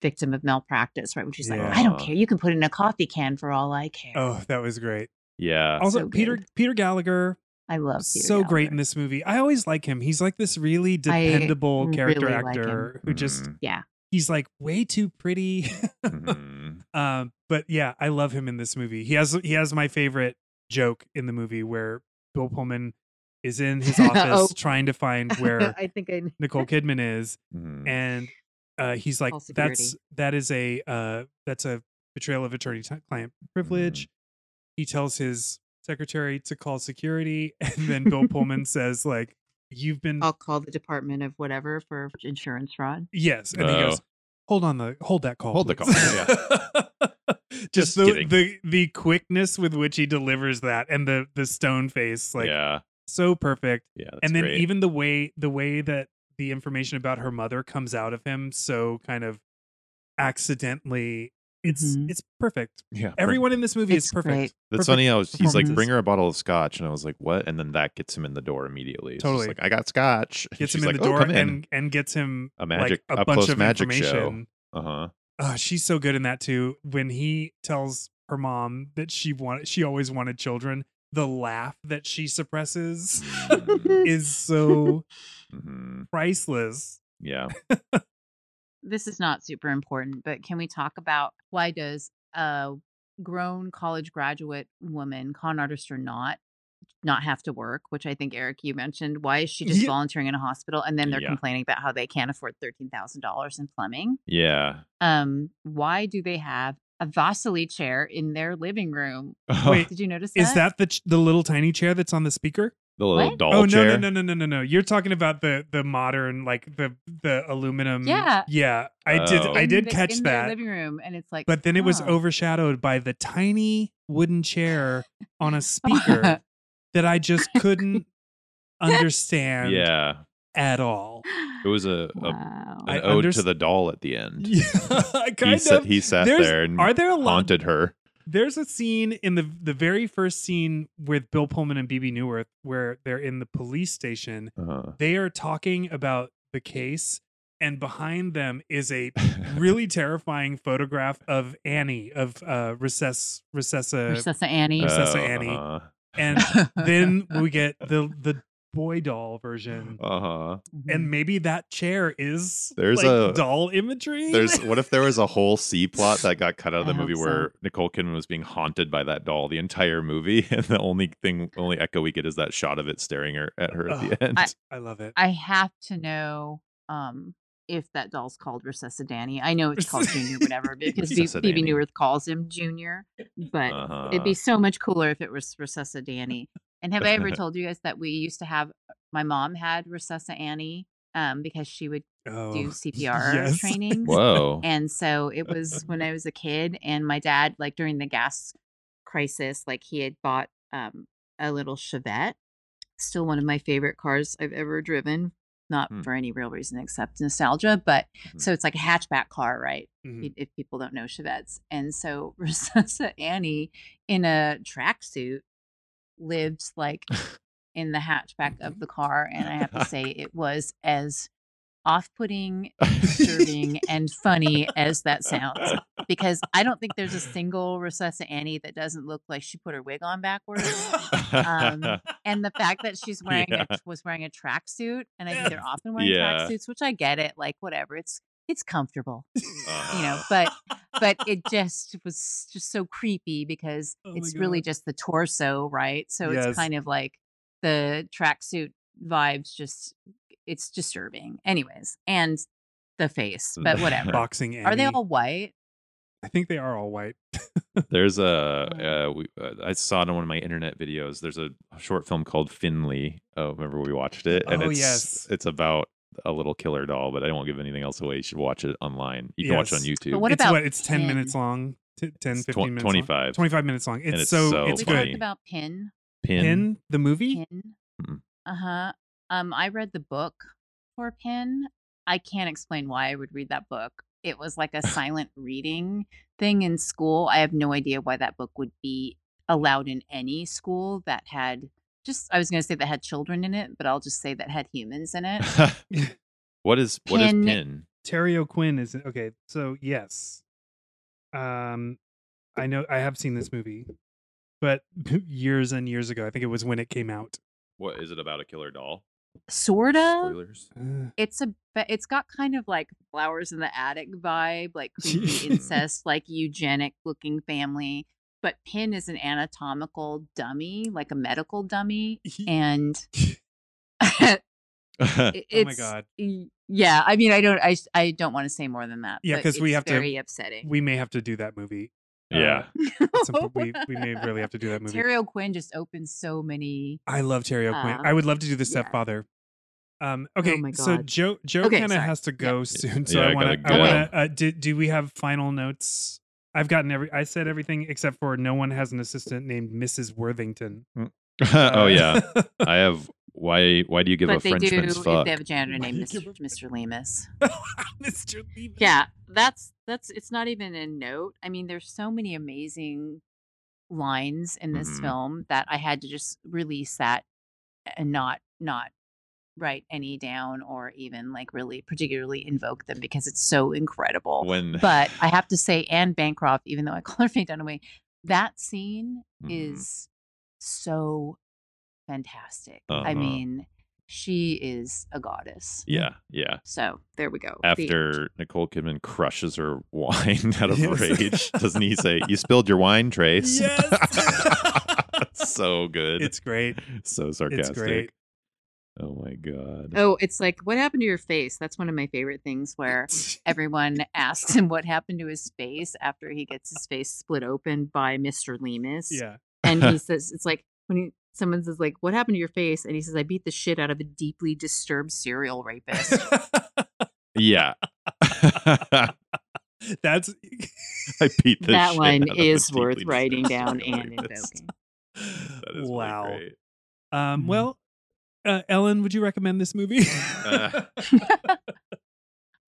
[SPEAKER 3] victim of malpractice right when she's like i don't
[SPEAKER 2] Yeah.
[SPEAKER 3] care you can put it in a coffee can for all i care
[SPEAKER 1] Oh, that was great.
[SPEAKER 2] yeah,
[SPEAKER 1] Also,
[SPEAKER 3] so
[SPEAKER 1] Peter
[SPEAKER 3] good.
[SPEAKER 1] Peter Gallagher,
[SPEAKER 3] i love peter
[SPEAKER 1] so great in
[SPEAKER 3] Gallagher.
[SPEAKER 1] this movie. I always like him. He's like this really
[SPEAKER 3] I
[SPEAKER 1] dependable character
[SPEAKER 3] really like
[SPEAKER 1] actor who just
[SPEAKER 2] Mhm,
[SPEAKER 3] yeah
[SPEAKER 1] he's like way too pretty.
[SPEAKER 2] mhm.
[SPEAKER 1] um, but yeah, I love him in this movie. He has he has my favorite joke in the movie where Bill Pullman is in his office
[SPEAKER 3] Oh.
[SPEAKER 1] trying to find where
[SPEAKER 4] I think I.
[SPEAKER 1] Nicole Kidman is,
[SPEAKER 2] Mhm.
[SPEAKER 1] and uh, he's like,
[SPEAKER 3] Call
[SPEAKER 1] "That's that is a uh, that's a betrayal of attorney-client privilege." He tells his secretary to call security, and then Bill Pullman says, "Like you've been
[SPEAKER 4] I'll call the department.
[SPEAKER 3] Department of whatever for insurance fraud.
[SPEAKER 1] yes," and he
[SPEAKER 2] Oh.
[SPEAKER 1] goes, "Hold on the hold that call,
[SPEAKER 2] Hold the call,
[SPEAKER 1] yeah. Just
[SPEAKER 2] Just
[SPEAKER 1] the,
[SPEAKER 2] kidding.
[SPEAKER 1] the the quickness with which he delivers that, and the the stone face, like
[SPEAKER 2] yeah,
[SPEAKER 1] so perfect.
[SPEAKER 2] yeah. That's
[SPEAKER 1] and then
[SPEAKER 2] great.
[SPEAKER 1] even the way the way that the information about her mother comes out of him so kind of accidentally it's
[SPEAKER 3] Mhm.
[SPEAKER 1] it's perfect
[SPEAKER 2] yeah,
[SPEAKER 1] everyone in this movie is
[SPEAKER 3] It's
[SPEAKER 1] perfect
[SPEAKER 3] great.
[SPEAKER 2] That's
[SPEAKER 1] perfect
[SPEAKER 2] funny how he's like,
[SPEAKER 1] performances.
[SPEAKER 2] bring her a bottle of scotch, and I was like, what? And then that gets him in the door immediately. It's just
[SPEAKER 1] Totally.
[SPEAKER 2] like I got scotch. And
[SPEAKER 1] gets
[SPEAKER 2] she's
[SPEAKER 1] him in
[SPEAKER 2] like,
[SPEAKER 1] the
[SPEAKER 2] "Oh,
[SPEAKER 1] door
[SPEAKER 2] come in."
[SPEAKER 1] and and gets him
[SPEAKER 2] a magic
[SPEAKER 1] like a
[SPEAKER 2] up
[SPEAKER 1] bunch
[SPEAKER 2] close
[SPEAKER 1] of
[SPEAKER 2] magic show.
[SPEAKER 1] information
[SPEAKER 2] Uh huh.
[SPEAKER 1] oh she's so good in that too when he tells her mom that she wanted she always wanted children the laugh that she suppresses is so
[SPEAKER 2] hmm
[SPEAKER 1] priceless
[SPEAKER 2] Yeah.
[SPEAKER 3] This is not super important, but can we talk about why does a grown college graduate woman, con artist or not, not have to work, which I think Eric you mentioned. Why is she just
[SPEAKER 1] Yeah.
[SPEAKER 3] volunteering in a hospital and then they're
[SPEAKER 2] Yeah.
[SPEAKER 3] complaining about how they can't afford thirteen thousand dollars in plumbing?
[SPEAKER 2] Yeah.
[SPEAKER 3] Um, why do they have a Vasily chair in their living room?
[SPEAKER 1] Wait,
[SPEAKER 3] Did you notice
[SPEAKER 1] is that the ch- the little tiny chair that's on the speaker
[SPEAKER 2] the little
[SPEAKER 3] What?
[SPEAKER 2] doll
[SPEAKER 1] oh
[SPEAKER 2] chair.
[SPEAKER 1] no no no no no no no! You're talking about the the modern like the the aluminum.
[SPEAKER 3] Yeah.
[SPEAKER 1] yeah. I did
[SPEAKER 2] Oh.
[SPEAKER 1] I
[SPEAKER 3] in
[SPEAKER 1] did
[SPEAKER 3] the-
[SPEAKER 1] catch
[SPEAKER 3] in their
[SPEAKER 1] that,
[SPEAKER 3] living room, Oh. and it's like.
[SPEAKER 1] but then it was
[SPEAKER 3] huh.
[SPEAKER 1] overshadowed by the tiny wooden chair on a speaker that I just couldn't understand
[SPEAKER 2] Yeah.
[SPEAKER 1] at all.
[SPEAKER 2] It was a, a an
[SPEAKER 3] wow.
[SPEAKER 1] I
[SPEAKER 2] ode
[SPEAKER 1] underst-
[SPEAKER 2] to the doll at the end.
[SPEAKER 1] Yeah,
[SPEAKER 2] He,
[SPEAKER 1] kind
[SPEAKER 2] sa-
[SPEAKER 1] of.
[SPEAKER 2] he sat
[SPEAKER 1] There's-
[SPEAKER 2] there and
[SPEAKER 1] Are there a lot?
[SPEAKER 2] haunted her.
[SPEAKER 1] There's a scene in the the very first scene with Bill Pullman and BB Newirth where they're in the police station
[SPEAKER 2] Uh-huh.
[SPEAKER 1] they are talking about the case and behind them is a really terrifying photograph of Annie of uh recess recessa
[SPEAKER 3] Recessa Annie.
[SPEAKER 1] Uh, Princess Annie.
[SPEAKER 2] Uh-huh.
[SPEAKER 1] and uh, then we get the the boy doll version
[SPEAKER 2] Uh-huh.
[SPEAKER 1] and maybe that chair is
[SPEAKER 2] There's
[SPEAKER 1] like,
[SPEAKER 2] a-
[SPEAKER 1] doll imagery
[SPEAKER 2] There's what if there was a whole C plot that got cut out of the
[SPEAKER 3] I hope
[SPEAKER 2] movie where Nicole Kidman was being haunted by that doll the entire movie, and the only thing, only echo we get is that shot of it staring her at her at the end.
[SPEAKER 3] I-
[SPEAKER 1] I love it
[SPEAKER 3] I have to know um, if that doll's called Recessa Danny. I know it's called Junior, whatever, because B-
[SPEAKER 2] Recessa
[SPEAKER 3] BB
[SPEAKER 2] Danny.
[SPEAKER 3] Newirth calls him Junior, but
[SPEAKER 2] uh-huh.
[SPEAKER 3] it'd be so much cooler if it was Recessa Danny. And have I ever told you guys that we used to have my mom had Recessa Annie um, because she would
[SPEAKER 1] oh.
[SPEAKER 3] do CPR
[SPEAKER 1] yes.
[SPEAKER 3] training?
[SPEAKER 2] Uh-huh. Whoa.
[SPEAKER 3] And so it was when I was a kid, and my dad, like during the gas crisis, like he had bought um, a little Chevette, still one of my favorite cars I've ever driven, not
[SPEAKER 2] Hmm.
[SPEAKER 3] for any real reason except nostalgia. But
[SPEAKER 2] Mhm.
[SPEAKER 3] so it's like a hatchback car, right?
[SPEAKER 1] Mhm.
[SPEAKER 3] If- If people don't know Chevettes. And so Recessa Annie in a tracksuit lived like in the hatchback of the car. And I have to say, it was as off putting disturbing and funny as that sounds because I don't think there's a single Recessa Annie that doesn't look like she put her wig on backwards. Um, And the fact that she's wearing
[SPEAKER 2] Yeah.
[SPEAKER 3] a, was wearing a tracksuit, and I think they're often wearing
[SPEAKER 2] Yeah.
[SPEAKER 3] tracksuits, which I get it, like whatever, it's it's comfortable, you know.
[SPEAKER 2] Uh-huh.
[SPEAKER 3] But but it just was just so creepy because
[SPEAKER 1] Oh my
[SPEAKER 3] it's really
[SPEAKER 1] God.
[SPEAKER 3] just the torso, right? So
[SPEAKER 1] Yes.
[SPEAKER 3] it's kind of like the tracksuit vibes. Just it's disturbing, anyways, and the face, but whatever.
[SPEAKER 1] boxing Annie.
[SPEAKER 3] Are they all white?
[SPEAKER 1] I think they are all white.
[SPEAKER 2] There's a uh, we, uh, I saw it on one of my internet videos. There's a short film called Finley. Oh, remember we watched it?
[SPEAKER 1] Oh,
[SPEAKER 2] it's,
[SPEAKER 1] yes.
[SPEAKER 2] it's about a little killer doll, but I won't give anything else away. You should watch it online. You can watch it on
[SPEAKER 1] Yes.
[SPEAKER 2] YouTube.
[SPEAKER 3] But what
[SPEAKER 1] it's
[SPEAKER 3] about
[SPEAKER 1] what it's 10
[SPEAKER 3] Pin?
[SPEAKER 1] minutes long. T- 10
[SPEAKER 2] It's tw-
[SPEAKER 1] 15 minutes long.
[SPEAKER 2] 25.
[SPEAKER 1] 25 minutes long. It's,
[SPEAKER 2] it's
[SPEAKER 1] so,
[SPEAKER 2] so
[SPEAKER 1] it's
[SPEAKER 3] we
[SPEAKER 1] good.
[SPEAKER 3] talked about Pin.
[SPEAKER 2] Pin.
[SPEAKER 1] Pin the movie?
[SPEAKER 3] Pin.
[SPEAKER 2] Mm-mm.
[SPEAKER 3] Uh huh. Um, I read the book for Pin. I can't explain why I would read that book. It was like a silent reading thing in school. I have no idea why that book would be allowed in any school that had just I was going to say that had children in it, but I'll just say that had humans in it.
[SPEAKER 2] what is what is
[SPEAKER 3] Pin.
[SPEAKER 2] pin?
[SPEAKER 1] Terry O'Quinn is okay. So yes, um, I know I have seen this movie, but years and years ago. I think it was when it came out.
[SPEAKER 2] What is it about a killer doll?
[SPEAKER 3] Sort of.
[SPEAKER 2] Spoilers.
[SPEAKER 1] Uh,
[SPEAKER 3] it's a but it's got kind of like flowers in the attic vibe like creepy incest like eugenic looking family but Pin is an anatomical dummy, like a medical dummy, and it-
[SPEAKER 1] oh
[SPEAKER 3] it's
[SPEAKER 1] my god,
[SPEAKER 3] y- yeah. I mean, I don't, I, I don't want to say more than that.
[SPEAKER 1] Yeah,
[SPEAKER 3] but
[SPEAKER 1] 'cause we
[SPEAKER 3] it's
[SPEAKER 1] have to-
[SPEAKER 3] very upsetting.
[SPEAKER 1] we may have to do that movie.
[SPEAKER 2] Yeah.
[SPEAKER 1] Uh, at some point, we we may really have to do that movie.
[SPEAKER 3] Terry O'Quinn just opens so many.
[SPEAKER 1] I love Terry O'Quinn.
[SPEAKER 3] Uh,
[SPEAKER 1] I would love to do the
[SPEAKER 3] yeah. Oh
[SPEAKER 1] stepfather. Um, okay,
[SPEAKER 3] my
[SPEAKER 1] so
[SPEAKER 3] God.
[SPEAKER 1] Joe Joe
[SPEAKER 3] Okay,
[SPEAKER 1] kind of
[SPEAKER 3] sorry.
[SPEAKER 1] has to go soon, so
[SPEAKER 2] Yeah,
[SPEAKER 1] I
[SPEAKER 2] I
[SPEAKER 1] want to.
[SPEAKER 2] gotta
[SPEAKER 1] I
[SPEAKER 2] go.
[SPEAKER 1] want to. Uh, do, do we have final notes? I've gotten every. I said everything except for no one has an assistant named Mrs. Worthington.
[SPEAKER 2] oh
[SPEAKER 1] Uh,
[SPEAKER 2] yeah, I have. Why? Why do you give
[SPEAKER 3] but
[SPEAKER 2] a
[SPEAKER 3] they do
[SPEAKER 2] Frenchman's
[SPEAKER 3] if
[SPEAKER 2] fuck?
[SPEAKER 3] they have a janitor named
[SPEAKER 1] Why do you
[SPEAKER 3] Mr. Mr. Lemus.
[SPEAKER 1] Mr. Levis.
[SPEAKER 3] Yeah, that's that's it's not even a note. I mean, there's so many amazing lines in this
[SPEAKER 2] Mhm.
[SPEAKER 3] film that I had to just release that and not not write any down or even like really particularly invoke them because it's so incredible.
[SPEAKER 2] when,
[SPEAKER 3] but I have to say, Anne Bancroft, even though I call her Faye Dunaway, that scene
[SPEAKER 2] Mhm.
[SPEAKER 3] is so fantastic. I
[SPEAKER 2] Uh-huh.
[SPEAKER 3] mean, she is a goddess.
[SPEAKER 2] yeah, yeah.
[SPEAKER 3] So there we go. The end.
[SPEAKER 2] After Nicole Kidman crushes her wine out of
[SPEAKER 1] Yes.
[SPEAKER 2] rage, doesn't he say, "You spilled your wine, Trace"?
[SPEAKER 1] Yes.
[SPEAKER 2] so good.
[SPEAKER 1] it's great.
[SPEAKER 2] so
[SPEAKER 1] It's
[SPEAKER 2] sarcastic.
[SPEAKER 1] great.
[SPEAKER 2] Oh my god.
[SPEAKER 3] Oh, it's like, what happened to your face? That's one of my favorite things where everyone asks him what happened to his face after he gets his face split open by Mr. Lemus.
[SPEAKER 1] Yeah.
[SPEAKER 3] And he says, it's like when he, someone says, like, what happened to your face? And he says, I beat the shit out of a deeply disturbed serial rapist.
[SPEAKER 2] Yeah. I
[SPEAKER 1] That's um,
[SPEAKER 2] beat the
[SPEAKER 3] that
[SPEAKER 2] shit
[SPEAKER 3] one
[SPEAKER 2] out of a
[SPEAKER 3] is worth
[SPEAKER 2] deeply
[SPEAKER 3] writing
[SPEAKER 2] disturbed
[SPEAKER 3] down
[SPEAKER 2] serial
[SPEAKER 3] and
[SPEAKER 2] rapist.
[SPEAKER 3] invoking.
[SPEAKER 2] That is
[SPEAKER 1] Wow.
[SPEAKER 2] wow. Really
[SPEAKER 1] um
[SPEAKER 2] Mhm.
[SPEAKER 1] well uh, Ellen, would you recommend this movie?
[SPEAKER 2] Uh.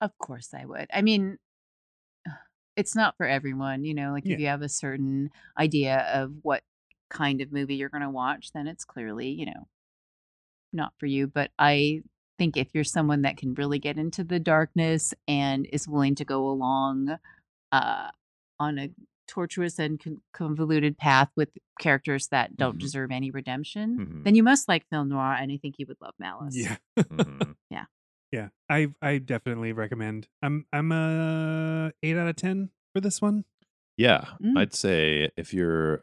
[SPEAKER 3] Of course I would. I mean, uh, it's not for everyone, you know, like
[SPEAKER 1] Yeah.
[SPEAKER 3] if you have a certain idea of what kind of movie you're going to watch, then it's clearly, you know, not for you, but I think if you're someone that can really get into the darkness and is willing to go along uh on a tortuous and con- convoluted path with characters that don't
[SPEAKER 1] Mm-hmm.
[SPEAKER 2] Mhm.
[SPEAKER 3] deserve any redemption,
[SPEAKER 2] Mhm.
[SPEAKER 3] then you must like film noir and I think you would love Malice.
[SPEAKER 1] yeah.
[SPEAKER 2] great. Mhm.
[SPEAKER 1] Yeah, I I definitely recommend. I'm I'm a eight out of ten for this one.
[SPEAKER 2] Yeah.
[SPEAKER 3] Mm.
[SPEAKER 2] I'd say if you're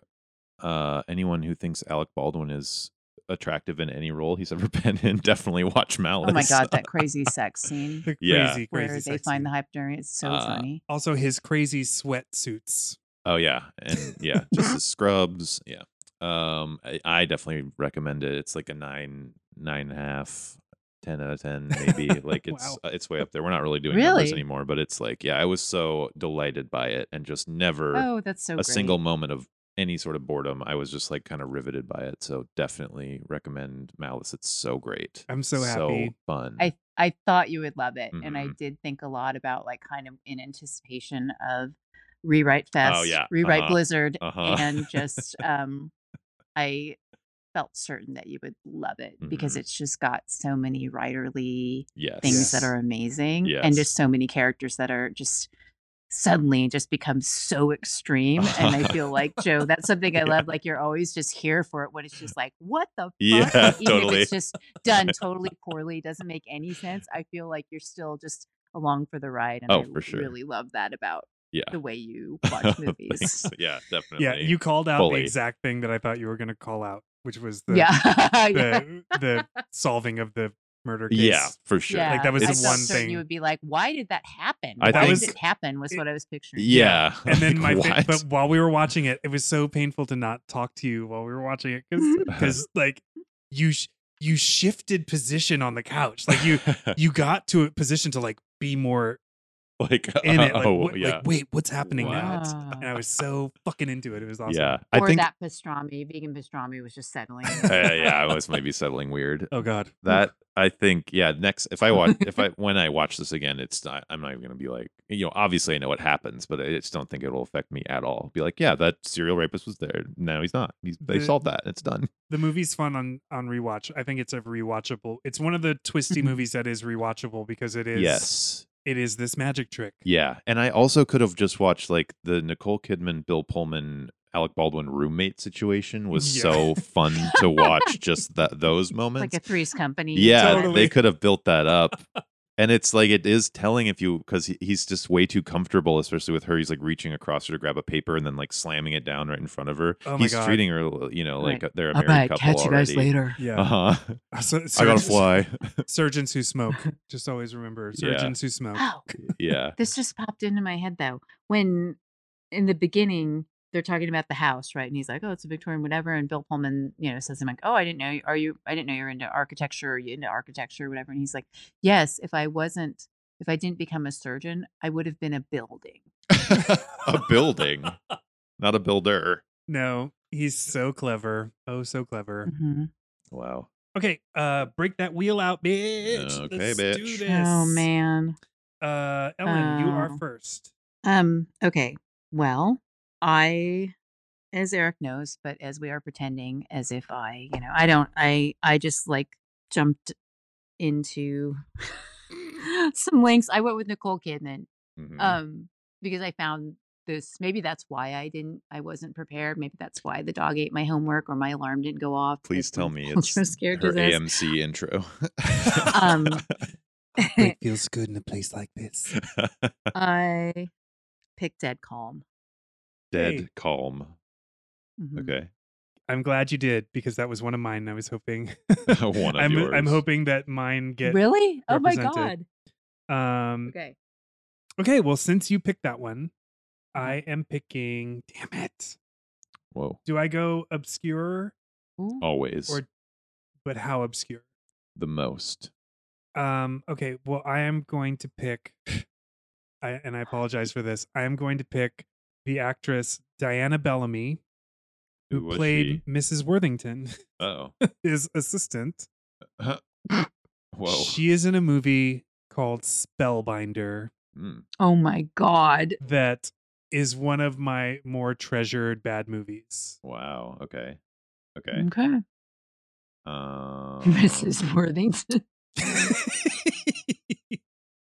[SPEAKER 2] uh, anyone who thinks Alec Baldwin is attractive in any role he's ever been in, definitely watch Malice.
[SPEAKER 3] Oh my god, that crazy sex scene.
[SPEAKER 1] The
[SPEAKER 2] Yeah.
[SPEAKER 1] crazy,
[SPEAKER 3] where
[SPEAKER 1] crazy.
[SPEAKER 3] they
[SPEAKER 1] sex
[SPEAKER 3] find
[SPEAKER 1] scene.
[SPEAKER 3] the hypnoderm. It's so
[SPEAKER 2] Uh,
[SPEAKER 3] funny.
[SPEAKER 1] also his crazy sweatsuits.
[SPEAKER 2] Oh yeah, and yeah, just the scrubs. Yeah, um, I, I definitely recommend it. It's like a nine, nine and a half, ten out of ten, maybe. Like it's
[SPEAKER 1] Wow.
[SPEAKER 2] uh, it's way up there. We're not really doing numbers
[SPEAKER 3] Really?
[SPEAKER 2] anymore, but it's like yeah, I was so delighted by it, and just never
[SPEAKER 3] Oh, that's so
[SPEAKER 2] a
[SPEAKER 3] great.
[SPEAKER 2] single moment of any sort of boredom. I was just like kind of riveted by it. So definitely recommend Malice. It's so great.
[SPEAKER 1] I'm so happy.
[SPEAKER 2] fun.
[SPEAKER 3] I I thought you would love it, and I
[SPEAKER 2] Mhm.
[SPEAKER 3] did think a lot about like kind of in anticipation of rewrite fest,
[SPEAKER 2] Oh, yeah.
[SPEAKER 3] rewrite
[SPEAKER 2] Uh-huh.
[SPEAKER 3] blizzard,
[SPEAKER 2] Uh-huh.
[SPEAKER 3] and just um, I felt certain that you would love it because
[SPEAKER 2] Mhm.
[SPEAKER 3] it's just got so many writerly
[SPEAKER 2] yes.
[SPEAKER 3] things
[SPEAKER 1] Yes.
[SPEAKER 3] that are amazing, and
[SPEAKER 2] Yes.
[SPEAKER 3] just so many characters that are just suddenly just become so extreme and i feel like joe that's something i
[SPEAKER 2] Yeah.
[SPEAKER 3] love like you're always just here for it when it's just like what the fuck?
[SPEAKER 2] Yeah,
[SPEAKER 3] Even if
[SPEAKER 2] totally.
[SPEAKER 3] it's just done totally poorly doesn't make any sense i feel like you're still just along for the ride and
[SPEAKER 2] Oh,
[SPEAKER 3] i
[SPEAKER 2] for sure.
[SPEAKER 3] really love that about
[SPEAKER 2] Yeah.
[SPEAKER 3] the way you watch movies
[SPEAKER 2] Thanks. Yeah, definitely.
[SPEAKER 1] Yeah, you called out
[SPEAKER 2] Fully.
[SPEAKER 1] the exact thing that I thought you were going to call out, which was the
[SPEAKER 3] yeah yeah,
[SPEAKER 1] the the solving of the murder case.
[SPEAKER 2] Yeah, for sure.
[SPEAKER 3] yeah.
[SPEAKER 1] that was
[SPEAKER 3] I
[SPEAKER 2] the
[SPEAKER 3] felt
[SPEAKER 2] one
[SPEAKER 3] certain
[SPEAKER 1] thing-
[SPEAKER 3] you would be like why did that happen
[SPEAKER 2] I
[SPEAKER 3] why
[SPEAKER 1] think-
[SPEAKER 3] did it happen was what i was picturing
[SPEAKER 2] Yeah.
[SPEAKER 1] And then my,
[SPEAKER 2] Like,
[SPEAKER 1] fa-
[SPEAKER 2] what?
[SPEAKER 1] but while we were watching it, it was so painful to not talk to you while we were watching it because like you sh- you shifted position on the couch, like you you got to a position to like be more
[SPEAKER 2] like
[SPEAKER 1] in it, like,
[SPEAKER 2] oh
[SPEAKER 1] what- like,
[SPEAKER 2] yeah
[SPEAKER 1] wait, what's happening now?
[SPEAKER 3] Ah.
[SPEAKER 1] And I was so fucking into it. It was awesome.
[SPEAKER 2] yeah
[SPEAKER 3] or
[SPEAKER 2] I think
[SPEAKER 3] that pastrami vegan pastrami was just settling in.
[SPEAKER 2] uh, yeah I was maybe settling weird
[SPEAKER 1] Oh god.
[SPEAKER 2] that I think yeah next if I watch if I when I watch this again it's not I'm not even gonna be like you know obviously I know what happens but I just don't think it'll affect me at all be like yeah that serial rapist was there now he's not he's they
[SPEAKER 1] The-
[SPEAKER 2] solved that it's done
[SPEAKER 1] The movie's fun on on rewatch. I think it's a rewatchable. It's one of the twisty
[SPEAKER 3] Mhm.
[SPEAKER 1] movies that is rewatchable because it is
[SPEAKER 2] yes
[SPEAKER 1] it is this magic trick.
[SPEAKER 2] yeah and I also could have just watched like the Nicole Kidman Bill Pullman Alec Baldwin roommate situation was
[SPEAKER 1] Yeah.
[SPEAKER 2] so fun to watch just that those moments
[SPEAKER 3] like a threes company
[SPEAKER 2] Yeah,
[SPEAKER 1] Totally.
[SPEAKER 2] they could have built that up And it's like it is telling if you because he, he's just way too comfortable, especially with her. He's like reaching across her to grab a paper and then like slamming it down right in front of her.
[SPEAKER 1] Oh my
[SPEAKER 2] he's
[SPEAKER 1] God.
[SPEAKER 2] treating her, you know, like uh,
[SPEAKER 3] Right.
[SPEAKER 2] they're a
[SPEAKER 3] All
[SPEAKER 2] married
[SPEAKER 3] right,
[SPEAKER 2] couple
[SPEAKER 3] catch you guys
[SPEAKER 2] already.
[SPEAKER 3] later.
[SPEAKER 1] Yeah.
[SPEAKER 2] Uh-huh.
[SPEAKER 1] So-
[SPEAKER 2] I gotta
[SPEAKER 1] surgeons-
[SPEAKER 2] fly.
[SPEAKER 1] Surgeons who smoke. Just always remember
[SPEAKER 2] Yeah.
[SPEAKER 1] surgeons who smoke.
[SPEAKER 3] Oh,
[SPEAKER 2] yeah.
[SPEAKER 3] this just popped into my head though. When in the beginning they're talking about the house, right? And he's like, "Oh, it's a Victorian whatever," and Bill Pullman, you know, says, "I'm like, oh, I didn't know. Are you? I didn't know you're into architecture. Are you into architecture, or whatever?" And he's like, "Yes. If I wasn't, if I didn't become a surgeon, I would have been a building."
[SPEAKER 2] a building, not a builder.
[SPEAKER 1] No, he's so clever. Oh, so clever.
[SPEAKER 3] Mhm.
[SPEAKER 2] Wow.
[SPEAKER 1] Okay, uh, break that wheel out, bitch.
[SPEAKER 2] Okay,
[SPEAKER 1] Let's Do
[SPEAKER 2] bitch.
[SPEAKER 1] this.
[SPEAKER 3] Oh man.
[SPEAKER 1] Uh, Ellen, you are
[SPEAKER 3] Oh.
[SPEAKER 1] first.
[SPEAKER 3] Um, okay. Well, I as Eric knows, but as we are pretending as if I, you know, I don't I I just like jumped into some links. I went with Nicole Kidman.
[SPEAKER 2] Mhm.
[SPEAKER 3] Um because I found this maybe that's why I didn't I wasn't prepared. Maybe that's why the dog ate my homework or my alarm didn't go off.
[SPEAKER 2] Please
[SPEAKER 3] It's
[SPEAKER 2] tell
[SPEAKER 3] one of
[SPEAKER 2] me
[SPEAKER 3] Paul
[SPEAKER 2] it's her
[SPEAKER 3] Trust's characters as-
[SPEAKER 2] AMC intro.
[SPEAKER 3] Um,
[SPEAKER 1] It feels good in a place like this.
[SPEAKER 3] I picked Dead Calm.
[SPEAKER 2] Dead calm.
[SPEAKER 3] Mhm.
[SPEAKER 2] Okay.
[SPEAKER 1] I'm glad you did because that was one of mine. I was hoping.
[SPEAKER 2] One of
[SPEAKER 1] I'm,
[SPEAKER 2] yours.
[SPEAKER 1] I'm hoping that mine get.
[SPEAKER 3] Really? Oh my
[SPEAKER 1] represented.
[SPEAKER 3] god.
[SPEAKER 1] Um, okay.
[SPEAKER 3] Okay.
[SPEAKER 1] Well, since you picked that one,
[SPEAKER 2] Mm-hmm.
[SPEAKER 1] I am picking. Damn it!
[SPEAKER 2] Whoa.
[SPEAKER 1] Do I go obscure?
[SPEAKER 3] Ooh.
[SPEAKER 2] Always
[SPEAKER 1] Or- But how obscure?
[SPEAKER 2] the most.
[SPEAKER 1] Um. Okay. Well, I am going to pick. I, and I apologize for this. I am going to pick the actress Diana Bellamy,
[SPEAKER 2] Who
[SPEAKER 1] who
[SPEAKER 2] was
[SPEAKER 1] played Mrs. Worthington,
[SPEAKER 2] Oh.
[SPEAKER 1] his assistant.
[SPEAKER 2] Whoa.
[SPEAKER 1] She is in a movie called Spellbinder
[SPEAKER 2] Mm.
[SPEAKER 3] Oh my god.
[SPEAKER 1] that is one of my more treasured bad movies.
[SPEAKER 2] Wow. Okay. Okay.
[SPEAKER 3] Okay.
[SPEAKER 2] Um,
[SPEAKER 3] Mrs. Worthington.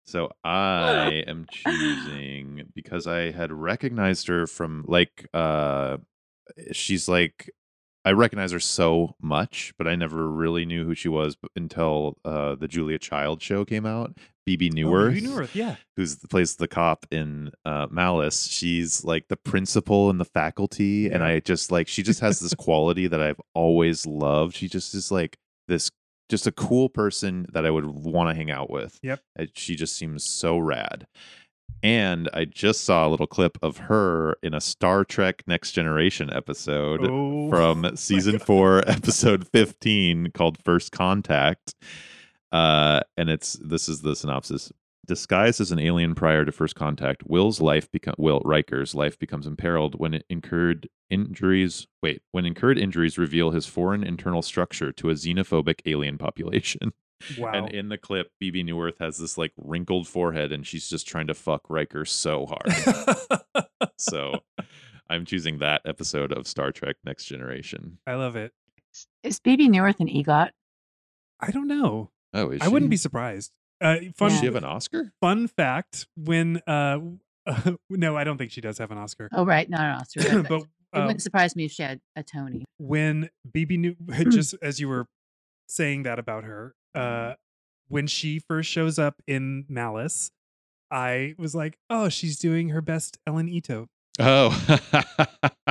[SPEAKER 2] So I am choosing because I had recognized her from like uh she's like I recognize her so much, but I never really knew who she was b- until uh the Julia Child show came out. BB Newworth,
[SPEAKER 1] New Earth, yeah.
[SPEAKER 2] who's the, plays the cop in uh, Malice, she's like the principal and the faculty, and
[SPEAKER 1] Yeah.
[SPEAKER 2] I just like she just has this quality that I've always loved. She just is like this, just a cool person that I would want to hang out with.
[SPEAKER 1] Yep.
[SPEAKER 2] Uh, she just seems so rad. And I just saw a little clip of her in a Star Trek Next Generation episode
[SPEAKER 1] Oh,
[SPEAKER 2] from season four, episode 15, called First Contact. Uh, and it's this is the synopsis. Disguised as an alien prior to first contact, Will's life become Will Riker's life becomes imperiled when it incurred injuries. Wait, when incurred injuries reveal his foreign internal structure to a xenophobic alien population.
[SPEAKER 1] wow.
[SPEAKER 2] And in the clip, BB New Earth has this like wrinkled forehead, and she's just trying to fuck Riker so hard. so, I'm choosing that episode of Star Trek: Next Generation.
[SPEAKER 1] I love it.
[SPEAKER 3] Is BB Newirth an EGOT?
[SPEAKER 1] I don't know.
[SPEAKER 2] Oh, is
[SPEAKER 1] I wouldn't
[SPEAKER 2] she-
[SPEAKER 1] be surprised. Uh, fun,
[SPEAKER 2] Does
[SPEAKER 3] Yeah.
[SPEAKER 2] she have an Oscar?
[SPEAKER 1] fun fact when, uh, no, I don't think she does have an Oscar.
[SPEAKER 3] Oh, right. No, no, it's right.
[SPEAKER 1] but
[SPEAKER 3] it
[SPEAKER 1] uh,
[SPEAKER 2] um
[SPEAKER 3] wouldn't surprise me if she had a Tony.
[SPEAKER 1] when BB New
[SPEAKER 2] Mm.
[SPEAKER 1] just as you were saying that about her,
[SPEAKER 2] Mm-hmm.
[SPEAKER 1] uh when she first shows up in Malice, I was like, "Oh, she's doing her best Ellen Ito."
[SPEAKER 2] Oh,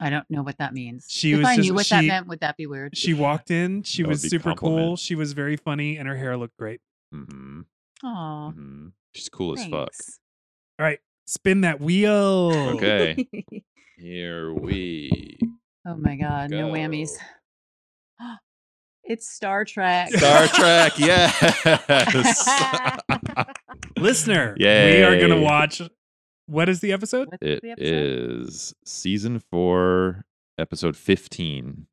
[SPEAKER 3] I don't know what that means.
[SPEAKER 1] She
[SPEAKER 3] if
[SPEAKER 1] was
[SPEAKER 3] I
[SPEAKER 1] just-
[SPEAKER 3] knew what that
[SPEAKER 1] she-
[SPEAKER 3] meant, would that be weird?
[SPEAKER 1] She walked in, she
[SPEAKER 2] That would
[SPEAKER 1] was
[SPEAKER 2] be
[SPEAKER 1] super cool,
[SPEAKER 2] compliment.
[SPEAKER 1] she was very funny and her hair looked great.
[SPEAKER 2] hmm
[SPEAKER 3] Aw,
[SPEAKER 2] hmm she's cool as fuck.
[SPEAKER 3] thanks.
[SPEAKER 1] All right, spin that wheel.
[SPEAKER 2] Okay. Here we
[SPEAKER 3] oh my god, no whammies. It's Star Trek.
[SPEAKER 2] Star Trek. Yes,
[SPEAKER 1] Listener, we are going to
[SPEAKER 2] Yay.
[SPEAKER 1] watch what is the episode?
[SPEAKER 3] What's
[SPEAKER 2] it
[SPEAKER 3] the episode?
[SPEAKER 2] is season four, episode fifteen.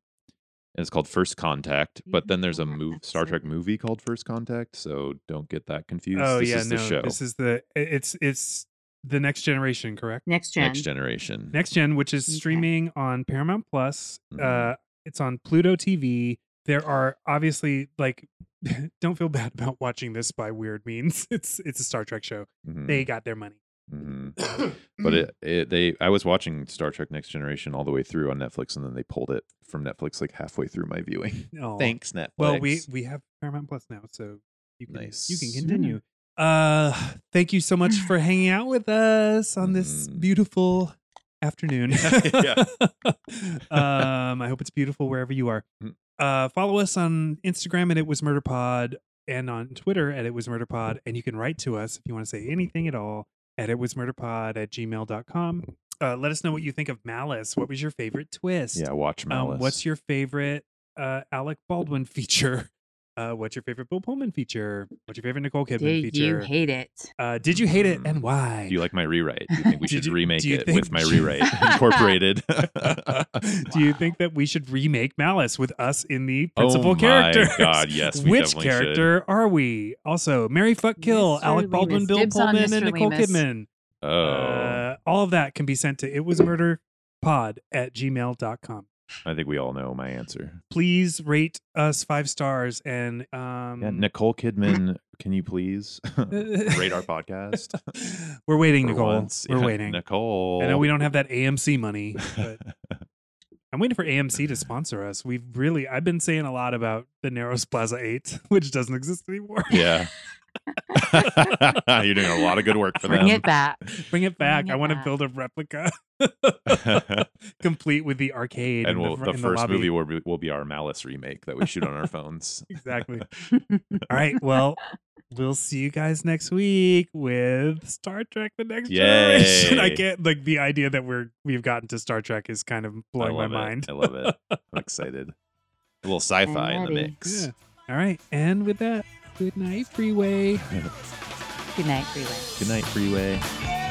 [SPEAKER 2] And it's called First Contact, but then there's a
[SPEAKER 3] Season four,
[SPEAKER 2] move Star Trek
[SPEAKER 3] episode-
[SPEAKER 2] movie called First Contact, so don't get that confused.
[SPEAKER 1] Oh
[SPEAKER 2] this
[SPEAKER 1] yeah,
[SPEAKER 2] is
[SPEAKER 1] no.
[SPEAKER 2] the show
[SPEAKER 1] This is the it's it's the next generation, correct?
[SPEAKER 3] Next Gen.
[SPEAKER 2] Next Generation.
[SPEAKER 1] Next Gen, which is
[SPEAKER 3] Okay.
[SPEAKER 1] streaming on Paramount Plus.
[SPEAKER 2] Mhm.
[SPEAKER 1] Uh, it's on Pluto TV. There are obviously like, don't feel bad about watching this by weird means. It's it's a Star Trek show.
[SPEAKER 2] Mhm,
[SPEAKER 1] They got their money.
[SPEAKER 2] mhm. but it,
[SPEAKER 1] Mm-hmm.
[SPEAKER 2] it they I was watching Star Trek Next Generation all the way through on Netflix, and then they pulled it from Netflix like halfway through my viewing.
[SPEAKER 1] Aw.
[SPEAKER 2] Thanks, Netflix.
[SPEAKER 1] Well, we we have Paramount Plus now, so you can you
[SPEAKER 2] Nice.
[SPEAKER 1] can continue. Uh, thank you so much for hanging out with us on this
[SPEAKER 2] Mm.
[SPEAKER 1] beautiful afternoon.
[SPEAKER 2] Yeah.
[SPEAKER 1] um, I hope it's beautiful wherever you are.
[SPEAKER 2] Mm.
[SPEAKER 1] Uh, follow us on Instagram at it was murder pod and on Twitter at it was murder pod. And you can write to us if you want to say anything at all at it was murder pod at gmail.com. Uh, let us know what you think of Malice. What was your favorite twist?
[SPEAKER 2] Yeah, watch Malice.
[SPEAKER 1] Um, what's your favorite uh, Alec Baldwin feature? Uh, what's your favorite Bill Pullman feature? What's your favorite Nicole Kidman
[SPEAKER 3] Did
[SPEAKER 1] feature?
[SPEAKER 3] you hate it?
[SPEAKER 1] uh, did you hate it
[SPEAKER 2] Mm.
[SPEAKER 1] and why?
[SPEAKER 2] do you like my rewrite? Do you think we
[SPEAKER 1] Did
[SPEAKER 2] should
[SPEAKER 1] you-
[SPEAKER 2] remake
[SPEAKER 1] do you
[SPEAKER 2] it
[SPEAKER 1] think-
[SPEAKER 2] with my rewrite incorporated?
[SPEAKER 1] Do you think that we should remake Malice with us in the principal
[SPEAKER 2] oh
[SPEAKER 1] character?
[SPEAKER 2] My God, yes, we
[SPEAKER 1] Which
[SPEAKER 2] definitely
[SPEAKER 1] character are we? Also, Mary Fuck Kill,
[SPEAKER 3] Mr.
[SPEAKER 1] Alec Baldwin,
[SPEAKER 3] Lemus.
[SPEAKER 1] Bill
[SPEAKER 3] Dibs on
[SPEAKER 1] Pullman,
[SPEAKER 3] Mr.
[SPEAKER 1] and Nicole
[SPEAKER 3] Lemus.
[SPEAKER 1] Kidman.
[SPEAKER 2] Should. Oh,
[SPEAKER 1] Uh, all of that can be sent to itwasmurderpod at gmail.com.
[SPEAKER 2] I think we all know my answer.
[SPEAKER 1] Please rate us five stars and um,
[SPEAKER 2] Yeah, Nicole Kidman, can you please rate our podcast?
[SPEAKER 1] We're waiting,
[SPEAKER 2] for
[SPEAKER 1] Nicole.
[SPEAKER 2] once?
[SPEAKER 1] We're
[SPEAKER 2] Yeah,
[SPEAKER 1] waiting.
[SPEAKER 2] Nicole.
[SPEAKER 1] I know we don't have that AMC money, but I'm waiting for AMC to sponsor us. We've really, I've been saying a lot about the Narrows Plaza 8, which doesn't exist anymore.
[SPEAKER 2] yeah. You're doing a lot of good work for
[SPEAKER 3] Bring
[SPEAKER 2] them.
[SPEAKER 3] it back.
[SPEAKER 1] Bring it back.
[SPEAKER 3] Bring
[SPEAKER 1] I
[SPEAKER 3] it
[SPEAKER 1] want to
[SPEAKER 3] back.
[SPEAKER 1] build a replica complete with the arcade
[SPEAKER 2] and
[SPEAKER 1] in
[SPEAKER 2] we'll,
[SPEAKER 1] fr-
[SPEAKER 2] the
[SPEAKER 1] in
[SPEAKER 2] first
[SPEAKER 1] lobby.
[SPEAKER 2] movie will be, will be our Malice remake that we shoot on our phones.
[SPEAKER 1] Exactly. All right. Well, we'll see you guys next week with Star Trek: The Next
[SPEAKER 2] Yay.
[SPEAKER 1] Generation. I can't like the idea that we're we've gotten to Star Trek is kind of
[SPEAKER 2] I
[SPEAKER 1] blowing my
[SPEAKER 2] love it.
[SPEAKER 1] mind.
[SPEAKER 2] I love it. I'm excited. A little sci-fi in the
[SPEAKER 3] Alrighty.
[SPEAKER 2] mix.
[SPEAKER 1] Yeah. All right. And with that, good night, freeway.
[SPEAKER 3] Good night, Freeway.
[SPEAKER 2] Good night, freeway.
[SPEAKER 4] Thank